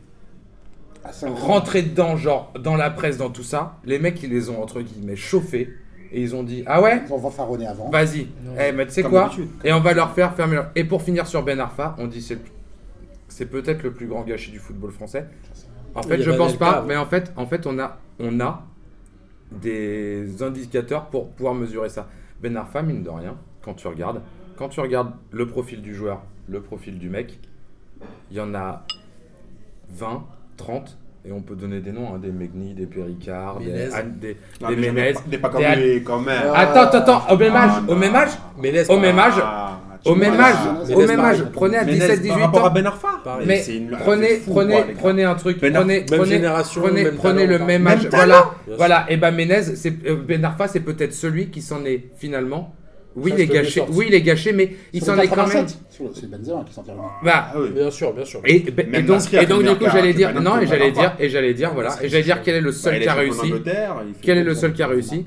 Speaker 2: Ah, c'est un-
Speaker 4: rentrer dedans, genre dans la presse, dans tout ça. Les mecs, ils les ont entre guillemets chauffés et ils ont dit ah ouais,
Speaker 2: Ils ont fanfaronné avant.
Speaker 4: Vas-y.
Speaker 5: Non.
Speaker 4: Eh, mais tu sais
Speaker 3: Comme
Speaker 4: quoi
Speaker 3: d'habitude.
Speaker 4: Et on va leur faire fermer leur... Et pour finir sur Ben Arfa, on dit c'est le- c'est peut-être le plus grand gâchis du football français. En
Speaker 1: Il
Speaker 4: fait,
Speaker 1: y
Speaker 4: je
Speaker 1: avait
Speaker 4: pense
Speaker 1: Anelka
Speaker 4: pas,
Speaker 1: avant.
Speaker 4: mais en fait, en fait, on a, on a des indicateurs pour pouvoir mesurer ça. Ben Arfa, mine de rien, quand tu regardes, quand tu regardes le profil du joueur, le profil du mec, il y en a 20, 30, et on peut donner des noms, hein, des Megni, des Péricard, des,
Speaker 1: Ménez.
Speaker 4: An- des,
Speaker 3: Non,
Speaker 4: des
Speaker 3: mais j'en ai
Speaker 4: Ménez.
Speaker 3: pas- Des pas
Speaker 4: des
Speaker 3: comme
Speaker 4: Al-
Speaker 3: lui, quand même.
Speaker 4: Attends, attends, attends, au même
Speaker 3: Ah,
Speaker 4: âge, au
Speaker 3: non.
Speaker 4: même âge,
Speaker 1: Oh, Mais laisse
Speaker 4: au même âge,
Speaker 3: Ah, tu
Speaker 4: au
Speaker 3: vois,
Speaker 4: même
Speaker 3: là.
Speaker 4: âge,
Speaker 2: Ménez,
Speaker 4: au même âge,
Speaker 1: pareil.
Speaker 4: prenez à
Speaker 3: Ménez,
Speaker 4: 17-18
Speaker 3: par rapport à
Speaker 4: ans.
Speaker 3: Ben Arfa.
Speaker 4: Mais
Speaker 3: c'est une-
Speaker 4: prenez,
Speaker 3: c'est fou,
Speaker 4: prenez,
Speaker 3: quoi, les gars.
Speaker 4: prenez un truc,
Speaker 3: Ben Arfa,
Speaker 4: prenez,
Speaker 1: même
Speaker 4: prenez,
Speaker 1: génération,
Speaker 4: prenez,
Speaker 1: même
Speaker 4: prenez
Speaker 1: talent,
Speaker 4: le même
Speaker 3: même
Speaker 4: âge.
Speaker 3: talent.
Speaker 4: Voilà,
Speaker 1: Bien
Speaker 4: voilà. Et ben Menez, c'est euh, Ben Arfa, c'est peut-être celui qui s'en est finalement Oui,
Speaker 1: Ça,
Speaker 4: il est
Speaker 1: je te le
Speaker 4: gâché,
Speaker 1: sorte.
Speaker 4: oui, il est gâché, mais il
Speaker 2: Sur
Speaker 4: s'en
Speaker 2: le
Speaker 4: est quand même.
Speaker 2: 87, sur le- C'est Benzema qui s'en tire le moins.
Speaker 4: Bah,
Speaker 3: Ah oui.
Speaker 1: Bien sûr, bien sûr.
Speaker 4: et, et
Speaker 3: Même
Speaker 4: donc,
Speaker 3: Nasri a
Speaker 4: et donc
Speaker 3: fait
Speaker 4: du
Speaker 3: meilleur
Speaker 4: coup,
Speaker 3: quart,
Speaker 4: j'allais
Speaker 3: tu
Speaker 4: dire,
Speaker 3: vois,
Speaker 4: non,
Speaker 3: donc,
Speaker 4: et
Speaker 3: on
Speaker 4: j'allais
Speaker 3: va voir.
Speaker 4: dire, et j'allais dire, voilà, et j'allais dire quel est le
Speaker 3: Bah,
Speaker 4: seul
Speaker 3: il
Speaker 4: qui a
Speaker 3: champion
Speaker 4: réussi.
Speaker 3: d'Angleterre, il fait
Speaker 4: Quel est
Speaker 3: tout
Speaker 4: le
Speaker 3: ça.
Speaker 4: seul qui a réussi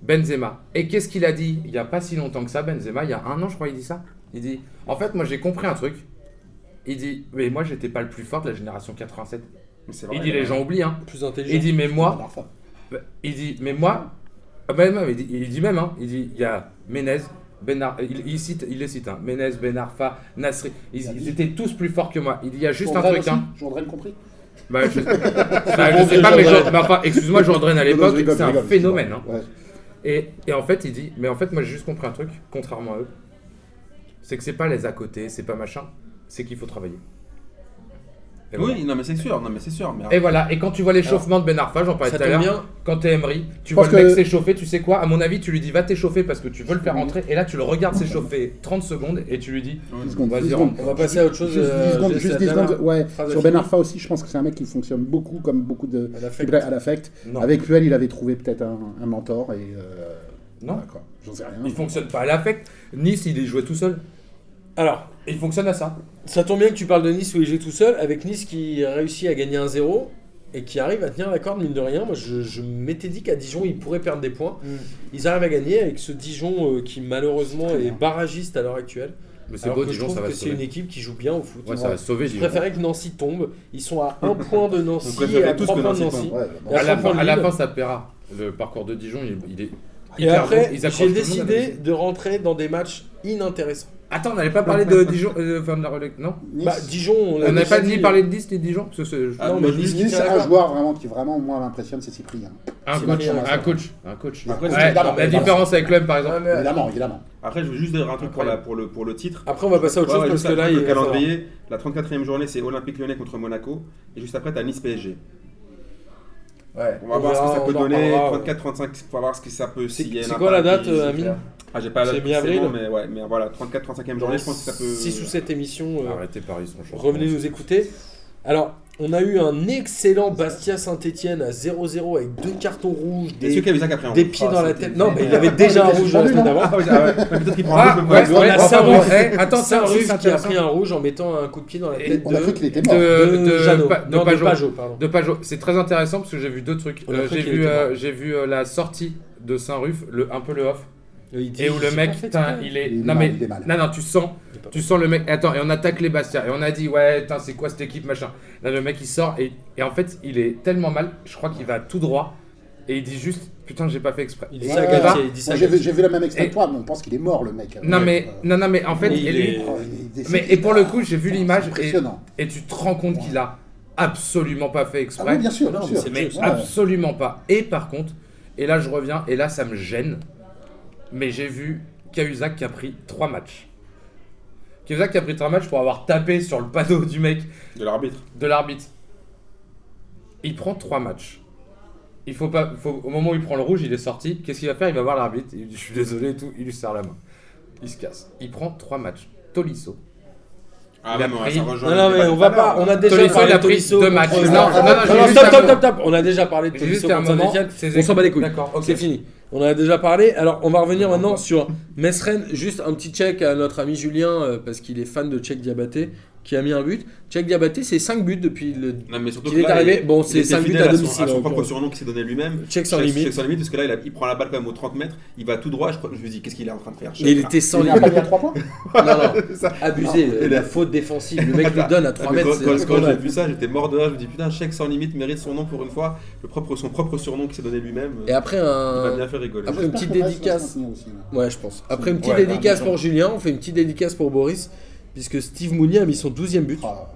Speaker 4: Benzema. Et qu'est-ce qu'il a dit Il n'y a pas si longtemps que ça, Benzema, il y a un an, je crois, il dit ça. Il dit En fait, moi, j'ai compris un truc. Il dit Mais moi, j'étais pas le plus fort de la génération 87.
Speaker 3: Mais c'est
Speaker 4: Il
Speaker 3: vrai,
Speaker 4: dit Les
Speaker 3: ouais.
Speaker 4: gens oublient, hein.
Speaker 1: Plus intelligent.
Speaker 4: Il dit Mais moi,
Speaker 2: Parfois.
Speaker 4: bah, il dit, mais moi, ah, bah, non, il, dit, il dit même, hein, il dit, il y a Menez, ben Ar- il, il cite, il les cite, hein, Menez, Ben Arfa, Nasri, ils, ils étaient tous plus forts que moi. Il dit, il y a juste un
Speaker 2: Jourdain
Speaker 4: truc,
Speaker 2: aussi
Speaker 4: hein.
Speaker 2: Jourdain compris.
Speaker 4: Bah, je, bah, je
Speaker 1: bon
Speaker 4: sais
Speaker 1: vieux
Speaker 4: pas, mais,
Speaker 1: Jourdain.
Speaker 4: Jo- mais enfin, excuse-moi, Jordan à
Speaker 2: Non, non,
Speaker 4: l'époque,
Speaker 2: je rigole,
Speaker 4: c'est
Speaker 2: je
Speaker 4: un
Speaker 2: rigole,
Speaker 4: phénomène. hein.
Speaker 2: Ouais.
Speaker 4: Et, et en fait, il dit, mais en fait, moi, j'ai juste compris un truc, contrairement à eux, c'est que c'est pas les à côté, c'est pas machin, c'est qu'il faut travailler. Et voilà.
Speaker 3: Oui, non mais c'est sûr, non mais c'est sûr. Mais
Speaker 4: Et voilà, et quand tu vois l'échauffement de Ben Arfa, j'en parlais
Speaker 1: Ça
Speaker 4: tout à l'heure,
Speaker 1: tombe bien.
Speaker 4: quand t'es Emery, tu
Speaker 2: pense
Speaker 4: vois le mec
Speaker 2: que-
Speaker 4: s'échauffer, tu sais quoi À mon avis, tu lui dis va t'échauffer parce que tu veux le faire rentrer, et là tu le regardes s'échauffer 30 secondes et tu lui dis
Speaker 2: 10 secondes.
Speaker 4: Vas-y,
Speaker 2: 10 secondes.
Speaker 1: On va passer à autre chose.
Speaker 2: Juste 10 secondes,
Speaker 1: euh,
Speaker 2: juste
Speaker 1: c'est
Speaker 2: 10
Speaker 1: la dernière.
Speaker 2: secondes. Ouais.
Speaker 1: phrase à
Speaker 2: Sur Ben
Speaker 1: finir.
Speaker 2: Arfa aussi, je pense que c'est un mec qui fonctionne beaucoup, comme beaucoup de.
Speaker 1: À l'affect.
Speaker 2: qui plaît à l'affect.
Speaker 4: non,
Speaker 2: Avec Puel, il avait trouvé peut-être un, un mentor et. euh,
Speaker 4: non,
Speaker 2: voilà, quoi. J'en sais rien.
Speaker 4: il fonctionne pas à l'affect. Nice, il est joué tout seul,
Speaker 1: Alors,
Speaker 4: Et il fonctionne à ça.
Speaker 1: ça tombe bien que tu parles de Nice où il joue tout seul, avec Nice qui réussit à gagner 1-0 et qui arrive à tenir la corde, mine de rien. Moi, je, je m'étais dit qu'à Dijon, ils pourraient perdre des points. Ils arrivent à gagner avec ce Dijon euh, qui, malheureusement, est barragiste à l'heure actuelle.
Speaker 4: Mais c'est
Speaker 1: Alors
Speaker 4: beau,
Speaker 1: que je
Speaker 4: Dijon,
Speaker 1: trouve
Speaker 4: ça va
Speaker 1: que
Speaker 4: se
Speaker 1: c'est une
Speaker 4: sauver.
Speaker 1: équipe qui joue bien au foot.
Speaker 4: Ouais, ça va se sauver,
Speaker 1: Je
Speaker 4: Dijon.
Speaker 1: préférais que Nancy tombe. Ils sont à un point de Nancy
Speaker 3: préférez
Speaker 1: et à
Speaker 3: tous
Speaker 1: trois
Speaker 3: que
Speaker 1: points de
Speaker 3: Nancy
Speaker 1: Nancy.
Speaker 2: Ouais, bah,
Speaker 1: Et
Speaker 4: À la,
Speaker 1: après,
Speaker 4: fin, à la
Speaker 1: Lille.
Speaker 4: fin, ça paiera. Le parcours de Dijon, il, il est.
Speaker 1: Et
Speaker 4: hyper bon.
Speaker 1: après,
Speaker 4: Ils
Speaker 1: j'ai
Speaker 4: accrochent tout le monde à la
Speaker 1: décidé
Speaker 4: maison.
Speaker 1: de rentrer dans des matchs inintéressants.
Speaker 4: Attends, on n'allait pas parler de Dijon, euh, enfin de la relève, non
Speaker 2: Nice,
Speaker 1: Bah, Dijon, on
Speaker 4: On
Speaker 1: a
Speaker 4: n'avait pas
Speaker 1: dit euh,
Speaker 4: ni parlé de Nice ni de Dijon parce que c'est-
Speaker 3: Ah,
Speaker 1: non,
Speaker 3: mais
Speaker 1: mais
Speaker 3: Nice
Speaker 1: Nice qui
Speaker 2: Nice,
Speaker 1: tient la
Speaker 2: un
Speaker 1: corde.
Speaker 2: joueur vraiment qui vraiment moi m'impressionne, c'est Cyprien.
Speaker 4: un,
Speaker 2: c'est
Speaker 4: coach,
Speaker 2: Macron,
Speaker 4: un
Speaker 2: Macron.
Speaker 4: coach, un coach.
Speaker 2: Macron,
Speaker 4: Ouais,
Speaker 2: c'est
Speaker 4: la
Speaker 2: Macron.
Speaker 4: différence avec l'homme, par exemple.
Speaker 1: Ouais, mais-
Speaker 2: Évidemment, évidemment.
Speaker 3: Après, je veux juste dire un truc pour, la,
Speaker 4: Incroyable.
Speaker 3: pour, le, pour le titre.
Speaker 1: Après, on va passer à autre
Speaker 3: Ouais,
Speaker 1: chose
Speaker 3: ouais,
Speaker 1: parce
Speaker 3: juste
Speaker 1: que là,
Speaker 3: un truc,
Speaker 1: il
Speaker 3: le
Speaker 1: va falloir-
Speaker 3: calendrier, la 34e journée, c'est Olympique Lyonnais contre Monaco. Et juste après, t'as Nice PSG.
Speaker 5: Ouais.
Speaker 3: On va
Speaker 1: On
Speaker 3: voir
Speaker 1: verra,
Speaker 3: ce que ça peut
Speaker 1: on en
Speaker 3: donner.
Speaker 1: parlera, ouais.
Speaker 3: 34-35, on va voir ce que ça peut. s'il y a
Speaker 1: C'est
Speaker 3: un
Speaker 1: c'est quoi la
Speaker 3: impact,
Speaker 1: date,
Speaker 3: puis-
Speaker 1: euh, Amine
Speaker 3: Ah, j'ai pas la
Speaker 1: C'est
Speaker 3: date
Speaker 1: mi-avril.
Speaker 3: précisément, mais, ouais, mais voilà, 34-35e journée, je pense que ça peut. Ah
Speaker 1: 6 ou 7 émissions. euh,
Speaker 4: Arrêtez Paris, son champion.
Speaker 1: Revenez nous écouter. Alors, on a eu un excellent Bastia Saint-Etienne à 0-0 avec deux cartons rouges,
Speaker 3: Est-ce que
Speaker 1: des,
Speaker 3: Cahuzac a pris un
Speaker 1: des
Speaker 3: rouge
Speaker 1: pieds
Speaker 5: Ah,
Speaker 1: dans la
Speaker 5: c'était
Speaker 1: tête. Non, mais il y
Speaker 5: génial.
Speaker 1: avait déjà un
Speaker 2: Ah, il était
Speaker 1: rouge la
Speaker 2: suspendu,
Speaker 1: semaine
Speaker 2: non
Speaker 1: d'avant.
Speaker 3: Ah, ouais, ah ouais, peut-être qu'il prend un
Speaker 4: Ah,
Speaker 3: rouge,
Speaker 4: ouais,
Speaker 3: mais
Speaker 1: on
Speaker 4: ouais,
Speaker 1: a
Speaker 4: enfin,
Speaker 1: Saint-Ruff.
Speaker 4: bon, eh, attends, Saint-Ruff,
Speaker 1: Saint-Ruff qui a pris
Speaker 4: intéressant.
Speaker 1: un rouge en mettant un coup de pied dans la tête
Speaker 2: On a cru
Speaker 1: de,
Speaker 2: qu'il était mort.
Speaker 4: De,
Speaker 1: de,
Speaker 4: de,
Speaker 1: Jeannot.
Speaker 4: Pa-
Speaker 1: Non,
Speaker 4: de
Speaker 1: de
Speaker 4: Pajot.
Speaker 1: Pajot, pardon.
Speaker 4: De Pajot. C'est très intéressant parce que j'ai vu deux trucs.
Speaker 1: On a
Speaker 4: Euh,
Speaker 1: cru
Speaker 4: j'ai
Speaker 1: qu'il
Speaker 4: vu,
Speaker 1: était
Speaker 4: euh,
Speaker 1: mort.
Speaker 4: j'ai vu euh, la sortie de Saint-Ruf, le, un peu le off.
Speaker 1: Il dit,
Speaker 4: Et où le
Speaker 1: c'est
Speaker 4: mec,
Speaker 1: pas fait
Speaker 4: putain,
Speaker 1: exprès.
Speaker 4: il est.
Speaker 2: Il est
Speaker 4: non,
Speaker 2: mal,
Speaker 4: mais.
Speaker 2: il est mal.
Speaker 4: Non, non, tu sens.
Speaker 1: Il est pas
Speaker 4: Tu sens le mec. Attends, et on attaque les Bastia. Et on a dit, ouais, putain, c'est quoi cette équipe, machin. Là, le mec, il sort. Et, et en fait, il est tellement mal. Je crois qu'il va tout droit. Et il dit juste, putain, j'ai pas fait exprès.
Speaker 1: Il dit
Speaker 2: Ouais,
Speaker 1: ça à
Speaker 2: ouais,
Speaker 1: Galtier,
Speaker 4: ouais.
Speaker 1: il dit ça
Speaker 2: Moi,
Speaker 1: à
Speaker 2: J'ai vu,
Speaker 1: Galtier.
Speaker 2: j'ai vu la même extrait
Speaker 4: Et-
Speaker 2: que toi, mais on pense qu'il est mort le mec.
Speaker 4: Non,
Speaker 2: Ouais,
Speaker 4: mais.
Speaker 2: euh,
Speaker 4: Non, non, mais en fait.
Speaker 1: Oui,
Speaker 4: et
Speaker 1: il
Speaker 4: lui-
Speaker 1: est-
Speaker 2: oh, il est décédé.
Speaker 4: Mais, et pour le coup, j'ai vu
Speaker 2: C'est
Speaker 4: l'image. et-
Speaker 2: Impressionnant.
Speaker 4: et tu te rends compte qu'il a absolument pas fait
Speaker 2: Ah
Speaker 4: exprès.
Speaker 2: oui, bien sûr,
Speaker 1: Non,
Speaker 2: bien
Speaker 1: mais
Speaker 2: sûr.
Speaker 1: c'est
Speaker 4: mais
Speaker 2: Ouais.
Speaker 4: absolument pas. Et par contre, et là je reviens, et là ça me gêne, mais j'ai vu Cahuzac qui a pris 3 matchs. Cahuzac qui a pris 3 matchs pour avoir tapé sur le panneau du mec,
Speaker 3: de l'arbitre.
Speaker 4: de l'arbitre. Il prend 3 matchs. Il faut pas, faut- au moment où il prend le rouge, il est sorti. Qu'est-ce qu'il va faire Il va voir l'arbitre. Il dit, Je suis désolé et tout. Il lui serre la main. Il se casse. Il prend 3 matchs. Tolisso.
Speaker 3: Ah,
Speaker 4: Il a
Speaker 3: mais on va-
Speaker 4: pris-
Speaker 3: ça rejoint
Speaker 1: Non,
Speaker 3: le
Speaker 1: non, mais
Speaker 3: débat
Speaker 1: on
Speaker 3: tout
Speaker 1: va
Speaker 3: à l'heure,
Speaker 1: pas. On
Speaker 3: là.
Speaker 1: a déjà
Speaker 4: Tolisso, il
Speaker 1: parlé
Speaker 4: a
Speaker 1: de
Speaker 4: pris
Speaker 1: Tolisso.
Speaker 4: deux matchs.
Speaker 1: contre-
Speaker 4: Non,
Speaker 1: Non,
Speaker 4: non, non, j'ai
Speaker 1: non,
Speaker 4: juste un
Speaker 1: stop, stop,
Speaker 4: moment.
Speaker 1: stop, stop. On a déjà parlé de
Speaker 4: J'ai
Speaker 1: Tolisso
Speaker 4: juste un
Speaker 1: contre
Speaker 4: moment.
Speaker 1: Saint-Etienne.
Speaker 4: C'est-
Speaker 1: On s'en bat les couilles.
Speaker 4: D'accord. ok.
Speaker 1: C'est fini. On en a déjà parlé. Alors, on va revenir maintenant sur Mesren. Juste un petit check à notre ami Julien, euh, parce qu'il est fan de Cheikh Diabaté, qui a mis un but. Cheikh Diabaté, c'est 5 buts depuis le.
Speaker 3: Non, mais surtout
Speaker 1: Il
Speaker 3: que
Speaker 1: est
Speaker 3: là,
Speaker 1: arrivé- bon,
Speaker 3: il
Speaker 1: c'est
Speaker 3: était
Speaker 1: cinq buts
Speaker 3: fidèle
Speaker 1: à
Speaker 3: son-
Speaker 1: domicile,
Speaker 3: son
Speaker 1: en
Speaker 3: propre
Speaker 1: l'occurrence.
Speaker 3: surnom qu'il s'est donné lui-même.
Speaker 1: Check sans limite.
Speaker 3: Check sans limite, parce que là, il, a- il prend la balle quand même aux 30 mètres. Il va tout droit. Je, crois- je me dis, qu'est-ce qu'il est en train de faire
Speaker 1: Et il était sans
Speaker 2: Il
Speaker 1: les
Speaker 2: a pas mis à 3 points
Speaker 1: Non, non,
Speaker 3: C'est ça.
Speaker 1: abusé. euh,
Speaker 3: Et
Speaker 1: la
Speaker 3: Ah, là-
Speaker 1: faute défensive. Le mec lui donne à 3
Speaker 3: Ah, mais
Speaker 1: mètres.
Speaker 3: quand- Quand,
Speaker 1: c'est-
Speaker 3: quand j'ai vu ça, j'étais mort de rage. Je me dis, putain, chèque sans limite mérite son nom pour une fois. Le propre, son propre surnom qu'il s'est donné lui-même. euh,
Speaker 1: Et
Speaker 3: Il
Speaker 1: après
Speaker 3: m'a bien
Speaker 1: un.
Speaker 3: fait rigoler.
Speaker 1: après- une petite dédicace.
Speaker 2: hein.
Speaker 1: Ouais, je pense. Après une petite
Speaker 3: Ouais,
Speaker 1: dédicace
Speaker 3: bah,
Speaker 1: pour Julien, on fait une petite dédicace pour Boris, puisque Steve Mounier a mis son 12e but
Speaker 3: Ah.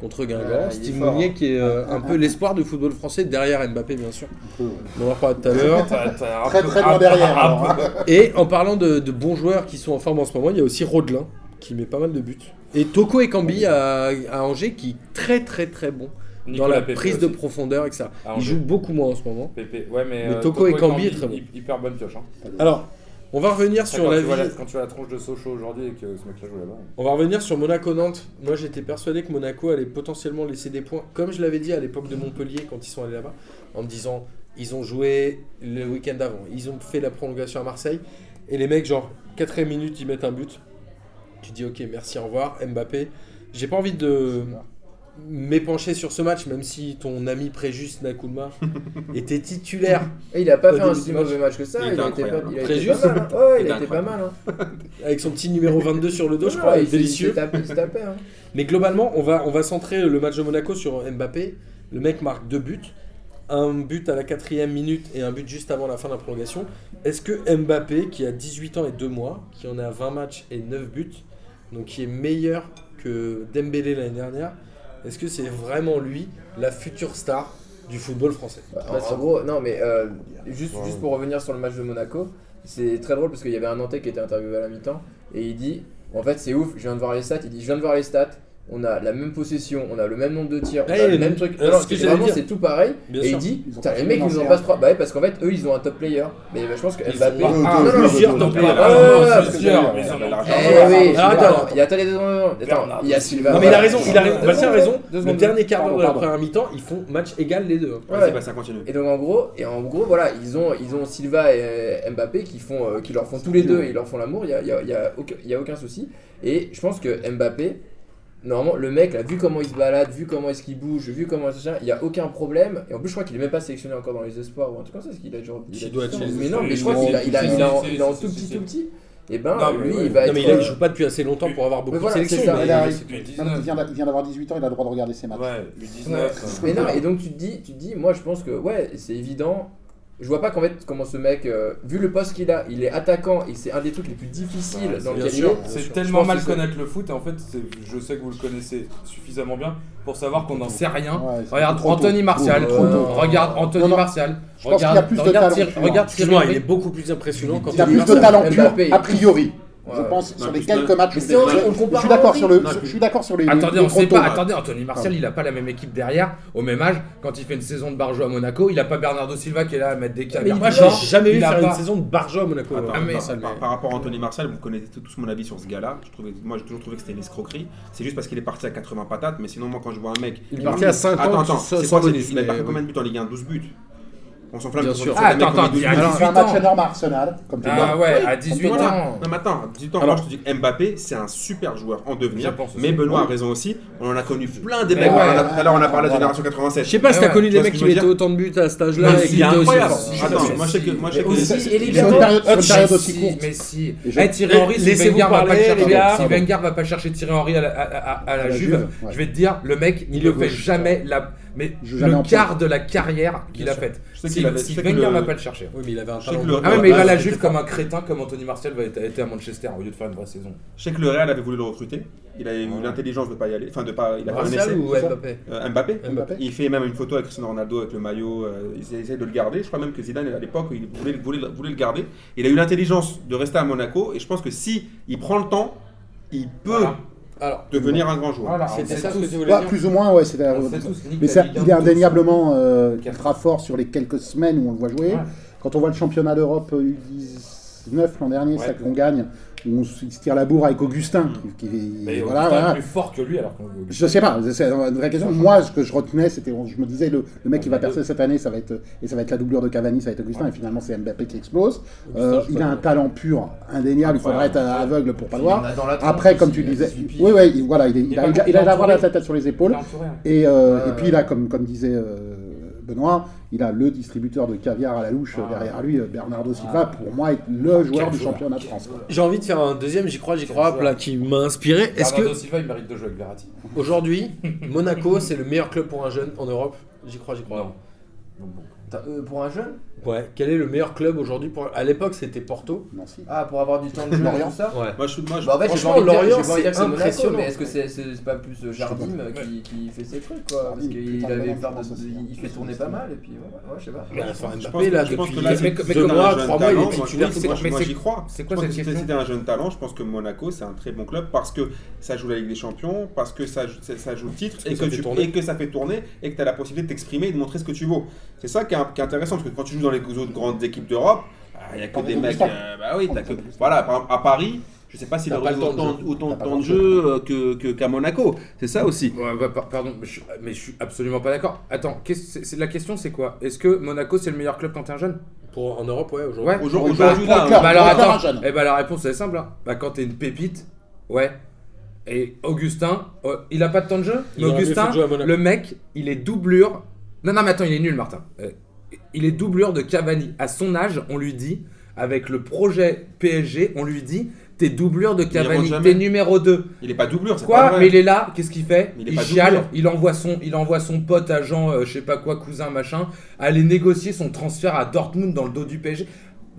Speaker 1: contre Guingamp.
Speaker 2: Ah, il est
Speaker 1: Steve
Speaker 2: fort,
Speaker 1: Mounier
Speaker 2: hein.
Speaker 1: qui est euh, un
Speaker 2: Ah,
Speaker 1: peu
Speaker 2: ah.
Speaker 1: l'espoir du football français derrière Mbappé, bien sûr. On en reparlera tout à l'heure.
Speaker 2: Très très loin derrière. alors, hein.
Speaker 1: Et en parlant de, de bons joueurs qui sont en forme en ce moment, il y a aussi Rodelin qui met pas mal de buts. Et Toko et Cambi à, à Angers qui est très très très bon dans la prise de profondeur, etc.
Speaker 4: À
Speaker 1: Il
Speaker 4: Angers.
Speaker 1: joue beaucoup moins en ce moment.
Speaker 4: ah, Pépé. Ouais, mais,
Speaker 1: Mais
Speaker 4: euh,
Speaker 1: Toko et Cambi est
Speaker 4: Cambi,
Speaker 1: très bon.
Speaker 4: Hyper bonne pioche. Hein.
Speaker 1: Alors, on va revenir sur
Speaker 4: quand,
Speaker 1: la
Speaker 4: tu vois
Speaker 1: vie.
Speaker 4: la, quand tu vois la tronche de Sochaux aujourd'hui et que ce mec-là joue là-bas.
Speaker 1: On va revenir sur Monaco-Nantes. Moi, j'étais persuadé que Monaco allait potentiellement laisser des points, comme je l'avais dit à l'époque de Montpellier quand ils sont allés là-bas, en me disant ils ont joué le week-end d'avant, ils ont fait la prolongation à Marseille. Et les mecs, genre, 4 minute, ils mettent un but. Tu dis, ok, merci, au revoir, Mbappé. J'ai pas envie de m'épancher sur ce match, même si ton ami Préjus Nakulma était titulaire.
Speaker 5: Et il a pas
Speaker 1: Au
Speaker 5: fait un
Speaker 1: début
Speaker 5: si
Speaker 1: du
Speaker 5: mauvais match que ça.
Speaker 3: Il
Speaker 5: Il,
Speaker 3: était
Speaker 5: a été pas,
Speaker 3: incroyable.
Speaker 5: il a
Speaker 1: Très
Speaker 5: été
Speaker 1: juste.
Speaker 5: pas mal. hein. Ouais,
Speaker 3: Il
Speaker 5: il
Speaker 3: était
Speaker 5: a été pas mal. Hein.
Speaker 1: avec son petit numéro 22 sur le dos, je
Speaker 5: Non,
Speaker 1: crois,
Speaker 5: il s'est- Il
Speaker 1: délicieux.
Speaker 5: s'est tapé. il s'est tapé, hein.
Speaker 1: Mais globalement, on va, on va centrer le match de Monaco sur Mbappé. Le mec marque deux buts, un but à la quatrième minute et un but juste avant la fin de la prolongation. Est-ce que Mbappé, qui a 18 ans et 2 mois, qui en a 20 matchs et 9 buts, donc qui est meilleur que Dembélé l'année dernière, est-ce que c'est vraiment lui la future star du football français
Speaker 5: Bah, en- en gros, non, mais euh, juste, juste pour revenir sur le match de Monaco, c'est très drôle parce qu'il y avait un Nantais qui était interviewé à la mi-temps et il dit En fait, c'est ouf, je viens de voir les stats. Il dit Je viens de voir les stats, on a la même possession, on a le même nombre de tirs, on
Speaker 1: Ouais,
Speaker 5: a le
Speaker 1: le-
Speaker 5: même truc.
Speaker 1: alors,
Speaker 5: Non,
Speaker 1: ce que
Speaker 5: c'est
Speaker 1: j'allais
Speaker 5: vraiment,
Speaker 1: dire.
Speaker 5: c'est tout pareil.
Speaker 1: Bien
Speaker 5: et
Speaker 1: sûr.
Speaker 5: il dit
Speaker 2: Ils ont
Speaker 5: Putain,
Speaker 2: pas
Speaker 5: les mecs,
Speaker 2: financé,
Speaker 5: ils nous en
Speaker 2: hein.
Speaker 5: passent trois. Bah ouais, parce qu'en fait, eux, ils ont un top player. Mais bah, je pense que
Speaker 1: Ils
Speaker 5: Mbappé.
Speaker 1: ont
Speaker 5: Non,
Speaker 1: un,
Speaker 5: non, non,
Speaker 1: plusieurs
Speaker 2: non,
Speaker 1: top
Speaker 2: non,
Speaker 1: players.
Speaker 3: non,
Speaker 1: Ah,
Speaker 5: non,
Speaker 1: plusieurs.
Speaker 2: non, non,
Speaker 5: Eh
Speaker 2: Bernard,
Speaker 5: oui,
Speaker 1: Bernard,
Speaker 5: attends,
Speaker 1: Bernard.
Speaker 5: il y a attendez, attends, attends, attends, il y a Sylvain.
Speaker 1: Ah, Non mais il a
Speaker 5: voilà.
Speaker 1: raison, il a raison.
Speaker 5: Deux
Speaker 1: Bastien a
Speaker 5: secondes,
Speaker 1: raison.
Speaker 5: deux
Speaker 1: Le
Speaker 5: secondes.
Speaker 1: dernier quart d'heure de la
Speaker 2: Pardon, pardon.
Speaker 1: première mi-temps, ils font match égal les deux.
Speaker 5: Ouais.
Speaker 3: Vas-y, bah, ça continue.
Speaker 5: Et donc en gros, et en gros voilà, ils ont, ils ont Silva et euh, Mbappé qui, font, euh, qui leur font tous les deux, et ils leur font l'amour, il n'y a, il y a, il y a aucun- il y a aucun souci. Et je pense que Mbappé, normalement, le mec, là, vu comment il se balade, vu comment est-ce qu'il bouge, vu comment il il n'y a aucun problème. Et en plus, je crois qu'il est même pas sélectionné encore dans les espoirs ou un truc comme ça, parce qu'il a genre.
Speaker 1: Il
Speaker 5: a
Speaker 1: doit
Speaker 5: 10
Speaker 1: être
Speaker 5: ans.
Speaker 1: chez les
Speaker 5: Mais non,
Speaker 1: espoirs.
Speaker 5: mais je crois qu'il a, il a, il a en- il a en tout petit, tout petit. Et ben,
Speaker 4: Non, mais
Speaker 5: lui,
Speaker 4: ouais.
Speaker 5: il va
Speaker 1: Non
Speaker 5: être.
Speaker 1: mais il, a- il
Speaker 5: euh,
Speaker 1: joue pas depuis assez longtemps pour avoir beaucoup
Speaker 5: mais voilà,
Speaker 1: de
Speaker 5: c'est
Speaker 1: sélections.
Speaker 4: Ah,
Speaker 5: ça.
Speaker 1: mais-
Speaker 2: Il arrive.
Speaker 7: C'est depuis
Speaker 2: Non, non, il
Speaker 7: 19.
Speaker 2: vient d'a- il vient d'avoir 18 ans, il a le droit de regarder ses matchs. Euh,
Speaker 7: Ouais, depuis 19.
Speaker 5: Mais non, et donc tu te dis, tu te dis, moi je pense que ouais, c'est évident. Je vois pas qu'en fait comment ce mec, euh, vu le poste qu'il a, il est attaquant et c'est un des trucs les plus difficiles
Speaker 7: Ouais,
Speaker 5: dans
Speaker 1: bien
Speaker 5: le
Speaker 1: sûr.
Speaker 5: milieu.
Speaker 7: C'est
Speaker 5: Je
Speaker 7: tellement
Speaker 5: pense
Speaker 7: mal
Speaker 5: que c'est-
Speaker 7: connaître le foot, et en fait, c'est- je sais que vous le connaissez suffisamment bien pour savoir qu'on en
Speaker 4: On
Speaker 7: sait.
Speaker 4: sait rien.
Speaker 2: Ouais, c'est
Speaker 4: Regarde
Speaker 2: trop tôt.
Speaker 4: Anthony Martial, Euh,
Speaker 5: Trop tôt.
Speaker 4: regarde Anthony
Speaker 2: Non, non.
Speaker 4: Martial,
Speaker 2: Je pense qu'il y a
Speaker 4: regarde,
Speaker 2: plus de
Speaker 4: regarde,
Speaker 2: talent.
Speaker 4: Thierry-
Speaker 2: pur.
Speaker 4: regarde Thierry
Speaker 1: Excuse-moi, il
Speaker 4: Henry.
Speaker 1: est beaucoup plus impressionnant quand
Speaker 2: Il y a
Speaker 1: il est
Speaker 2: plus
Speaker 1: Marseille.
Speaker 2: de talent pur,
Speaker 5: Mbappé.
Speaker 2: a priori. Je
Speaker 5: Ouais.
Speaker 2: pense sur les
Speaker 3: putain.
Speaker 2: quelques matchs.
Speaker 5: Mais
Speaker 2: où
Speaker 5: c'est
Speaker 2: on-
Speaker 5: vrai, on le
Speaker 2: Je
Speaker 5: compare
Speaker 2: suis d'accord
Speaker 5: à
Speaker 2: sur le.
Speaker 3: Henry.
Speaker 2: Je suis d'accord sur les.
Speaker 4: Attendez,
Speaker 2: les
Speaker 4: on sait
Speaker 2: trop
Speaker 4: pas.
Speaker 2: tôt.
Speaker 4: Attendez, Anthony Martial, il a pas la même équipe derrière. Au même âge, quand il fait une saison de Barjo à Monaco, il a pas Bernardo Silva qui est là à mettre des câbles.
Speaker 1: Moi
Speaker 4: Non,
Speaker 1: j'ai jamais vu
Speaker 4: il a
Speaker 1: faire
Speaker 4: pas-
Speaker 1: une saison de Barjo à Monaco.
Speaker 3: Attends,
Speaker 4: Ah, mais-
Speaker 3: par-
Speaker 4: ça,
Speaker 3: par, par rapport à Anthony Martial, vous connaissez tous mon avis sur ce gars-là. Je trouvais, moi, j'ai toujours trouvé que c'était une escroquerie. C'est juste parce qu'il est parti à 80 patates, mais sinon, moi, quand je vois un mec.
Speaker 8: Il est parti à 5
Speaker 3: Attends,
Speaker 8: ans,
Speaker 3: attends,
Speaker 8: sans-
Speaker 3: c'est
Speaker 8: sans
Speaker 3: quoi c'est-
Speaker 8: bonus,
Speaker 3: Il a
Speaker 8: mais-
Speaker 3: pas fait combien de buts en Ligue 1 12 buts. On s'enflamme
Speaker 8: Bien
Speaker 3: quand on
Speaker 8: sûr.
Speaker 3: dit que le mec
Speaker 4: Ah, attends,
Speaker 3: a mis 12
Speaker 4: attends,
Speaker 3: buts.
Speaker 2: Il fait un match
Speaker 4: ans.
Speaker 2: énorme à Arsenal, comme tu
Speaker 4: Ah
Speaker 2: dis.
Speaker 4: ouais, à 18
Speaker 3: Voilà.
Speaker 4: ans.
Speaker 3: Non, mais attends, 18 ans,
Speaker 1: Alors-
Speaker 3: moi je te dis que Mbappé, c'est un super joueur en devenir.
Speaker 7: Je pense aussi.
Speaker 3: Mais Benoît a raison aussi, on en a connu plein des
Speaker 4: Mais
Speaker 3: mecs.
Speaker 4: ouais.
Speaker 3: On en a- Tout à l'heure, on a parlé de la génération
Speaker 1: Je
Speaker 3: 87.
Speaker 1: sais pas si
Speaker 4: Ah
Speaker 1: t'as
Speaker 4: ouais,
Speaker 1: connu
Speaker 3: tu
Speaker 1: des
Speaker 3: vois
Speaker 1: mecs
Speaker 3: ce
Speaker 1: qui
Speaker 3: que je veux
Speaker 1: mettaient
Speaker 3: dire
Speaker 1: autant de buts à cet âge-là
Speaker 3: Mais
Speaker 1: et qui
Speaker 3: Il est
Speaker 1: étaient aussi
Speaker 3: incroyable.
Speaker 1: forts.
Speaker 3: Attends, moi je sais que. moi, je sais
Speaker 5: Mais aussi,
Speaker 3: que-
Speaker 5: il est
Speaker 2: Sur une
Speaker 5: vraiment-
Speaker 2: période sur
Speaker 4: Mais
Speaker 2: une période aussi
Speaker 4: si,
Speaker 2: courte.
Speaker 4: mais si.
Speaker 2: Et je-
Speaker 4: Eh, Thierry Henry, si
Speaker 1: Laissez-vous
Speaker 4: Wenger va pas le
Speaker 1: parler,
Speaker 4: chercher,
Speaker 1: les gars.
Speaker 4: si Wenger va pas chercher Thierry Henry à la, à- à- à la
Speaker 2: À la
Speaker 4: Juve,
Speaker 2: Juve, ouais.
Speaker 4: je vais te dire, le mec, il ne fait
Speaker 2: gauche.
Speaker 4: jamais la, mais
Speaker 2: Il joue jamais en
Speaker 4: le quart de la carrière qu'il
Speaker 1: Bien
Speaker 4: a
Speaker 1: sûr.
Speaker 4: faite.
Speaker 3: Je sais
Speaker 4: Si,
Speaker 3: qu'il avait- je
Speaker 4: si
Speaker 3: sais que
Speaker 4: Wenger
Speaker 3: le-
Speaker 4: va pas le chercher.
Speaker 1: Oui mais il avait un
Speaker 3: Je sais
Speaker 1: talent.
Speaker 3: que le-
Speaker 1: de-
Speaker 4: Ah ouais,
Speaker 3: la
Speaker 4: mais il va
Speaker 3: base,
Speaker 4: la
Speaker 3: c'était
Speaker 4: Juve comme un crétin, comme Anthony Martial va être- a été à Manchester au lieu de faire une vraie saison.
Speaker 3: je sais que le Real avait voulu le recruter. Il avait eu l'intelligence de pas y aller. Enfin, de pas. Il a fait un essai.
Speaker 1: Martial ou
Speaker 2: c'est ça
Speaker 1: Mbappé
Speaker 3: Euh, Mbappé
Speaker 2: Mbappé.
Speaker 3: Il fait même une photo avec Cristiano Ronaldo avec le maillot. euh, ils essayent de le garder. Je crois même que Zidane, à l'époque, il voulait, voulait- voulait le garder. Il a eu l'intelligence de rester à Monaco. Et je pense que si il prend le temps, il peut
Speaker 4: Voilà.
Speaker 1: Alors
Speaker 3: devenir un grand joueur.
Speaker 4: Voilà, on
Speaker 1: c'était
Speaker 4: sait
Speaker 1: ça ce
Speaker 4: tous.
Speaker 1: que tu voulais
Speaker 2: Ouais,
Speaker 1: dire.
Speaker 2: plus ou moins, ouais, c'est la-
Speaker 4: On sait tous, Nick,
Speaker 2: Mais
Speaker 4: la
Speaker 2: ça,
Speaker 4: Ligue 1,
Speaker 2: il est indéniablement euh,
Speaker 4: Quatre.
Speaker 2: ultra fort sur les quelques semaines où on le voit jouer.
Speaker 4: Ouais.
Speaker 2: Quand on voit le championnat d'Europe euh, U19 l'an dernier,
Speaker 7: Ouais.
Speaker 2: ça qu'on gagne, où on s- il se tire la bourre avec Augustin. Qui, qui-
Speaker 7: Mais
Speaker 2: voilà,
Speaker 7: voilà,
Speaker 2: voilà.
Speaker 7: plus fort que lui alors qu'on veut.
Speaker 2: Je sais pas, c'est une vraie question. Moi, ce que je retenais, c'était, je me disais, le, le mec qui va percer cette année, ça va être, et ça va être la doublure de Cavani, ça va être Augustin, et finalement c'est Mbappé qui explose. Euh, il a un talent pur, indéniable. Il faudrait être aveugle pour pas le voir.
Speaker 5: dans la
Speaker 2: Après,
Speaker 5: trentaine,
Speaker 2: comme tu
Speaker 5: il a
Speaker 2: disais,
Speaker 5: 18 piges.
Speaker 2: oui, oui, il- voilà, il, est- il
Speaker 4: Il est
Speaker 2: a,
Speaker 4: pas
Speaker 2: il a- il a d'avoir la
Speaker 4: entouré.
Speaker 2: tête sur les
Speaker 4: Il
Speaker 2: épaules.
Speaker 4: est entouré, hein.
Speaker 2: Et, euh,
Speaker 5: Ouais,
Speaker 2: et puis là, comme, comme disait euh, Benoît, il a le distributeur de caviar à la louche euh, derrière lui, euh, Bernardo Silva, pour moi, est le joueur du championnat de France. quoi.
Speaker 1: J'ai envie de faire un deuxième, j'y crois, j'y crois, là, qui m'a inspiré. Est-ce que
Speaker 7: Bernardo Silva, il mérite de jouer avec Verratti.
Speaker 1: aujourd'hui, Monaco, c'est le meilleur club pour un jeune en Europe J'y crois, j'y crois.
Speaker 7: Non. Donc bon.
Speaker 5: T'as- euh, pour un jeune
Speaker 1: Ouais. Quel est le meilleur club aujourd'hui pour... À l'époque, c'était Porto.
Speaker 2: Non, si.
Speaker 5: Ah, pour avoir du temps de jeu et
Speaker 2: Lorient.
Speaker 5: tout ça
Speaker 1: Ouais.
Speaker 3: Moi, je, moi, je-
Speaker 5: Bah, en fait, j'ai
Speaker 1: Franchement,
Speaker 5: pas envie de dire-
Speaker 1: Lorient,
Speaker 5: j'ai pas envie de dire que
Speaker 1: c'est
Speaker 5: c'est Monaco,
Speaker 1: impressionnant.
Speaker 5: mais est-ce que c'est c'est- c'est pas Ah plus euh, Jardim euh, qui, qui fait ses trucs, quoi Parce
Speaker 2: Jardim,
Speaker 5: qu'il
Speaker 2: putain,
Speaker 5: avait
Speaker 2: Jardim,
Speaker 5: une part de-
Speaker 2: je pense aussi.
Speaker 5: Il fait tourner pas mal, et puis ouais, ouais, je sais pas.
Speaker 1: Bah, enfin,
Speaker 3: je
Speaker 1: Mbappé, là,
Speaker 3: je pense
Speaker 1: depuis
Speaker 3: que là,
Speaker 1: quelques-
Speaker 3: c'est- c'est
Speaker 1: deux
Speaker 3: un
Speaker 1: mois,
Speaker 3: jeune
Speaker 1: trois mois, il
Speaker 3: talent.
Speaker 1: est
Speaker 3: Moi, je-
Speaker 1: titulaire.
Speaker 3: moi,
Speaker 4: c'est-
Speaker 3: je-
Speaker 4: mais
Speaker 3: moi,
Speaker 4: c'est-
Speaker 3: j'y crois.
Speaker 4: c'est quoi
Speaker 3: Je pense
Speaker 4: cette
Speaker 3: que
Speaker 4: question
Speaker 3: C'était un jeune talent. Je pense que Monaco, c'est un très bon club parce que ça joue la Ligue des Champions, parce que ça, joue- ça- ça joue le titre
Speaker 1: que
Speaker 3: et
Speaker 1: ça
Speaker 3: que,
Speaker 1: fait
Speaker 3: tu-
Speaker 1: tourner.
Speaker 3: et que ça fait tourner et que tu as la possibilité de t'exprimer et de montrer ce que tu vaux. C'est ça qui est, qui est intéressant parce que quand tu joues dans les autres grandes équipes d'Europe, bah, il n'y a que
Speaker 2: Parle
Speaker 3: des
Speaker 2: de
Speaker 3: mecs.
Speaker 2: Gustave.
Speaker 3: euh, bah oui, t'as que- Voilà, par exemple, à Paris. Je sais pas s'il
Speaker 1: T'as
Speaker 3: aurait
Speaker 1: pas le temps de
Speaker 3: autant,
Speaker 1: jeu.
Speaker 3: autant de
Speaker 2: T'as pas
Speaker 3: temps
Speaker 2: le
Speaker 3: de jeu euh, que que- qu'à Monaco. C'est ça aussi.
Speaker 4: Ouais, bah, par- pardon, mais je, mais je suis absolument pas d'accord. Attends, qu'est-ce- c'est- c'est- la question c'est quoi Est-ce que Monaco c'est le meilleur club quand t'es un jeune
Speaker 1: Pour, en Europe, ouais, aujourd'hui.
Speaker 4: Ouais.
Speaker 3: Aujourd'hui,
Speaker 2: Bah,
Speaker 3: aujourd'hui, là,
Speaker 2: Claire,
Speaker 4: Bah alors
Speaker 2: encore un
Speaker 4: attends,
Speaker 2: jeune.
Speaker 4: eh bah, la réponse elle est simple. Hein. Bah quand t'es une pépite, ouais. Et Augustin, euh, il a pas de temps de jeu.
Speaker 1: Il
Speaker 4: Mais
Speaker 1: aurait mieux fait
Speaker 4: Augustin,
Speaker 1: de jouer à Monaco.
Speaker 4: le mec, il est doublure. Non non mais attends, il est nul Martin. Euh, il est doublure de Cavani. À son âge, on lui dit, avec le projet PSG, on lui dit, t'es doublure de
Speaker 3: rentre
Speaker 4: Cavani,
Speaker 3: jamais.
Speaker 4: t'es numéro 2.
Speaker 3: il est pas doublure, c'est pas
Speaker 4: Quoi
Speaker 3: vrai.
Speaker 4: Mais il est là, qu'est-ce qu'il fait
Speaker 3: Mais il est
Speaker 4: Il,
Speaker 3: pas
Speaker 4: chiale,
Speaker 3: doublure.
Speaker 4: il envoie, son, il envoie son pote, agent, euh, je sais pas quoi, cousin, machin, aller négocier son transfert à Dortmund dans le dos du PSG.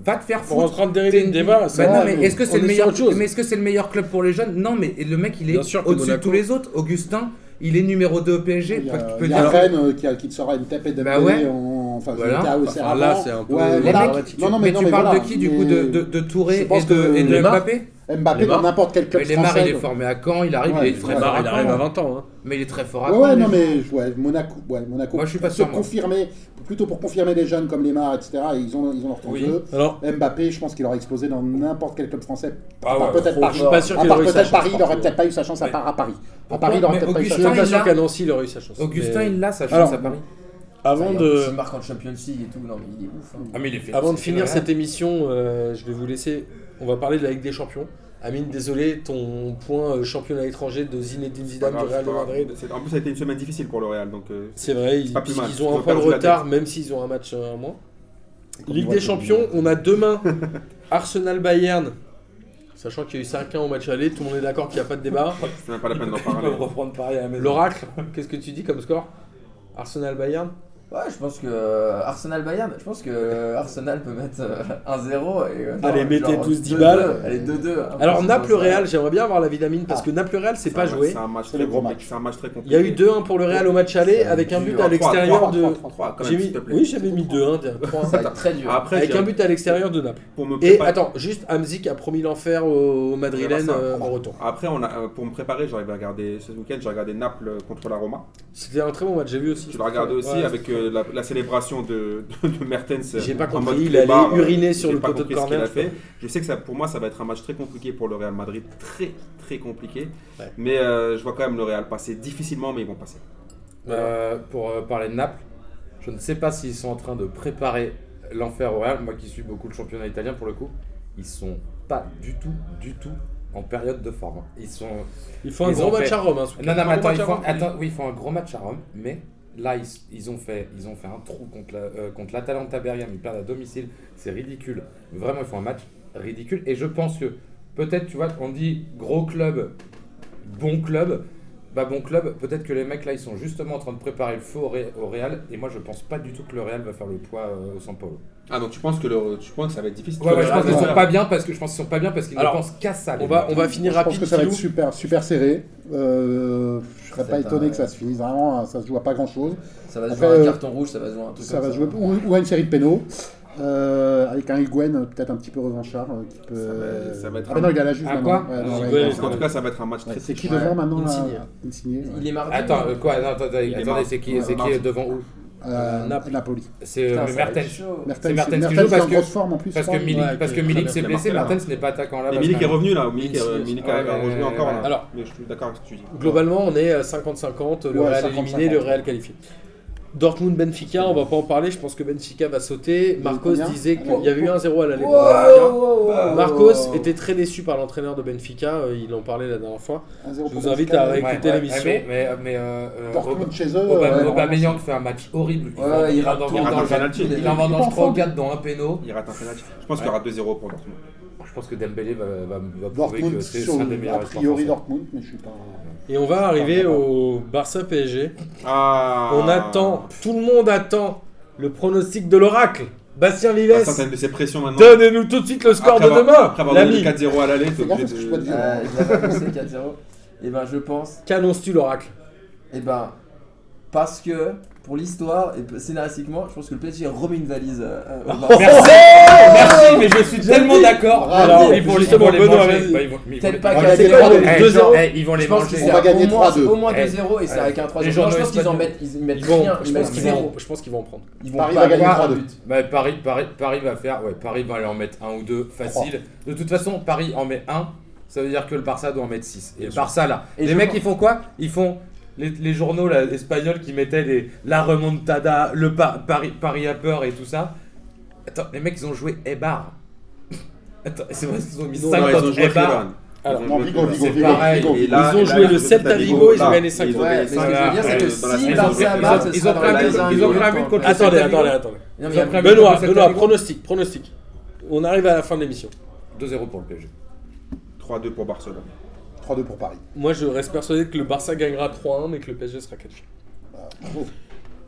Speaker 4: Va te faire
Speaker 1: Pour en
Speaker 4: foutre
Speaker 1: train de dériver
Speaker 4: T'es
Speaker 1: le
Speaker 4: une-
Speaker 1: débat, ça
Speaker 4: Bah
Speaker 1: va,
Speaker 4: non, mais
Speaker 1: nous,
Speaker 4: est-ce que
Speaker 1: on
Speaker 4: c'est le
Speaker 1: sur
Speaker 4: meilleur
Speaker 1: autre chose
Speaker 4: Mais est-ce que c'est le meilleur club pour les jeunes Non, mais le mec, il est
Speaker 1: Bien sûr que
Speaker 4: au-dessus de
Speaker 1: Monaco-
Speaker 4: tous les autres. Augustin, il est numéro 2 au PSG.
Speaker 2: Il y
Speaker 4: Enfin, tu
Speaker 2: a,
Speaker 4: peux
Speaker 2: il y a
Speaker 4: dire-
Speaker 2: Rennes euh, qui, a- qui te sera une tapette de
Speaker 4: Bah ouais.
Speaker 2: en face
Speaker 4: Voilà.
Speaker 2: de KOC
Speaker 9: Enfin, là, c'est un peu-
Speaker 2: Ouais,
Speaker 9: Les
Speaker 2: voilà.
Speaker 9: mecs-
Speaker 2: Non, non, mais,
Speaker 4: mais
Speaker 2: non,
Speaker 4: tu
Speaker 2: mais
Speaker 4: parles
Speaker 2: voilà.
Speaker 4: de qui du
Speaker 2: Mais
Speaker 4: coup de, de, de Touré
Speaker 2: je
Speaker 4: et
Speaker 2: pense
Speaker 4: de,
Speaker 2: que
Speaker 4: et de
Speaker 1: Neymar-
Speaker 4: Mbappé
Speaker 2: Mbappé dans
Speaker 1: Neymar-
Speaker 2: n'importe quel club
Speaker 4: Mais Neymar,
Speaker 2: français.
Speaker 4: il est formé à Caen, il arrive,
Speaker 2: Ouais,
Speaker 4: il est
Speaker 2: mais
Speaker 4: très
Speaker 3: Ah, bah,
Speaker 2: Neymar,
Speaker 4: fort à
Speaker 1: il arrive à
Speaker 4: Caen.
Speaker 1: 20 ans. hein.
Speaker 4: Mais il est très fort à
Speaker 2: Ouais,
Speaker 4: Caen.
Speaker 2: ouais, non,
Speaker 4: lui.
Speaker 2: mais ouais, Monaco, ouais, Monaco.
Speaker 4: Moi, je suis pas
Speaker 2: se
Speaker 4: sûr, moi.
Speaker 2: confirmer, plutôt pour confirmer les jeunes comme Lemar, etc. et ils ont, ils ont leur temps
Speaker 10: Oui.
Speaker 2: de jeu.
Speaker 1: Alors,
Speaker 2: Mbappé, je pense qu'il aurait explosé dans n'importe quel club français.
Speaker 10: Ah
Speaker 2: À part
Speaker 10: ouais,
Speaker 2: peut-être
Speaker 5: trop
Speaker 2: Paris.
Speaker 1: je suis pas sûr
Speaker 2: À
Speaker 1: qu'il
Speaker 2: part
Speaker 1: aurait eu sa
Speaker 2: peut-être
Speaker 1: chance.
Speaker 2: Paris, il aurait
Speaker 1: partout.
Speaker 2: peut-être pas eu sa chance à,
Speaker 10: Mais-
Speaker 2: part, à Paris. À
Speaker 10: Pourquoi
Speaker 2: Paris, il aurait
Speaker 4: Mais
Speaker 2: peut-être pas eu sa
Speaker 1: Je suis
Speaker 4: Augustin,
Speaker 2: chance.
Speaker 1: pas
Speaker 4: il
Speaker 1: sûr qu'à
Speaker 4: a-
Speaker 1: Nancy, il aurait eu sa chance.
Speaker 4: Augustin,
Speaker 1: Mais
Speaker 4: il l'a sa chance
Speaker 1: Alors-
Speaker 4: à Paris.
Speaker 1: Avant de.
Speaker 4: euh,
Speaker 5: Il marque en euh, Champions League et tout. Non, mais il est ouf. hein.
Speaker 10: Ah, mais il est fait.
Speaker 1: Avant de
Speaker 4: C'est
Speaker 1: finir
Speaker 4: génial.
Speaker 1: cette émission, euh, je vais vous laisser. On va parler de la Ligue des Champions. Amine, désolé, ton point euh, championnat étranger de Zinedine
Speaker 3: C'est pas
Speaker 1: Zidane du Real de
Speaker 3: grave, c'est pas grave.
Speaker 1: Madrid.
Speaker 3: C'est- En plus, ça a été une semaine difficile pour le Real, donc euh,
Speaker 1: C'est vrai, ils,
Speaker 3: pas plus mal,
Speaker 1: ils ont
Speaker 3: ils
Speaker 1: un
Speaker 3: ont
Speaker 1: point de
Speaker 3: perdu la
Speaker 1: retard, même s'ils ont un match euh, en moins.
Speaker 2: Comme
Speaker 1: Ligue
Speaker 2: moi,
Speaker 1: des
Speaker 2: je-
Speaker 1: Champions, on a demain Arsenal-Bayern. Sachant qu'il y a eu 5-1 au match aller, tout le monde est d'accord qu'il n'y a pas de débat.
Speaker 3: c'est même pas la peine d'en
Speaker 10: Ils
Speaker 3: parler.
Speaker 10: peuvent reprendre Paris à la maison.
Speaker 1: L'oracle, qu'est-ce que tu dis comme score Arsenal-Bayern
Speaker 5: Ouais, je pense que euh, Arsenal Bayern, je pense que euh, Arsenal peut mettre euh, 1-0 et euh,
Speaker 1: Allez,
Speaker 5: non,
Speaker 1: mettez
Speaker 5: genre,
Speaker 1: tous 10
Speaker 5: 2-2,
Speaker 1: balles.
Speaker 5: Allez 2-2. hein,
Speaker 1: Alors
Speaker 5: parce que ça-
Speaker 1: Naples-Real, j'aimerais bien avoir la vitamine parce que Naples-Real, c'est
Speaker 3: un
Speaker 1: pas
Speaker 3: match-
Speaker 1: joué.
Speaker 3: Ah C'est un match très
Speaker 2: C'est le gros
Speaker 3: compliqué,
Speaker 2: match.
Speaker 3: C'est un match très compliqué.
Speaker 1: Il y a eu 2-1 pour le Real au match aller
Speaker 5: C'est
Speaker 1: avec un
Speaker 5: dur.
Speaker 1: but à
Speaker 5: Trois,
Speaker 1: l'extérieur de.
Speaker 3: 3-3
Speaker 1: J'ai
Speaker 3: quand même,
Speaker 1: mis-
Speaker 3: s'il te plaît.
Speaker 1: Oui, j'avais mis 2-1, de- 3-1.
Speaker 5: Ça va être très dur.
Speaker 4: Ah,
Speaker 3: Après,
Speaker 1: avec
Speaker 3: j'ai-
Speaker 1: un but à l'extérieur de Naples.
Speaker 3: pour me
Speaker 1: Et
Speaker 3: préparer-
Speaker 1: attends, juste Hamzi qui a promis l'enfer aux Madrilènes
Speaker 3: On verra ça.
Speaker 1: euh, en retour.
Speaker 3: Après, on a, euh, pour me préparer, j'arrive à regarder ce week-end, j'ai regardé Naples contre la Roma.
Speaker 1: C'était un très bon match, j'ai vu aussi.
Speaker 3: Tu l'as regardé aussi
Speaker 1: Ouais.
Speaker 3: avec euh, la, la célébration de, de, de Mertens.
Speaker 1: J'ai pas
Speaker 3: en
Speaker 1: compris,
Speaker 3: mode
Speaker 1: il
Speaker 3: clébard,
Speaker 1: allait uriner
Speaker 3: euh,
Speaker 1: sur
Speaker 3: j'ai
Speaker 1: le
Speaker 3: pas
Speaker 1: poteau de
Speaker 3: compris ce
Speaker 1: corner,
Speaker 3: qu'il a
Speaker 1: je crois.
Speaker 3: fait. Je sais que ça, pour moi, ça va être un match très compliqué pour le Real Madrid, très très compliqué.
Speaker 1: Ouais.
Speaker 3: Mais euh, je vois quand même le Real passer difficilement, mais ils vont passer.
Speaker 4: Euh, pour euh, parler de Naples, je ne sais pas s'ils sont en train de préparer l'enfer au Real. Moi qui suis beaucoup le championnat italien pour le coup, ils sont pas du tout, du tout en période de forme. Ils sont.
Speaker 1: Il faut un
Speaker 4: Ils
Speaker 1: gros
Speaker 4: ont
Speaker 1: match
Speaker 4: fait-
Speaker 1: à Rome. hein, ce week-end.
Speaker 4: Non, non, mais
Speaker 1: Un gros
Speaker 4: attends,
Speaker 1: match
Speaker 4: ils
Speaker 1: à
Speaker 4: font,
Speaker 1: Rome.
Speaker 4: attends, oui, ils font un gros match à Rome, mais là, ils, ils ont, fait, ils ont fait un trou contre la- euh, contre l'Atalanta Bergame. Ils perdent à domicile. C'est ridicule. Vraiment, ils font un match ridicule. Et je pense que peut-être, tu vois, on dit gros club, bon club. Bah, bon club, peut-être que les mecs là, ils sont justement en train de préparer le feu au, Ré- au Real. Et moi, je pense pas du tout que le Real va faire le poids euh, au San Paulo.
Speaker 3: Ah, donc tu penses que, le, tu penses que ça va être difficile
Speaker 4: Ouais, ouais, je pense qu'ils
Speaker 3: Ouais.
Speaker 4: sont pas bien parce que je pense qu'ils sont pas bien parce qu'ils ne
Speaker 1: Alors,
Speaker 4: pensent qu'à ça. les
Speaker 1: On va,
Speaker 4: mecs.
Speaker 1: on va finir
Speaker 2: Je pense
Speaker 1: rapide.
Speaker 2: que ça va être
Speaker 1: Pilou.
Speaker 2: super, super serré. Euh, je serais pas
Speaker 5: C'est
Speaker 2: étonné
Speaker 5: un-
Speaker 2: que ça se finisse vraiment, hein, ça se joue à pas grand chose.
Speaker 5: Ça va se
Speaker 2: Après,
Speaker 5: jouer à un
Speaker 2: euh,
Speaker 5: carton rouge, ça va se jouer à un truc
Speaker 2: Ça
Speaker 5: comme
Speaker 2: va se jouer ou, ou à une série de pénaux. euh, avec un Higuain euh, peut-être un petit peu revanchard. euh, qui peut...
Speaker 3: Ça va- ça va être
Speaker 2: ah
Speaker 3: un-
Speaker 2: bah non, il a la juve
Speaker 4: À
Speaker 2: maintenant.
Speaker 4: quoi
Speaker 2: Ouais, non,
Speaker 1: Higuain,
Speaker 2: ouais,
Speaker 3: En tout cas, ça va être un match
Speaker 2: ouais.
Speaker 3: très
Speaker 2: C'est qui
Speaker 5: Ouais.
Speaker 2: devant maintenant là
Speaker 5: Insigne.
Speaker 2: Insigne, ouais.
Speaker 5: Il est mardi.
Speaker 4: Attends, euh, quoi Attends, attends,
Speaker 3: est
Speaker 4: attendez,
Speaker 3: mardi.
Speaker 4: c'est qui,
Speaker 3: Ouais,
Speaker 4: c'est qui
Speaker 3: mardi.
Speaker 4: est devant où
Speaker 2: Euh,
Speaker 1: Naples.
Speaker 2: Napoli.
Speaker 4: C'est euh,
Speaker 5: Putain, ça va être
Speaker 4: Mertens.
Speaker 5: chaud.
Speaker 2: Mertens,
Speaker 4: Mertens qui
Speaker 2: Mertens
Speaker 4: joue parce
Speaker 2: est en
Speaker 4: que-
Speaker 2: grosse forme en plus. je
Speaker 4: Parce que
Speaker 2: crois.
Speaker 4: Milik,
Speaker 1: Ouais,
Speaker 4: parce que
Speaker 1: qui est
Speaker 4: Milik
Speaker 1: très
Speaker 4: s'est
Speaker 3: bien
Speaker 4: blessé,
Speaker 3: marqué, là.
Speaker 4: Mertens n'est pas attaquant là.
Speaker 3: Mais
Speaker 4: parce
Speaker 3: Milik
Speaker 4: que-
Speaker 3: est revenu
Speaker 1: Ah,
Speaker 3: là, Milik,
Speaker 1: bah, Milik,
Speaker 3: euh,
Speaker 1: c'est-
Speaker 3: Milik
Speaker 4: ouais,
Speaker 3: a, a
Speaker 4: mais-
Speaker 3: rejoué encore là.
Speaker 1: Alors.
Speaker 3: mais je suis d'accord avec ce que tu dis.
Speaker 1: Globalement, on est à 50-50, le
Speaker 2: Ouais,
Speaker 1: Real
Speaker 2: 50-50.
Speaker 1: éliminé, le Real qualifié. Dortmund-Benfica, on va pas en parler, je pense que Benfica va sauter. Marcos
Speaker 2: combien
Speaker 1: disait
Speaker 2: Allez.
Speaker 1: qu'il y avait eu 1-0 à l'aller
Speaker 5: Wow,
Speaker 1: pour Benfica.
Speaker 5: wow, wow,
Speaker 1: Marcos
Speaker 5: wow.
Speaker 1: était très déçu par l'entraîneur de Benfica, euh, il en parlait la dernière fois.
Speaker 2: 1-0
Speaker 1: Je vous
Speaker 2: pour
Speaker 1: invite
Speaker 2: Benfica.
Speaker 1: à
Speaker 4: Ouais,
Speaker 1: écouter
Speaker 4: ouais,
Speaker 1: l'émission.
Speaker 4: Mais, mais, mais euh, euh,
Speaker 2: Dortmund chez eux.
Speaker 4: Aubame-
Speaker 2: euh,
Speaker 4: Aubameyang fait un match horrible. Il
Speaker 5: Ouais,
Speaker 4: en-
Speaker 5: il
Speaker 4: il en
Speaker 5: rate tout.
Speaker 3: Il rate un
Speaker 4: vendange
Speaker 3: penalty.
Speaker 4: il en
Speaker 2: Il est
Speaker 4: vendange
Speaker 2: pas
Speaker 4: 3
Speaker 2: en
Speaker 4: ou 4 dans un péno.
Speaker 3: Il rate un penalty. Je pense qu'il y aura 2-0 pour Dortmund.
Speaker 4: Je pense que Dembélé va, va, va prouver
Speaker 2: Dortmund,
Speaker 4: que c'est c'est
Speaker 2: sur,
Speaker 4: un des meilleurs
Speaker 2: a
Speaker 4: espoirs
Speaker 2: priori
Speaker 4: français.
Speaker 2: Dortmund, mais je suis pas.
Speaker 1: Et on va arriver au Barça-PSG.
Speaker 3: Ah
Speaker 1: On attend, tout le monde attend le pronostic de l'oracle. Bastien
Speaker 3: Ah,
Speaker 1: Vives,
Speaker 3: ça, t'as une de ses pressions maintenant.
Speaker 1: donnez-nous tout de suite le score de
Speaker 3: Après avoir-
Speaker 1: demain,
Speaker 3: Après avoir donné
Speaker 1: l'ami.
Speaker 3: le 4-0 à l'aller, t'es
Speaker 2: Fais gaffe parce que je
Speaker 3: obligé
Speaker 2: suis
Speaker 3: de.
Speaker 2: pas du
Speaker 5: Euh, il va passer 4-0. Et ben je pense,
Speaker 1: Qu'annonces-tu l'oracle
Speaker 5: et ben parce que pour l'histoire et scénaristiquement, je pense que le PSG remet une valise euh, euh, au Barça.
Speaker 4: Merci, merci, Ah, bah mais je suis tellement d'accord.
Speaker 5: Ah,
Speaker 2: Bravo.
Speaker 4: Alors,
Speaker 2: Bravo.
Speaker 4: ils vont les- ils
Speaker 1: Justement,
Speaker 4: vont les
Speaker 1: Benoît,
Speaker 4: manger.
Speaker 1: vas-y.
Speaker 4: Bah, ils vont- ils vont les-
Speaker 5: Peut-être pas
Speaker 2: On va
Speaker 5: qu'à
Speaker 2: gagner
Speaker 5: zéro,
Speaker 2: trois-deux.
Speaker 5: mais
Speaker 4: Eh,
Speaker 5: deux
Speaker 4: genre,
Speaker 5: zéro.
Speaker 4: eh, Ils vont les
Speaker 5: Je pense que
Speaker 4: manger.
Speaker 5: c'est
Speaker 2: On va
Speaker 5: à
Speaker 2: gagner
Speaker 5: au moins-
Speaker 2: 3-2.
Speaker 5: au moins
Speaker 4: Eh,
Speaker 5: 2-0 et c'est
Speaker 4: eh,
Speaker 5: avec un 3
Speaker 4: les
Speaker 5: 0
Speaker 4: gens
Speaker 5: je pense
Speaker 4: espèrent
Speaker 5: qu'ils en
Speaker 4: que-
Speaker 5: mettent, ils mettent
Speaker 1: Ils vont-
Speaker 5: rien,
Speaker 1: je
Speaker 5: ils
Speaker 1: pense
Speaker 5: mettent
Speaker 1: qu'ils
Speaker 5: zéro.
Speaker 1: vont- je pense qu'ils vont en prendre.
Speaker 5: Ils vont
Speaker 2: Paris
Speaker 5: pas
Speaker 2: va gagner
Speaker 5: avoir
Speaker 2: 3-2.
Speaker 5: but.
Speaker 4: Bah, Paris, Paris, Paris va faire, ouais, Paris va aller en mettre un ou deux facile. De toute façon, Paris en met un, ça veut dire que le Barça doit en mettre 6. Et le Barça là,
Speaker 5: Et
Speaker 4: les
Speaker 5: je
Speaker 4: mecs
Speaker 5: pense-
Speaker 4: ils font quoi Ils font les, les journaux là, espagnols qui mettaient les, la remontada, le Pa- Paris, Paris a peur et tout ça. Attends, les mecs, ils ont joué Ebar. Attends, c'est vrai, ils ont mis
Speaker 3: Non,
Speaker 4: 5
Speaker 3: ils ont
Speaker 4: contre
Speaker 3: joué
Speaker 4: Ebar.
Speaker 3: Cleveland.
Speaker 1: Alors,
Speaker 3: Ils ont
Speaker 2: non,
Speaker 3: joué
Speaker 2: Vigo,
Speaker 3: Cleveland.
Speaker 2: Vigo,
Speaker 4: C'est
Speaker 2: Vigo,
Speaker 4: pareil,
Speaker 2: Vigo.
Speaker 3: Et là,
Speaker 1: Ils ont
Speaker 3: et
Speaker 1: joué
Speaker 3: là,
Speaker 1: le
Speaker 3: Celta
Speaker 1: Celta
Speaker 3: Vigo,
Speaker 1: Vigo, ils
Speaker 3: là,
Speaker 1: ont gagné
Speaker 3: ils
Speaker 1: 5
Speaker 3: ont
Speaker 1: contre.
Speaker 3: gagné
Speaker 5: Ouais, mais ce que je veux dire, c'est que
Speaker 3: Dans la
Speaker 5: si
Speaker 3: saison,
Speaker 5: Barça à
Speaker 3: ils ont-
Speaker 5: Barça,
Speaker 4: Ils ont pris un but- ils ont pris un but contre le
Speaker 1: Attendez,
Speaker 4: Celta Vigo.
Speaker 1: attendez, attendez.
Speaker 5: Non, mais
Speaker 4: Ils ont pris un but
Speaker 1: Benoît,
Speaker 4: contre le Celta
Speaker 1: Benoît,
Speaker 4: Vigo.
Speaker 1: pronostic, pronostic. On arrive à la fin de l'émission.
Speaker 4: 2-0 pour le PSG.
Speaker 3: 3-2 pour Barcelone.
Speaker 2: 3-2 pour Paris.
Speaker 1: Moi, je reste persuadé que le Barça gagnera 3-1, mais que le PSG sera qualifié.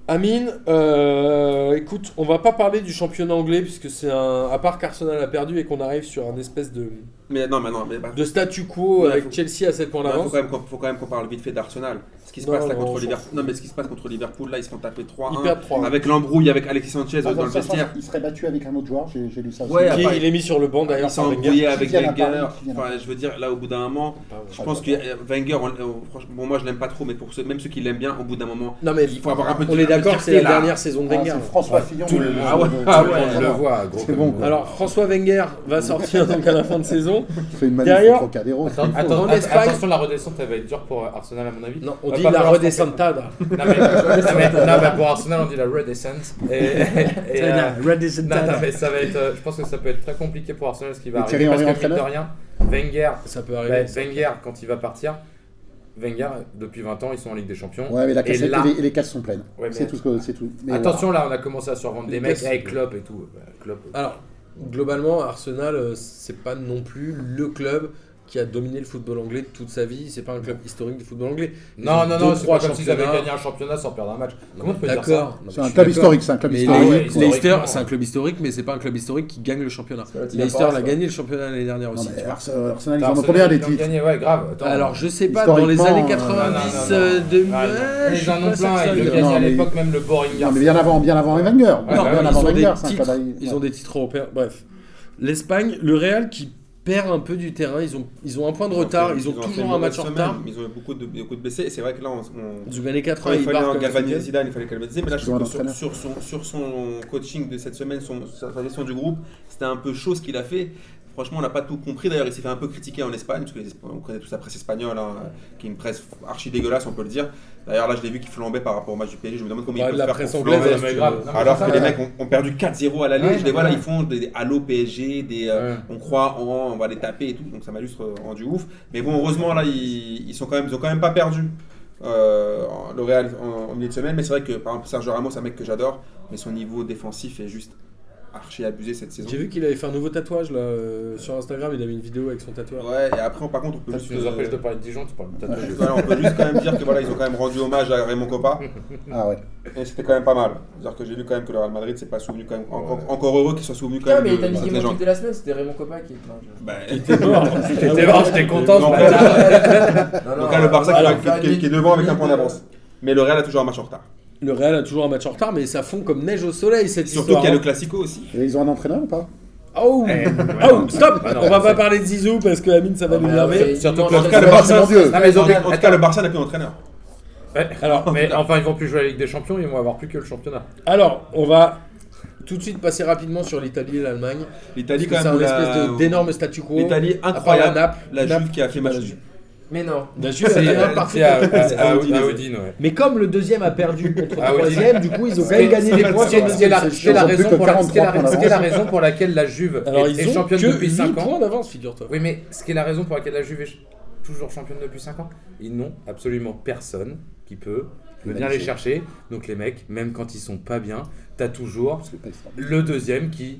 Speaker 1: Amine, euh, écoute, on va pas parler du championnat anglais puisque c'est un. À part qu'Arsenal a perdu et qu'on arrive sur un espèce de,
Speaker 3: Mais non, mais non, mais bah,
Speaker 1: de statu quo
Speaker 3: Ouais,
Speaker 1: avec
Speaker 3: faut-
Speaker 1: Chelsea à 7 points
Speaker 3: Il faut
Speaker 1: d'avance.
Speaker 3: quand même qu'on- faut quand même qu'on parle vite fait d'Arsenal. Ce qui se
Speaker 1: Non,
Speaker 3: passe là
Speaker 1: non, on
Speaker 3: contre
Speaker 1: s'en
Speaker 3: Liverpool. Non, mais ce qui se passe contre Liverpool, là, ils se font taper 3-1.
Speaker 1: Ils perdent 3-1.
Speaker 3: Avec l'embrouille avec Alexis Sanchez dans le vestiaire.
Speaker 2: Il serait battu avec un autre joueur, j'ai j'ai lu ça aussi.
Speaker 3: Ouais,
Speaker 1: Qui,
Speaker 3: après,
Speaker 1: il est mis sur le banc d'ailleurs
Speaker 3: Ils sont
Speaker 1: par Wenger.
Speaker 3: embrouillés avec
Speaker 2: Qui viennent à
Speaker 3: Wenger.
Speaker 2: Paris, qui viennent à
Speaker 3: Enfin, je veux dire, là, au bout d'un moment, je
Speaker 2: ouais.
Speaker 3: pense que euh, Wenger, on- on- franchement, bon, moi, je l'aime pas trop, mais pour ceux, même ceux qui l'aiment bien, au bout d'un moment,
Speaker 1: Non mais
Speaker 3: il faut avoir un peu de
Speaker 1: on est d'accord, que c'est la
Speaker 3: là.
Speaker 1: dernière saison de
Speaker 2: Ah,
Speaker 1: Wenger.
Speaker 2: c'est François Fillon.
Speaker 4: Tout
Speaker 2: le-
Speaker 4: le-
Speaker 3: Ah ouais,
Speaker 2: le-
Speaker 3: ah
Speaker 2: le-
Speaker 3: ouais,
Speaker 2: le-
Speaker 4: On le
Speaker 2: le-
Speaker 4: voit, gros.
Speaker 2: C'est bon, quoi.
Speaker 1: Alors François Wenger va sortir donc à la fin de saison.
Speaker 2: Il fait une magnifique
Speaker 1: Derrière-
Speaker 2: Trocadéro.
Speaker 4: Attends,
Speaker 1: En
Speaker 4: attends,
Speaker 1: Espagne-
Speaker 4: attention, la redescente, elle va être dure pour euh, Arsenal, à mon avis.
Speaker 1: Non, on
Speaker 4: Va
Speaker 1: dit
Speaker 4: pas
Speaker 1: la
Speaker 4: falloir se
Speaker 1: redescentada.
Speaker 4: Non mais, non, mais- non, mais pour Arsenal on dit la redescent. Et, et, et, euh, non, non, mais ça va être, euh, je pense que ça peut être très compliqué pour Arsenal ce qui va
Speaker 2: Et
Speaker 4: arriver.
Speaker 2: Thierry
Speaker 4: Parce
Speaker 2: Henry
Speaker 4: que mine de
Speaker 2: entraîneur
Speaker 4: rien, Wenger,
Speaker 1: Ça peut
Speaker 4: bah,
Speaker 1: arriver.
Speaker 4: Wenger quand il va partir, Wenger depuis 20 ans ils sont en Ligue des Champions.
Speaker 2: Ouais, mais la
Speaker 4: Et
Speaker 2: cassette
Speaker 4: là-
Speaker 2: et, les, et les caisses sont pleines.
Speaker 4: Ouais, mais-
Speaker 2: c'est tout ce que c'est tout. Mais
Speaker 4: Attention là on a commencé à survendre des
Speaker 1: Les
Speaker 4: mecs
Speaker 1: gosses.
Speaker 4: avec Klopp et tout. Bah, Klopp.
Speaker 1: Alors, globalement, Arsenal, euh, c'est pas non plus le club qui a dominé le football anglais de toute sa vie. C'est pas un club historique du football anglais. Ils ont
Speaker 4: Non non
Speaker 1: deux,
Speaker 4: non, c'est
Speaker 1: trois
Speaker 4: pas comme s'ils avaient
Speaker 1: championnats.
Speaker 4: gagné un championnat sans perdre un match. Comment tu peux dire ça
Speaker 1: D'accord.
Speaker 2: C'est un club historique, c'est un club
Speaker 1: Mais
Speaker 2: historique.
Speaker 4: les-
Speaker 2: Ouais.
Speaker 4: historiquement.
Speaker 1: Leicester, c'est un club historique, mais c'est pas un club historique qui gagne le championnat.
Speaker 5: pas la team
Speaker 1: Leicester l'a
Speaker 5: France,
Speaker 1: gagné le championnat l'année dernière
Speaker 2: Non,
Speaker 1: aussi.
Speaker 2: mais
Speaker 1: tu vois.
Speaker 2: Arse- Arsenal, ils en ont
Speaker 4: Arsenal,
Speaker 2: combien
Speaker 4: ils
Speaker 2: des
Speaker 4: l'ont
Speaker 2: titres
Speaker 4: gagné, ouais, grave. Attends.
Speaker 1: Alors, je sais pas, dans les
Speaker 2: Historiquement,
Speaker 1: années
Speaker 2: euh,
Speaker 1: 90,
Speaker 4: non, non, non.
Speaker 1: euh, 2000,
Speaker 4: Ah, non.
Speaker 1: je
Speaker 4: Ils
Speaker 1: suis
Speaker 4: en ont
Speaker 1: pas sûr que
Speaker 4: plein,
Speaker 1: ça
Speaker 4: ils le
Speaker 1: arrive.
Speaker 4: gagnaient à
Speaker 2: mais-
Speaker 4: l'époque, même le Boring
Speaker 2: Non, mais bien avant, bien avant Wenger.
Speaker 4: bah
Speaker 2: bien
Speaker 4: oui,
Speaker 2: avant
Speaker 1: ils ont
Speaker 2: Wenger,
Speaker 1: des
Speaker 2: c'est un
Speaker 1: titres,
Speaker 2: club.
Speaker 1: ils
Speaker 2: ouais.
Speaker 1: ont des titres européens. Bref, l'Espagne, le Real qui perd un peu du terrain, ils ont, ils ont un point de retard, ils ont,
Speaker 3: fait
Speaker 1: toujours
Speaker 3: une
Speaker 1: un match en
Speaker 3: mauvaise
Speaker 1: retard.
Speaker 3: semaine, Ils ont eu beaucoup de, beaucoup de blessés, et c'est vrai que là, on. on-
Speaker 1: Des années
Speaker 3: Quand
Speaker 1: 80,
Speaker 3: il
Speaker 1: ils
Speaker 3: fallait
Speaker 1: partent
Speaker 3: en
Speaker 1: comme
Speaker 3: galvaniser
Speaker 1: ça.
Speaker 3: Zidane, il fallait galvaniser. Mais là, je
Speaker 2: Ils ont
Speaker 3: trouve que
Speaker 2: un
Speaker 3: sur, sur son, sur son coaching de cette semaine, son, sa sa gestion du groupe, c'était un peu chaud ce qu'il a fait. Franchement, on n'a pas tout compris. D'ailleurs, il s'est fait un peu critiquer en Espagne, parce que les Espa- on connaît tous la presse espagnole, hein, qui est une presse archi dégueulasse, on peut le dire. D'ailleurs, là, je l'ai vu qui flambait par rapport au match du PSG. Je me demande comment
Speaker 1: Bah,
Speaker 3: il peut
Speaker 1: la
Speaker 3: faire
Speaker 1: presse
Speaker 3: pour
Speaker 1: anglaise,
Speaker 3: flamber.
Speaker 1: elle se-
Speaker 3: Alors que les mecs ont, ont perdu 4-0 à l'aller,
Speaker 4: Ouais,
Speaker 3: je les vois là,
Speaker 4: ouais.
Speaker 3: ils font des, des Halo PSG, des euh,
Speaker 4: Ouais.
Speaker 3: on croit en on va les taper et tout, donc ça m'a juste rendu ouf. Mais bon, heureusement là, ils, ils sont quand même, ils ont quand même pas perdu euh, en- le Real en, en milieu de semaine. Mais c'est vrai que par exemple Sergio Ramos, c'est un mec que j'adore, mais son niveau défensif est juste archi abusé cette saison.
Speaker 1: J'ai vu qu'il avait fait un nouveau tatouage là euh, sur Instagram, il avait une vidéo avec son tatouage.
Speaker 3: Ouais, et après, par contre, on peut
Speaker 4: Toi,
Speaker 3: juste,
Speaker 4: tu nous
Speaker 3: euh,
Speaker 4: empêches de parler de Dijon, tu parles de tatouage.
Speaker 3: voilà, on peut juste quand même dire que voilà, ils ont quand même rendu hommage à Raymond Coppa.
Speaker 2: Ah ouais.
Speaker 3: Et c'était quand même pas mal. C'est-à-dire que j'ai vu quand même que le Real Madrid s'est pas souvenu quand même. en- en- Encore heureux qu'il soit souvenu quand
Speaker 5: Putain,
Speaker 3: même.
Speaker 5: mais
Speaker 3: de-
Speaker 5: t'as mis
Speaker 3: de
Speaker 5: qui
Speaker 3: cette
Speaker 5: mon
Speaker 3: légende.
Speaker 5: kiff de la semaine, c'était Raymond Coppa qui. Non, je-
Speaker 3: Bah,
Speaker 1: Ah
Speaker 4: T'étais mort, j'étais content
Speaker 3: Non,
Speaker 4: ce
Speaker 3: mais-
Speaker 4: matin.
Speaker 5: Non, non,
Speaker 3: Donc là, le Barça qui-
Speaker 5: on va
Speaker 3: qui,
Speaker 5: faire
Speaker 3: qui-
Speaker 5: une-
Speaker 3: qui est devant avec un point d'avance. Mais le Real a toujours un match en retard.
Speaker 1: Le Real a toujours un match en retard, mais ça fond comme neige au soleil cette
Speaker 3: Surtout
Speaker 1: histoire.
Speaker 3: qu'il y a le Classico aussi.
Speaker 2: Et ils ont un entraîneur ou pas
Speaker 1: Oh, oh stop
Speaker 4: Ah non,
Speaker 1: On va pas
Speaker 4: c'est-
Speaker 1: parler de Zizou parce que Amine ça va
Speaker 5: Ah,
Speaker 1: nous
Speaker 5: bah,
Speaker 1: énerver.
Speaker 5: ouais,
Speaker 4: Surtout
Speaker 5: il
Speaker 4: que-
Speaker 5: mange
Speaker 3: En tout cas, le
Speaker 5: la-
Speaker 2: Barça-
Speaker 3: Barça,
Speaker 2: mon Dieu.
Speaker 4: Non, mais ils ont
Speaker 3: en,
Speaker 4: pris-
Speaker 3: en tout cas, le Barça n'a plus d'entraîneur.
Speaker 1: Alors,
Speaker 4: Mais enfin, ils vont plus jouer à la Ligue des Champions, ils vont avoir plus que le championnat.
Speaker 1: alors, on va tout de suite passer rapidement sur l'Italie et l'Allemagne. Parce
Speaker 3: L'Italie,
Speaker 1: que
Speaker 3: quand
Speaker 1: c'est
Speaker 3: même.
Speaker 1: un
Speaker 3: la-
Speaker 1: espèce de- d'énorme statu quo.
Speaker 3: L'Italie,
Speaker 1: Après,
Speaker 3: incroyable.
Speaker 1: La Naples,
Speaker 3: La
Speaker 1: Naples-
Speaker 3: Juve qui a fait match
Speaker 1: la
Speaker 3: nul.
Speaker 5: Mais non.
Speaker 1: La Juve, elle a fait un partout.
Speaker 4: C'est à, à, à, à
Speaker 3: Audine,
Speaker 4: Audine,
Speaker 3: les-
Speaker 4: ouais.
Speaker 1: Mais comme le deuxième a perdu contre
Speaker 4: Ah
Speaker 1: le
Speaker 4: oui,
Speaker 1: troisième, du coup ils ont quand même gagné des points.
Speaker 4: C'est
Speaker 1: sur
Speaker 4: la- c'est la- c'est la
Speaker 2: Ils ont plus
Speaker 4: raison
Speaker 2: que
Speaker 4: pour la- c'est
Speaker 2: 43
Speaker 4: la-
Speaker 2: points
Speaker 4: c'est la raison pour laquelle la Juve
Speaker 1: Alors
Speaker 4: est,
Speaker 1: ils
Speaker 4: est
Speaker 1: ont
Speaker 4: championne
Speaker 1: que
Speaker 4: depuis
Speaker 1: 8
Speaker 4: 5
Speaker 1: points
Speaker 4: ans.
Speaker 1: d'avance, figure-toi.
Speaker 4: Oui, mais ce qui est la raison pour laquelle la Juve est ch- toujours championne depuis 5 ans Ils n'ont absolument personne qui peut venir les chercher. Donc les mecs, même quand ils sont pas bien, t'as toujours
Speaker 2: Parce que pas extraordinaire.
Speaker 4: le deuxième qui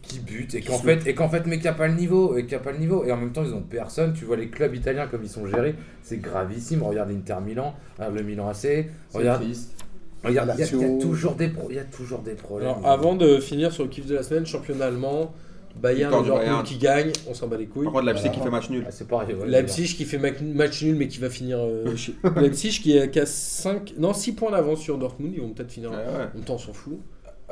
Speaker 4: qui bute et qu'en fait et qu'en fait mais qui a pas le niveau et qui a pas le niveau et en même temps ils ont personne tu vois les clubs italiens comme ils sont gérés c'est gravissime regarde l'Inter Milan regarde le Milan AC regarde regarde il y a- il y, a
Speaker 2: Lazio.
Speaker 4: toujours des pro- il y a toujours des problèmes
Speaker 1: Alors avant de finir sur le kiff de la semaine, championnat allemand, Bayern,
Speaker 3: Victoire du
Speaker 1: Liverpool
Speaker 3: Bayern.
Speaker 1: qui gagne, on s'en bat les couilles.
Speaker 3: Par contre, la Juve qui fait match nul.
Speaker 4: Ah, c'est pareil ouais,
Speaker 1: Leipzig qui fait mac- match nul mais qui va finir euh, chez- Leipzig qui a, 5 non 6 points d'avance sur Dortmund, ils vont peut-être finir.
Speaker 3: Ouais,
Speaker 1: En
Speaker 3: ouais.
Speaker 1: même temps, on s'en fout.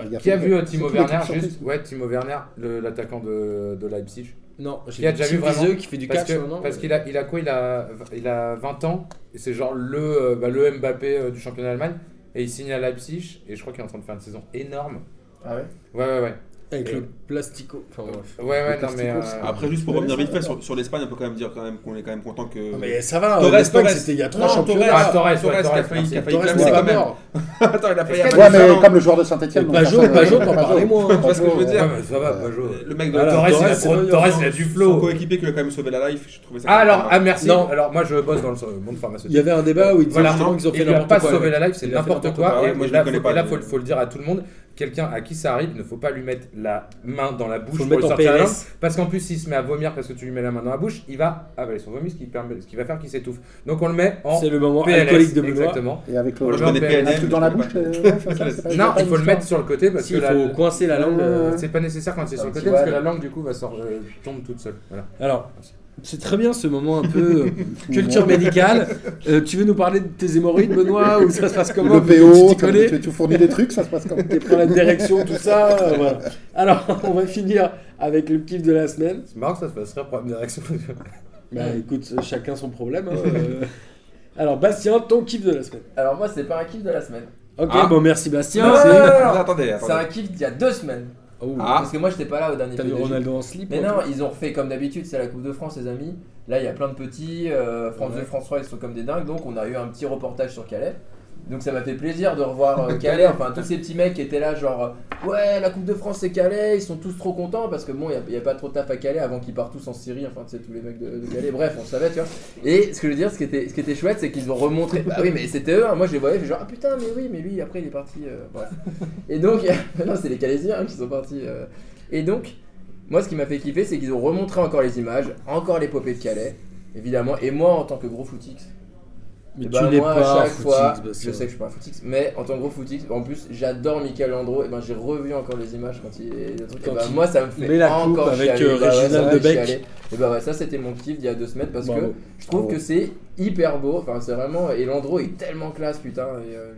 Speaker 2: Il y
Speaker 4: qui a
Speaker 2: fait-
Speaker 4: vu euh,
Speaker 2: c'est
Speaker 4: Timo
Speaker 2: toute l'équipe
Speaker 4: Werner
Speaker 2: surprise.
Speaker 4: juste ouais Timo Werner le- l'attaquant de, de Leipzig
Speaker 1: Non, j'ai
Speaker 4: Qui a déjà
Speaker 1: Tim
Speaker 4: vu vraiment
Speaker 1: Viseux qui fait du
Speaker 4: parce
Speaker 1: catch
Speaker 4: que-
Speaker 1: maintenant.
Speaker 4: parce qu'il a il a quoi il a il a 20 ans et c'est genre le euh, bah, le Mbappé euh, du championnat d'Allemagne et il signe à Leipzig et je crois qu'il est en train de faire une saison énorme
Speaker 5: Ah ouais
Speaker 4: ouais ouais ouais
Speaker 1: Avec
Speaker 4: Et-
Speaker 1: le plastico. Enfin bref.
Speaker 4: Ouais, ouais, non, mais.
Speaker 2: Castico,
Speaker 4: euh,
Speaker 2: c'est-
Speaker 3: Après, juste pour revenir vite fait sur, sur l'Espagne, on peut quand même dire quand même qu'on est quand même content que.
Speaker 1: Non, mais ça va,
Speaker 3: Torres,
Speaker 1: l'Espagne,
Speaker 3: Torres.
Speaker 1: c'était il y a trois
Speaker 3: Non,
Speaker 1: championnats.
Speaker 4: Ah, Torres, ouais,
Speaker 3: Torres qui a
Speaker 4: Torres,
Speaker 3: failli qui a failli
Speaker 1: Torres
Speaker 3: classer
Speaker 1: n'est
Speaker 3: quand
Speaker 1: pas
Speaker 3: même.
Speaker 1: mort.
Speaker 3: Attends, il a failli avoir
Speaker 4: Est-ce qu'il y a
Speaker 2: Ouais,
Speaker 3: Fernand.
Speaker 2: mais comme le joueur de Saint-Etienne.
Speaker 1: Pajot, Pajot, t'en parlais moins. hein.
Speaker 3: Tu vois ce que je veux dire
Speaker 4: ouais, mais ça va, pas jouer.
Speaker 3: Le mec de
Speaker 1: Voilà,
Speaker 3: Torres,
Speaker 4: Torres, il a
Speaker 1: c'est pas
Speaker 4: trop- Torres,
Speaker 1: urgent.
Speaker 4: il a du
Speaker 3: son
Speaker 4: flow.
Speaker 3: coéquipier qui lui a quand même sauvé la life, je trouvais ça.
Speaker 4: Ah,
Speaker 3: quand même
Speaker 4: alors,
Speaker 3: pas
Speaker 4: ah,
Speaker 3: mal.
Speaker 4: merci.
Speaker 1: Non.
Speaker 4: Alors, moi, je bosse dans le monde pharmaceutique.
Speaker 1: Il y avait un débat où ils disaient
Speaker 4: Voilà.
Speaker 1: justement qu'ils ont fait
Speaker 4: il lui a
Speaker 1: n'importe
Speaker 4: pas
Speaker 1: quoi.
Speaker 4: sauvé la life, c'est
Speaker 1: Il a fait
Speaker 4: n'importe
Speaker 1: n'importe
Speaker 4: quoi.
Speaker 3: quoi.
Speaker 4: et,
Speaker 3: Ouais, moi, je
Speaker 4: là,
Speaker 3: le connais
Speaker 4: faut,
Speaker 3: pas,
Speaker 4: et là,
Speaker 3: mais-
Speaker 4: faut, le- faut le dire à tout le monde, quelqu'un à qui ça arrive, il ne faut pas lui mettre la main dans la bouche
Speaker 1: Faut le
Speaker 4: pour
Speaker 1: mettre en
Speaker 4: sortir la langue,
Speaker 1: PLS.
Speaker 4: parce qu'en plus s'il se met à vomir parce que tu lui mets la main dans la bouche, il va avaler son vomi, ce qui, permet, ce qui va faire qu'il s'étouffe. Donc on le met en
Speaker 1: C'est le moment
Speaker 4: PLS,
Speaker 1: alcoolique de Benoît.
Speaker 4: exactement.
Speaker 2: Et avec
Speaker 3: Moi, je
Speaker 2: le.
Speaker 4: Genre,
Speaker 3: connais
Speaker 4: un
Speaker 2: Un
Speaker 3: PNL.
Speaker 2: truc dans la
Speaker 3: je connais
Speaker 2: bouche.
Speaker 3: pas.
Speaker 2: euh, ouais, ça, c'est pas-
Speaker 4: Non,
Speaker 2: pas
Speaker 4: il faut le
Speaker 2: une
Speaker 4: mettre
Speaker 2: histoire.
Speaker 4: sur le côté parce
Speaker 1: Si,
Speaker 4: que
Speaker 1: il
Speaker 4: la-
Speaker 1: faut coincer la langue. euh,
Speaker 4: c'est pas nécessaire quand c'est sur le
Speaker 5: petit
Speaker 4: côté parce que
Speaker 5: voile.
Speaker 4: la langue du coup va sortir, euh, tombe toute seule. Voilà.
Speaker 1: Alors, c'est très bien ce moment un peu euh, culture médicale. Euh, tu veux nous parler de tes hémorroïdes, Benoît Ou ça se passe comment
Speaker 2: Le
Speaker 1: vu que
Speaker 2: PO,
Speaker 1: Tu t'y connais
Speaker 2: tu- tu fournis des trucs, ça se passe comme.
Speaker 1: T'es prends la direction, tout ça. euh, voilà. Alors, on va finir avec le kiff de la semaine.
Speaker 4: C'est marrant que ça se passe très problème de réaction.
Speaker 1: Bah écoute, chacun son problème. hein, euh. Alors, Bastien, ton kiff de la semaine.
Speaker 5: Alors moi, c'est pas un kiff de la semaine.
Speaker 1: Ok,
Speaker 3: Ah.
Speaker 1: bon, merci Bastien. Ah,
Speaker 5: Non, non, non, non, non.
Speaker 3: Non, Attendez,
Speaker 5: C'est un
Speaker 3: attendez.
Speaker 5: kiff d'il y a deux semaines.
Speaker 1: Oh,
Speaker 3: Ah.
Speaker 5: Parce que moi, j'étais pas là au dernier
Speaker 1: T'as vu
Speaker 5: PDG.
Speaker 1: Ronaldo en slip
Speaker 5: Mais
Speaker 1: hein,
Speaker 5: non, ils ont refait comme d'habitude, c'est la Coupe de France, les amis. Là, il y a plein de petits. euh, France 2, France 3, ils sont comme des dingues. Donc, on a eu un petit reportage sur Calais. Donc, ça m'a fait plaisir de revoir euh, Calais. Enfin, tous ces petits mecs qui étaient là, genre, euh, ouais, la Coupe de France, c'est Calais. Ils sont tous trop contents parce que bon, il n'y a, pas trop de taf à Calais avant qu'ils partent tous en Syrie. Enfin, tu sais, tous les mecs de, de Calais. Bref, on savait, tu vois. Et ce que je veux dire, ce qui était, ce qui était chouette, c'est qu'ils ont remontré. Bah oui, mais c'était eux. hein. Moi, je les voyais, je fais genre, ah putain, mais oui, mais lui, après, il est parti. euh, bref. Et donc, non, c'est les Calaisiens hein, qui sont partis. euh. Et donc, moi, ce qui m'a fait kiffer, c'est qu'ils ont remontré encore les images, encore l'épopée de Calais, évidemment. Et moi, en tant que gros footix,
Speaker 1: Mais tu
Speaker 5: eh ben,
Speaker 1: n'es
Speaker 5: moi, à
Speaker 1: pas bah,
Speaker 5: chaque fois,
Speaker 1: Bastien.
Speaker 5: je sais que je suis pas un footix, mais en tant que gros footix, en plus, j'adore Michael Landreau. Et ben, j'ai revu encore les images quand il est le truc. Et
Speaker 1: Quand
Speaker 5: ben,
Speaker 1: il
Speaker 5: moi, ça me fait
Speaker 1: met la coupe
Speaker 5: encore
Speaker 1: avec,
Speaker 5: chialer.
Speaker 1: euh,
Speaker 5: Bah ouais, ça
Speaker 1: Réginald
Speaker 5: m'a
Speaker 1: Debec.
Speaker 5: chialé. Et ben ouais, ça, c'était mon kiff d'il y a deux semaines parce que
Speaker 1: Bravo.
Speaker 5: je trouve
Speaker 1: Bravo.
Speaker 5: que c'est hyper beau. Enfin, c'est vraiment. Et Landreau est tellement classe, putain. Et, euh,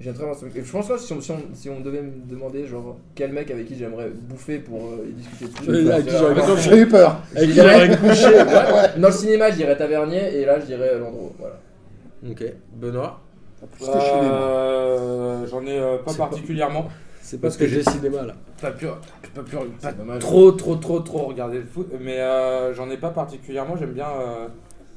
Speaker 5: j'aime très bien ce mec. Et je pense que si on, si on- si on devait me demander, genre, quel mec avec qui j'aimerais bouffer pour euh, discuter dessus.
Speaker 1: Ouais, avec qui j'aurais
Speaker 5: vraiment-
Speaker 1: bouffer.
Speaker 2: J'ai eu peur.
Speaker 1: Avec
Speaker 5: Je
Speaker 1: qui j'aurais
Speaker 5: dirais-
Speaker 1: couché.
Speaker 5: Dans le cinéma, je dirais Tavernier et là, je dirais Landreau. Voilà.
Speaker 1: Ok, Benoît,
Speaker 2: Putain, je suis né, moi.
Speaker 11: Euh, J'en ai euh, pas particulièrement.
Speaker 1: c'est pas
Speaker 4: Parce
Speaker 1: ce que
Speaker 4: que
Speaker 1: j'ai cinéma là.
Speaker 4: Pas pu, pas pu, pas
Speaker 5: C'est dommage.
Speaker 4: trop, trop, trop, trop regarder le foot, mais euh, j'en ai pas particulièrement. J'aime bien, euh,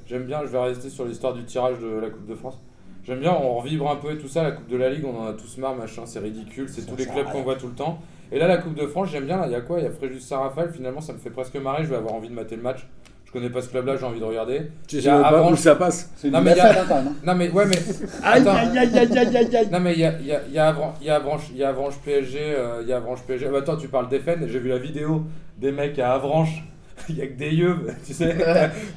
Speaker 4: j'aime bien. Je vais rester sur l'histoire du tirage de la Coupe de France. J'aime bien, on revibre un peu et tout ça. La Coupe de la Ligue, on en a tous marre, machin, c'est ridicule. C'est tous les clubs qu'on voit tout le temps. Et là, la Coupe de France, j'aime bien. Là, il y a quoi Il y a Fréjus Sarrafal. Finalement, ça me fait presque marrer. Je vais avoir envie de mater le match. Je connais pas ce club-là, j'ai envie de regarder.
Speaker 1: Tu
Speaker 4: Il
Speaker 1: sais
Speaker 4: y a
Speaker 1: même pas
Speaker 4: avant-
Speaker 1: où ça passe.
Speaker 2: C'est une
Speaker 4: Non, mais
Speaker 2: belle
Speaker 4: y a-
Speaker 2: fête, hein, quand même. hein.
Speaker 4: Non mais ouais mais
Speaker 1: Aïe,
Speaker 4: Attends.
Speaker 1: aïe, aïe, aïe, aïe, aïe, aïe.
Speaker 4: non mais il y a il y a il y a Avran- il y a Avranches il y a Avranches PSG euh, il y a Avranches PSG. Ah, bah, attends tu parles des fans j'ai vu la vidéo des mecs à Avranches il y a que des yeux tu sais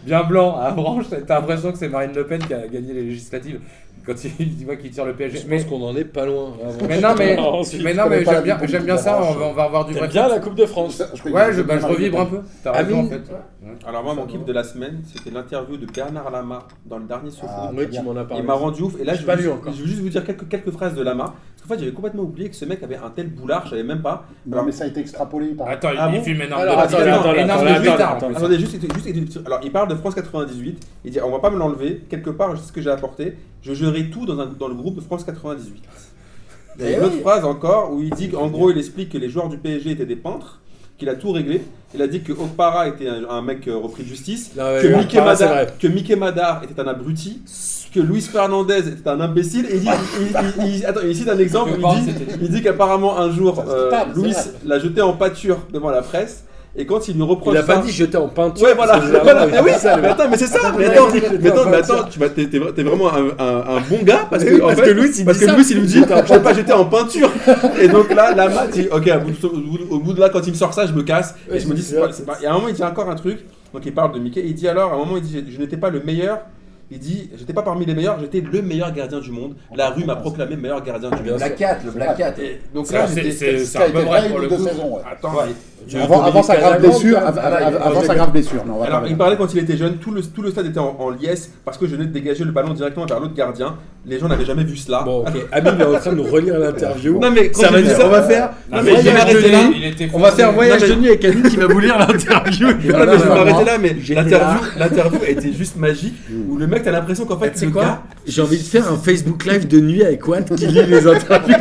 Speaker 4: bien blanc à Avranches t'as l'impression que c'est Marine Le Pen qui a gagné les législatives quand il, il voit qu'il tire le PSG
Speaker 1: Je
Speaker 4: mais
Speaker 1: pense qu'on en est pas loin. avant.
Speaker 4: mais non mais
Speaker 1: Ensuite,
Speaker 4: mais non
Speaker 2: connais
Speaker 4: mais
Speaker 2: pas la
Speaker 4: j'aime bien
Speaker 2: vie
Speaker 4: j'aime bien
Speaker 2: politique
Speaker 4: ça on
Speaker 2: d'Avranches.
Speaker 4: va, on va revoir du vrai
Speaker 1: T'aimes bien la Coupe de France
Speaker 2: crois
Speaker 4: ouais
Speaker 2: que
Speaker 4: je, bah, je
Speaker 2: bien
Speaker 4: revivre un peu t'as raison en
Speaker 1: Amine. Ah
Speaker 4: fait
Speaker 3: Alors, moi, mon kiff de la semaine, c'était l'interview de Bernard Lama dans le dernier Sofoud.
Speaker 2: Ah,
Speaker 1: Oui, tu m'en as parlé.
Speaker 3: Il m'a rendu ouf. Et là,
Speaker 1: J'ai
Speaker 3: je
Speaker 1: pas
Speaker 3: vais,
Speaker 1: lu
Speaker 3: juste,
Speaker 1: encore.
Speaker 3: je vais juste vous dire quelques, quelques phrases de Lama. Parce qu'en fait, j'avais complètement oublié que ce mec avait un tel boulard, je savais même pas.
Speaker 2: Non, mais ça a été extrapolé par.
Speaker 4: attends
Speaker 3: Ah
Speaker 4: il
Speaker 3: bon
Speaker 4: fume énorme
Speaker 1: Alors,
Speaker 4: de-
Speaker 1: attends,
Speaker 4: il fume
Speaker 1: attends, attends,
Speaker 4: énorme de
Speaker 1: attends,
Speaker 4: butard, en
Speaker 1: attends,
Speaker 4: plus.
Speaker 3: Attendez, juste, juste- juste- alors il parle de France 98, il dit on va pas me l'enlever, quelque part, c'est ce que j'ai apporté, je gérerai tout dans, un- dans le groupe de France 98. Il y a
Speaker 5: Eh
Speaker 3: une autre
Speaker 5: oui.
Speaker 3: phrase encore où il dit qu'en gros, il explique que les joueurs du PSG étaient des peintres, qu'il a tout réglé, il a dit que Opara était un, un mec euh, repris de justice,
Speaker 1: Non, mais
Speaker 3: que,
Speaker 1: bon,
Speaker 3: Mickey
Speaker 1: par là, c'est vrai.
Speaker 3: Madar, que Mickey Madar était un abruti, que Luis Fernandez était un imbécile, et il, dit, il- il- il- attends, il cite un exemple où il dit, il dit qu'apparemment un jour,
Speaker 2: Ça se
Speaker 3: euh,
Speaker 2: tape, c'est
Speaker 3: Luis
Speaker 2: vrai.
Speaker 3: l'a jeté en pâture devant la presse, et quand il lui reproche
Speaker 1: Il a
Speaker 3: ça...
Speaker 1: pas dit jeter en peinture.
Speaker 3: Ouais, voilà,
Speaker 1: parce que
Speaker 3: voilà.
Speaker 1: vraiment,
Speaker 3: Eh oui,
Speaker 1: c'est ça, le
Speaker 3: mais
Speaker 1: mec.
Speaker 3: attends, mais c'est ça, mais
Speaker 1: mais
Speaker 3: attends,
Speaker 1: oui,
Speaker 3: mais attends,
Speaker 1: oui,
Speaker 3: mais
Speaker 1: oui,
Speaker 3: attends, tu vas- t'es t'es vra- t'es vraiment un, un- un bon gars parce
Speaker 1: Oui,
Speaker 3: que, en
Speaker 1: parce
Speaker 3: fait,
Speaker 1: que Louis, il
Speaker 3: parce
Speaker 1: dit
Speaker 3: que
Speaker 1: ça.
Speaker 3: Louis, il nous dit, je sais pas, j'étais en peinture. Et donc là, la mat, il dit, ok, au bout, de, au bout- au bout de là, quand il me sort ça, je me casse.
Speaker 1: Ouais,
Speaker 3: Et je me dis,
Speaker 1: c'est
Speaker 3: c'est pas-
Speaker 1: ça,
Speaker 3: c'est pas- et à un moment, il dit encore un truc. Donc il parle de Mickey. Il dit alors, à un moment, il dit, je n'étais pas le meilleur. Il dit, j'étais pas parmi les meilleurs, j'étais le meilleur gardien du monde. La rue m'a proclamé meilleur gardien du monde.
Speaker 5: Black Cat, le Black Cat.
Speaker 3: Et
Speaker 1: Ah,
Speaker 3: donc
Speaker 4: C'est-
Speaker 3: là,
Speaker 4: c'est-
Speaker 3: j'étais.
Speaker 4: c'est
Speaker 2: Ça
Speaker 4: c'est
Speaker 2: a
Speaker 4: un
Speaker 2: été
Speaker 4: peu vrai pour
Speaker 2: vrai
Speaker 4: le
Speaker 2: de
Speaker 4: coup
Speaker 2: saison. ouais.
Speaker 3: Attends, mais-
Speaker 2: Avant, avant sa grave
Speaker 1: Casablanca,
Speaker 2: blessure, av-
Speaker 5: voilà,
Speaker 2: av-
Speaker 5: il-
Speaker 2: avant sa grave blessure, non, on va
Speaker 3: Alors,
Speaker 2: pas-
Speaker 3: il parlait quand il était jeune, tout le, tout le stade était en, en liesse parce que je venais de dégager le ballon directement vers l'autre gardien. Les gens n'avaient jamais vu cela.
Speaker 1: Bon, ok. Amine est en train de nous relire l'interview.
Speaker 3: Non, mais quand
Speaker 1: Ça
Speaker 3: j'ai
Speaker 1: va
Speaker 3: vu
Speaker 1: dire-
Speaker 3: on va faire.
Speaker 1: Non, mais
Speaker 3: Non, mais je
Speaker 1: il
Speaker 3: vais
Speaker 1: a
Speaker 3: m'arrêter là.
Speaker 4: il était
Speaker 1: On va faire
Speaker 4: foncé.
Speaker 1: voyage
Speaker 3: mais-
Speaker 1: de nuit avec Amine qui va vous lire l'interview.
Speaker 3: Non, mais je vais m'arrêter là, mais
Speaker 1: J'étais
Speaker 3: l'interview- l'interview était juste magique
Speaker 2: Mmh.
Speaker 3: où le mec, t'as l'impression qu'en fait,
Speaker 1: Tu sais
Speaker 3: le
Speaker 1: quoi
Speaker 3: gars-
Speaker 1: J'ai envie de faire un Facebook Live de nuit avec Watt qui lit les interviews.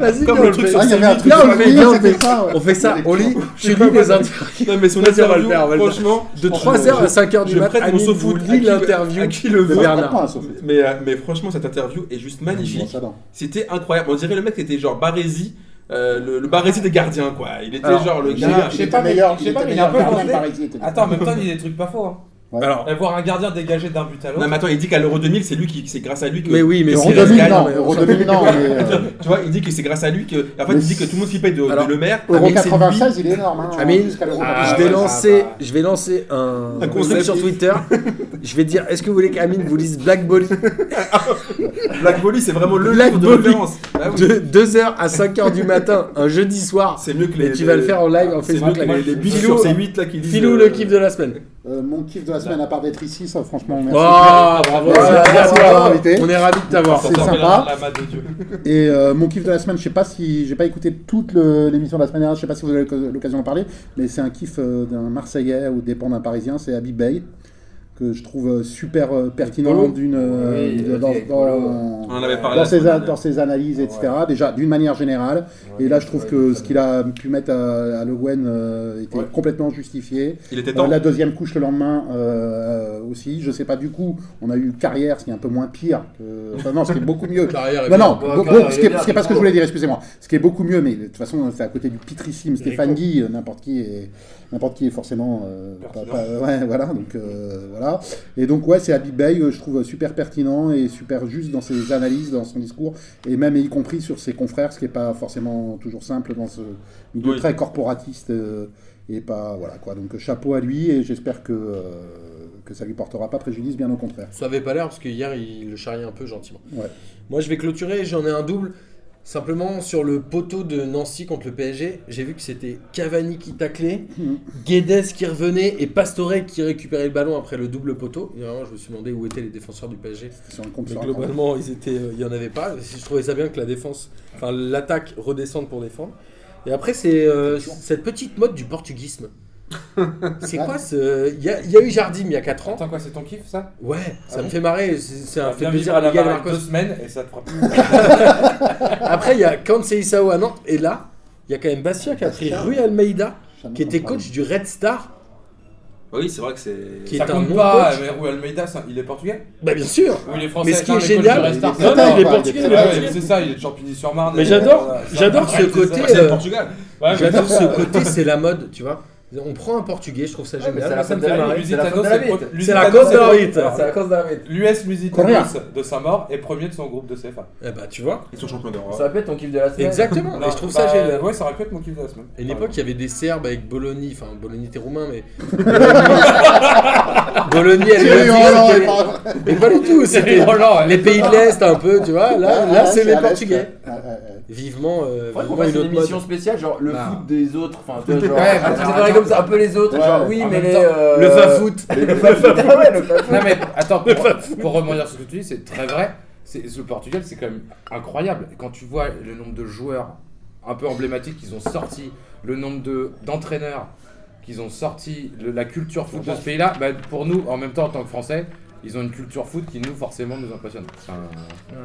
Speaker 5: Vas-y,
Speaker 3: Comme
Speaker 5: viens,
Speaker 3: le
Speaker 5: on
Speaker 3: truc
Speaker 5: fait-
Speaker 3: sur
Speaker 2: Ah, il y avait un truc
Speaker 12: bien,
Speaker 2: sur
Speaker 12: on
Speaker 2: le
Speaker 12: fait-
Speaker 2: film,
Speaker 12: bien, on
Speaker 2: c'était
Speaker 12: fait-
Speaker 2: ça. ouais.
Speaker 12: On fait ça,
Speaker 2: Il y avait
Speaker 12: on
Speaker 2: des
Speaker 12: lit,
Speaker 2: plans.
Speaker 12: je lis les interviews.
Speaker 3: Non, mais son
Speaker 12: Vas-y, on va le
Speaker 3: interview,
Speaker 12: faire, on va le faire.
Speaker 3: franchement,
Speaker 12: De
Speaker 3: franchement,
Speaker 12: 3h à
Speaker 3: je-
Speaker 12: 5h du
Speaker 3: je
Speaker 12: matin,
Speaker 3: prête mon
Speaker 12: Amine vous
Speaker 3: saut-foot à
Speaker 12: lit
Speaker 3: qui-
Speaker 12: l'interview
Speaker 3: à
Speaker 12: de
Speaker 3: qui le
Speaker 2: Mais
Speaker 3: veut.
Speaker 2: je
Speaker 12: Bernard.
Speaker 2: comprends pas, sauf que-
Speaker 3: Mais, euh, mais franchement, cette interview est juste
Speaker 2: Bon,
Speaker 3: magnifique.
Speaker 2: ça va.
Speaker 3: C'était incroyable. On dirait le mec était genre Barési, euh, le, le Barési des gardiens, quoi. Il était
Speaker 13: Alors,
Speaker 3: genre le
Speaker 2: Il
Speaker 3: gars.
Speaker 2: était
Speaker 4: je sais pas, mais-
Speaker 2: meilleur,
Speaker 4: je sais pas,
Speaker 2: était
Speaker 4: mais il est un peu
Speaker 2: meilleur.
Speaker 4: bordé.
Speaker 2: Par ici, il était-
Speaker 4: Attends, en même temps, il y a des trucs pas faux. Hein.
Speaker 12: Alors,
Speaker 4: Euh, Voir un gardien dégagé d'un but à
Speaker 3: Non, mais
Speaker 4: l'autre.
Speaker 3: attends, il dit qu'à l'Euro 2000, c'est lui qui, c'est grâce à lui que.
Speaker 12: mais oui, mais
Speaker 2: Euro
Speaker 12: c'est
Speaker 2: 2000,
Speaker 12: Sky,
Speaker 2: non,
Speaker 12: mais on
Speaker 2: Euro
Speaker 12: s'en-
Speaker 2: 2000, non, mais, euh,
Speaker 3: Tu vois, il dit que c'est grâce à lui que. En fait,
Speaker 2: Mais
Speaker 3: il dit que tout le monde flippait de, de
Speaker 12: Alors,
Speaker 3: Le Maire.
Speaker 2: Euro
Speaker 3: mais c'est lui.
Speaker 2: 96, il est énorme. hein,
Speaker 12: Amine,
Speaker 2: jusqu'à l'Euro
Speaker 13: ah,
Speaker 2: 96.
Speaker 12: je vais
Speaker 13: ouais,
Speaker 12: lancer,
Speaker 4: ah, bah.
Speaker 12: je vais lancer un,
Speaker 3: Un
Speaker 12: concept
Speaker 3: concept.
Speaker 12: sur Twitter. je vais dire, est-ce que vous voulez qu'Amine vous lise Black Bolly
Speaker 3: Black Bolly, c'est vraiment le
Speaker 12: Black
Speaker 3: livre de
Speaker 12: Bolly.
Speaker 3: référence. Ah oui.
Speaker 12: de 2h à 5h du matin, un jeudi soir
Speaker 3: C'est mieux que les.
Speaker 12: Et tu vas le faire en live, en
Speaker 3: c'est
Speaker 12: Facebook,
Speaker 3: mieux que
Speaker 12: là.
Speaker 3: les- les 8
Speaker 12: Filou- hein.
Speaker 3: sur ces 8 là qui disent.
Speaker 12: Filou
Speaker 3: euh,
Speaker 12: le kiff de la semaine.
Speaker 2: Euh, Mon kiff de la semaine, à part d'être ici, ça, franchement,
Speaker 12: Oh,
Speaker 2: merci.
Speaker 12: bravo,
Speaker 2: Merci,
Speaker 12: c'est bien
Speaker 2: merci de m'avoir
Speaker 12: toi.
Speaker 2: invité.
Speaker 12: On est ravis de t'avoir.
Speaker 2: C'est sympa.
Speaker 4: La main de Dieu.
Speaker 2: Et euh, mon kiff de la semaine, je sais pas si j'ai pas écouté toute le- l'émission de la semaine dernière, je sais pas si vous avez l'oc- l'occasion d'en parler, mais c'est un kiff euh, d'un Marseillais ou dépend d'un Parisien, c'est Abi Bey que je trouve euh, super euh, pertinent
Speaker 12: Polo.
Speaker 2: d'une euh,
Speaker 5: Oui,
Speaker 2: de- dans,
Speaker 5: ok,
Speaker 2: dans-
Speaker 3: On en avait
Speaker 2: dans
Speaker 3: parlé. la
Speaker 2: ses,
Speaker 3: semaine
Speaker 2: a-
Speaker 3: dernière.
Speaker 2: dans ses analyses, etc. Déjà d'une manière générale. et là, je trouve que ce qu'il a pu mettre à, à Le Guen euh, était complètement justifié.
Speaker 3: Il était
Speaker 2: Euh,
Speaker 3: temps.
Speaker 2: la deuxième couche le lendemain euh, aussi. Je sais pas du coup, on a eu carrière, ce qui est un peu moins pire. Que... Enfin, non, ce qui est beaucoup mieux.
Speaker 1: Carrière
Speaker 2: Non, non,
Speaker 5: Ouais,
Speaker 2: bon,
Speaker 5: Carrère,
Speaker 2: bon, ce qui
Speaker 5: il est
Speaker 2: est,
Speaker 5: bien,
Speaker 2: ce qui est pas ce que
Speaker 5: bravo.
Speaker 2: je voulais dire, excusez-moi. Ce qui est beaucoup mieux, mais de toute façon, c'est à côté du pitrissime Stéphane Guy, euh, n'importe qui est, n'importe qui est forcément. euh, pas-
Speaker 4: Pertinent.
Speaker 2: pas- ouais, voilà, donc euh, voilà. Et donc, ouais, c'est Abib Bey, euh, je trouve euh, super pertinent et super juste dans ses analyses, dans son discours, et même y compris sur ses confrères, ce qui est pas forcément toujours simple dans ce milieu
Speaker 3: Oui.
Speaker 2: très corporatiste. euh, et pas, voilà quoi. Donc, euh, chapeau à lui, et j'espère que, euh, que ça lui portera pas préjudice, bien au contraire.
Speaker 1: Ça avait pas l'air parce que hier il le charriait un peu gentiment.
Speaker 2: Ouais.
Speaker 1: Moi je vais clôturer, j'en ai un double. Simplement sur le poteau de Nancy contre le PSG, j'ai vu que c'était Cavani qui taclait,
Speaker 2: Mhm.
Speaker 1: Guedes qui revenait et Pastore qui récupérait le ballon après le double poteau. Et vraiment, je me suis demandé où étaient les défenseurs du PSG.
Speaker 2: Sur un compte
Speaker 1: Mais
Speaker 2: sur un
Speaker 1: globalement, ils étaient, euh, il y en avait pas. Je trouvais ça bien que la défense, enfin l'attaque redescende pour défendre. Et après, c'est euh, cette petite mode du portugisme. C'est quoi ce. Il y, a- il y a eu Jardim il y a 4 ans.
Speaker 4: Attends, quoi, c'est ton kiff ça
Speaker 1: Ouais, ça
Speaker 4: Ah
Speaker 1: me
Speaker 4: bon
Speaker 1: fait marrer. c'est- Ça
Speaker 4: T'as
Speaker 1: fait
Speaker 4: bien
Speaker 1: plaisir
Speaker 4: vivre
Speaker 1: à Miguel
Speaker 4: la marée
Speaker 1: Marcos.
Speaker 4: deux semaines et ça te fera plus.
Speaker 1: Après, il y a Kanseiisao à Nantes. Et là, il y a quand même Bastia qui a pris Rui Almeida,
Speaker 2: Jamais
Speaker 1: qui était
Speaker 2: comparé.
Speaker 1: coach du Red Star.
Speaker 3: Oui, c'est vrai que c'est.
Speaker 1: Qui est
Speaker 4: ça
Speaker 1: un
Speaker 4: compte
Speaker 1: bon
Speaker 4: pas,
Speaker 1: coach.
Speaker 4: mais Rui Almeida, ça- il est portugais
Speaker 1: Bah, bien sûr.
Speaker 4: Ou il est français
Speaker 1: Mais ce qui
Speaker 4: Non,
Speaker 1: est
Speaker 4: coach du
Speaker 1: génial.
Speaker 4: Red Star,
Speaker 1: Non,
Speaker 4: ça,
Speaker 1: non, il est
Speaker 2: pas,
Speaker 1: portugais.
Speaker 2: il est
Speaker 1: il est
Speaker 4: Ouais,
Speaker 1: portugais.
Speaker 4: mais c'est ça, il est de Champigny-sur-Marne.
Speaker 1: Mais
Speaker 4: et
Speaker 1: j'adore,
Speaker 4: voilà, ça-
Speaker 1: j'adore
Speaker 4: Bref,
Speaker 1: ce
Speaker 4: c'est ça.
Speaker 1: côté.
Speaker 3: C'est le
Speaker 1: euh,
Speaker 3: Portugal.
Speaker 4: Ouais, mais-
Speaker 1: J'adore ce côté, c'est la mode, tu vois. On prend un portugais, je trouve ça
Speaker 5: mais
Speaker 1: génial.
Speaker 5: c'est la
Speaker 1: Moi, ça me
Speaker 5: fête
Speaker 1: fait
Speaker 5: de la
Speaker 1: marrer.
Speaker 5: vie. c'est la faute de la
Speaker 4: Lusitano,
Speaker 5: vie.
Speaker 4: c'est-
Speaker 1: C'est la
Speaker 4: Lusitano,
Speaker 1: cause de la
Speaker 4: c'est-
Speaker 1: vie.
Speaker 5: Alors, C'est à cause d'Arvid.
Speaker 4: L'US
Speaker 2: Combien
Speaker 4: Lusitanos de Saint-Maur est premier de son groupe de CFA.
Speaker 1: Eh bah, tu vois.
Speaker 3: Ils sont champions d'Europe.
Speaker 5: Ça répète ton kiff de la semaine.
Speaker 1: Exactement.
Speaker 4: Non,
Speaker 1: et je trouve
Speaker 4: bah,
Speaker 1: ça génial.
Speaker 4: Ouais, ça aurait pu être mon kiff de la semaine.
Speaker 1: À une époque, il y avait des Serbes avec Bologna, enfin Bologna était roumain, mais. Bologna, elle
Speaker 2: Thierry
Speaker 1: est
Speaker 2: Roland
Speaker 1: basée,
Speaker 2: est pas-
Speaker 1: Mais pas du tout, c'était
Speaker 4: Oh là,
Speaker 1: les pays de l'Est un peu, tu vois. Là,
Speaker 2: Ah,
Speaker 1: là
Speaker 2: ah,
Speaker 1: c'est les
Speaker 2: à l'Est,
Speaker 1: Portugais.
Speaker 2: ouais. Ah, ah, ah.
Speaker 1: Vivement, euh,
Speaker 5: Faudrait qu'on
Speaker 1: vivement
Speaker 5: fasse
Speaker 1: une
Speaker 5: une
Speaker 1: autre mode.
Speaker 5: émission spéciale, genre le
Speaker 1: Non.
Speaker 5: foot des autres, enfin, tu vois, genre.
Speaker 4: Ouais,
Speaker 5: ah,
Speaker 4: attends,
Speaker 5: c'est pareil
Speaker 4: attends.
Speaker 5: comme ça, un peu les autres,
Speaker 2: Ouais,
Speaker 5: genre, oui,
Speaker 4: en
Speaker 5: mais
Speaker 4: même
Speaker 5: les.
Speaker 4: temps,
Speaker 5: euh,
Speaker 1: Le Fafoot.
Speaker 5: mais Le Fafoot, ah ouais, le Fafoot.
Speaker 4: Non mais attends, pour, pour rebondir sur ce que tu dis, c'est très vrai. C'est, le Portugal, c'est quand même incroyable. Et Quand tu vois le nombre de joueurs un peu emblématiques qu'ils ont sortis, le nombre de, d'entraîneurs qu'ils ont sortis, le- la culture foot de ce pays-là, bah, pour nous, en même temps, en tant que Français, ils ont une culture foot qui nous, forcément, nous impressionne. C'est un-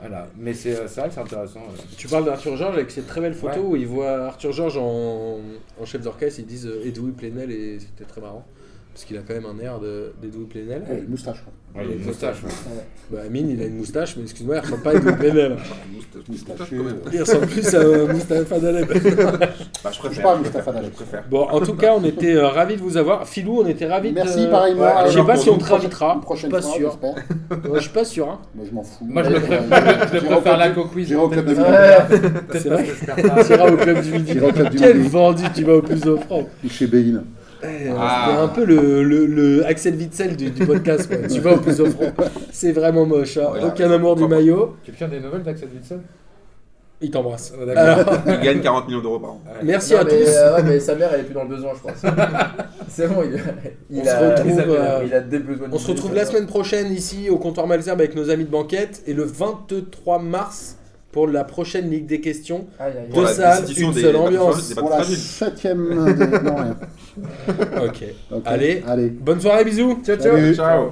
Speaker 4: voilà. Mais c'est, euh, c'est vrai que c'est intéressant. euh.
Speaker 1: Tu parles d'Arthur Georges avec ses très belles photos
Speaker 4: Ouais.
Speaker 1: où ils voient Arthur Georges en, en chef d'orchestre, ils disent euh, Edoui Plenel et c'était très marrant. Parce qu'il a quand même un air de- d'Edoui Plenel.
Speaker 2: Ouais, Eh, Moustache. quoi.
Speaker 4: Ouais, il y a une moustache. ouais.
Speaker 1: Bah, Amine, il a une moustache, mais excuse-moi, il ressemble pas à Edoui Plenel.
Speaker 2: Moustache. euh, Je
Speaker 1: Il ressemble plus à euh, Mustapha Daleb.
Speaker 3: Bah, je
Speaker 2: sais
Speaker 3: préfère.
Speaker 2: pas, Mustapha
Speaker 3: Je
Speaker 2: Dalek.
Speaker 3: préfère.
Speaker 1: Bon, en tout cas, on était euh, ravis de vous avoir. Filou, on était ravis de-
Speaker 2: Merci, pareil,
Speaker 1: euh, Ouais,
Speaker 2: moi.
Speaker 1: je sais
Speaker 2: Alors,
Speaker 1: pas
Speaker 2: pour
Speaker 1: si on
Speaker 2: une
Speaker 1: te
Speaker 2: prochaine-
Speaker 1: réinvitera.
Speaker 2: une Prochaine
Speaker 1: Pas
Speaker 2: fois,
Speaker 1: sûr.
Speaker 2: j'espère.
Speaker 1: Ouais, je suis pas sûr. hein.
Speaker 2: Moi, je m'en fous. Euh,
Speaker 4: Moi, je le
Speaker 2: Ouais,
Speaker 4: préfère, je le
Speaker 2: j'irai au
Speaker 4: préfère
Speaker 2: club
Speaker 4: la
Speaker 2: du-
Speaker 4: coquille.
Speaker 2: J'irai au club de
Speaker 5: Ouais.
Speaker 2: Midi.
Speaker 4: Peut-être
Speaker 1: C'est
Speaker 4: parce
Speaker 1: vrai.
Speaker 4: que je perds pas.
Speaker 1: Tu iras au club du midi.
Speaker 2: J'irai au club du
Speaker 1: Quel
Speaker 2: Midi.
Speaker 1: vendu tu vas au plus offrant.
Speaker 2: Ou chez Béline.
Speaker 1: Eh,
Speaker 3: Ah.
Speaker 1: C'était un peu le, le- le Axel Witzel du, du podcast. quoi. tu vas au plus offrant. C'est vraiment moche. hein.
Speaker 3: Voilà.
Speaker 1: Aucun amour du maillot.
Speaker 4: Quelqu'un a des nouvelles d'Axel Wilson
Speaker 1: Il t'embrasse.
Speaker 3: Ils gagnent 40 millions d'euros par an.
Speaker 1: Merci
Speaker 5: Non,
Speaker 1: à
Speaker 5: mais,
Speaker 1: tous.
Speaker 5: euh, ouais, mais sa mère, elle est plus dans le besoin, je pense. c'est bon, il, il
Speaker 1: On se
Speaker 5: a.
Speaker 1: retrouve,
Speaker 5: il a-
Speaker 1: euh,
Speaker 5: il a des besoins.
Speaker 1: On se retrouve la semaine prochaine ici au comptoir Malzerbe avec nos amis de banquette et le 23 mars pour la prochaine Ligue des questions.
Speaker 5: Aïe, aïe, aïe.
Speaker 3: Pour la
Speaker 1: salles,
Speaker 3: décision
Speaker 1: une
Speaker 3: des-
Speaker 1: seule
Speaker 3: des
Speaker 1: ambiance.
Speaker 3: personnes, des
Speaker 2: Pour la
Speaker 3: personnes.
Speaker 2: septième. Non, rien.
Speaker 1: Ok.
Speaker 2: Ok.
Speaker 1: Allez.
Speaker 2: Allez.
Speaker 1: Bonne soirée, bisous.
Speaker 5: Ciao, ciao.
Speaker 2: Salut.
Speaker 3: Ciao.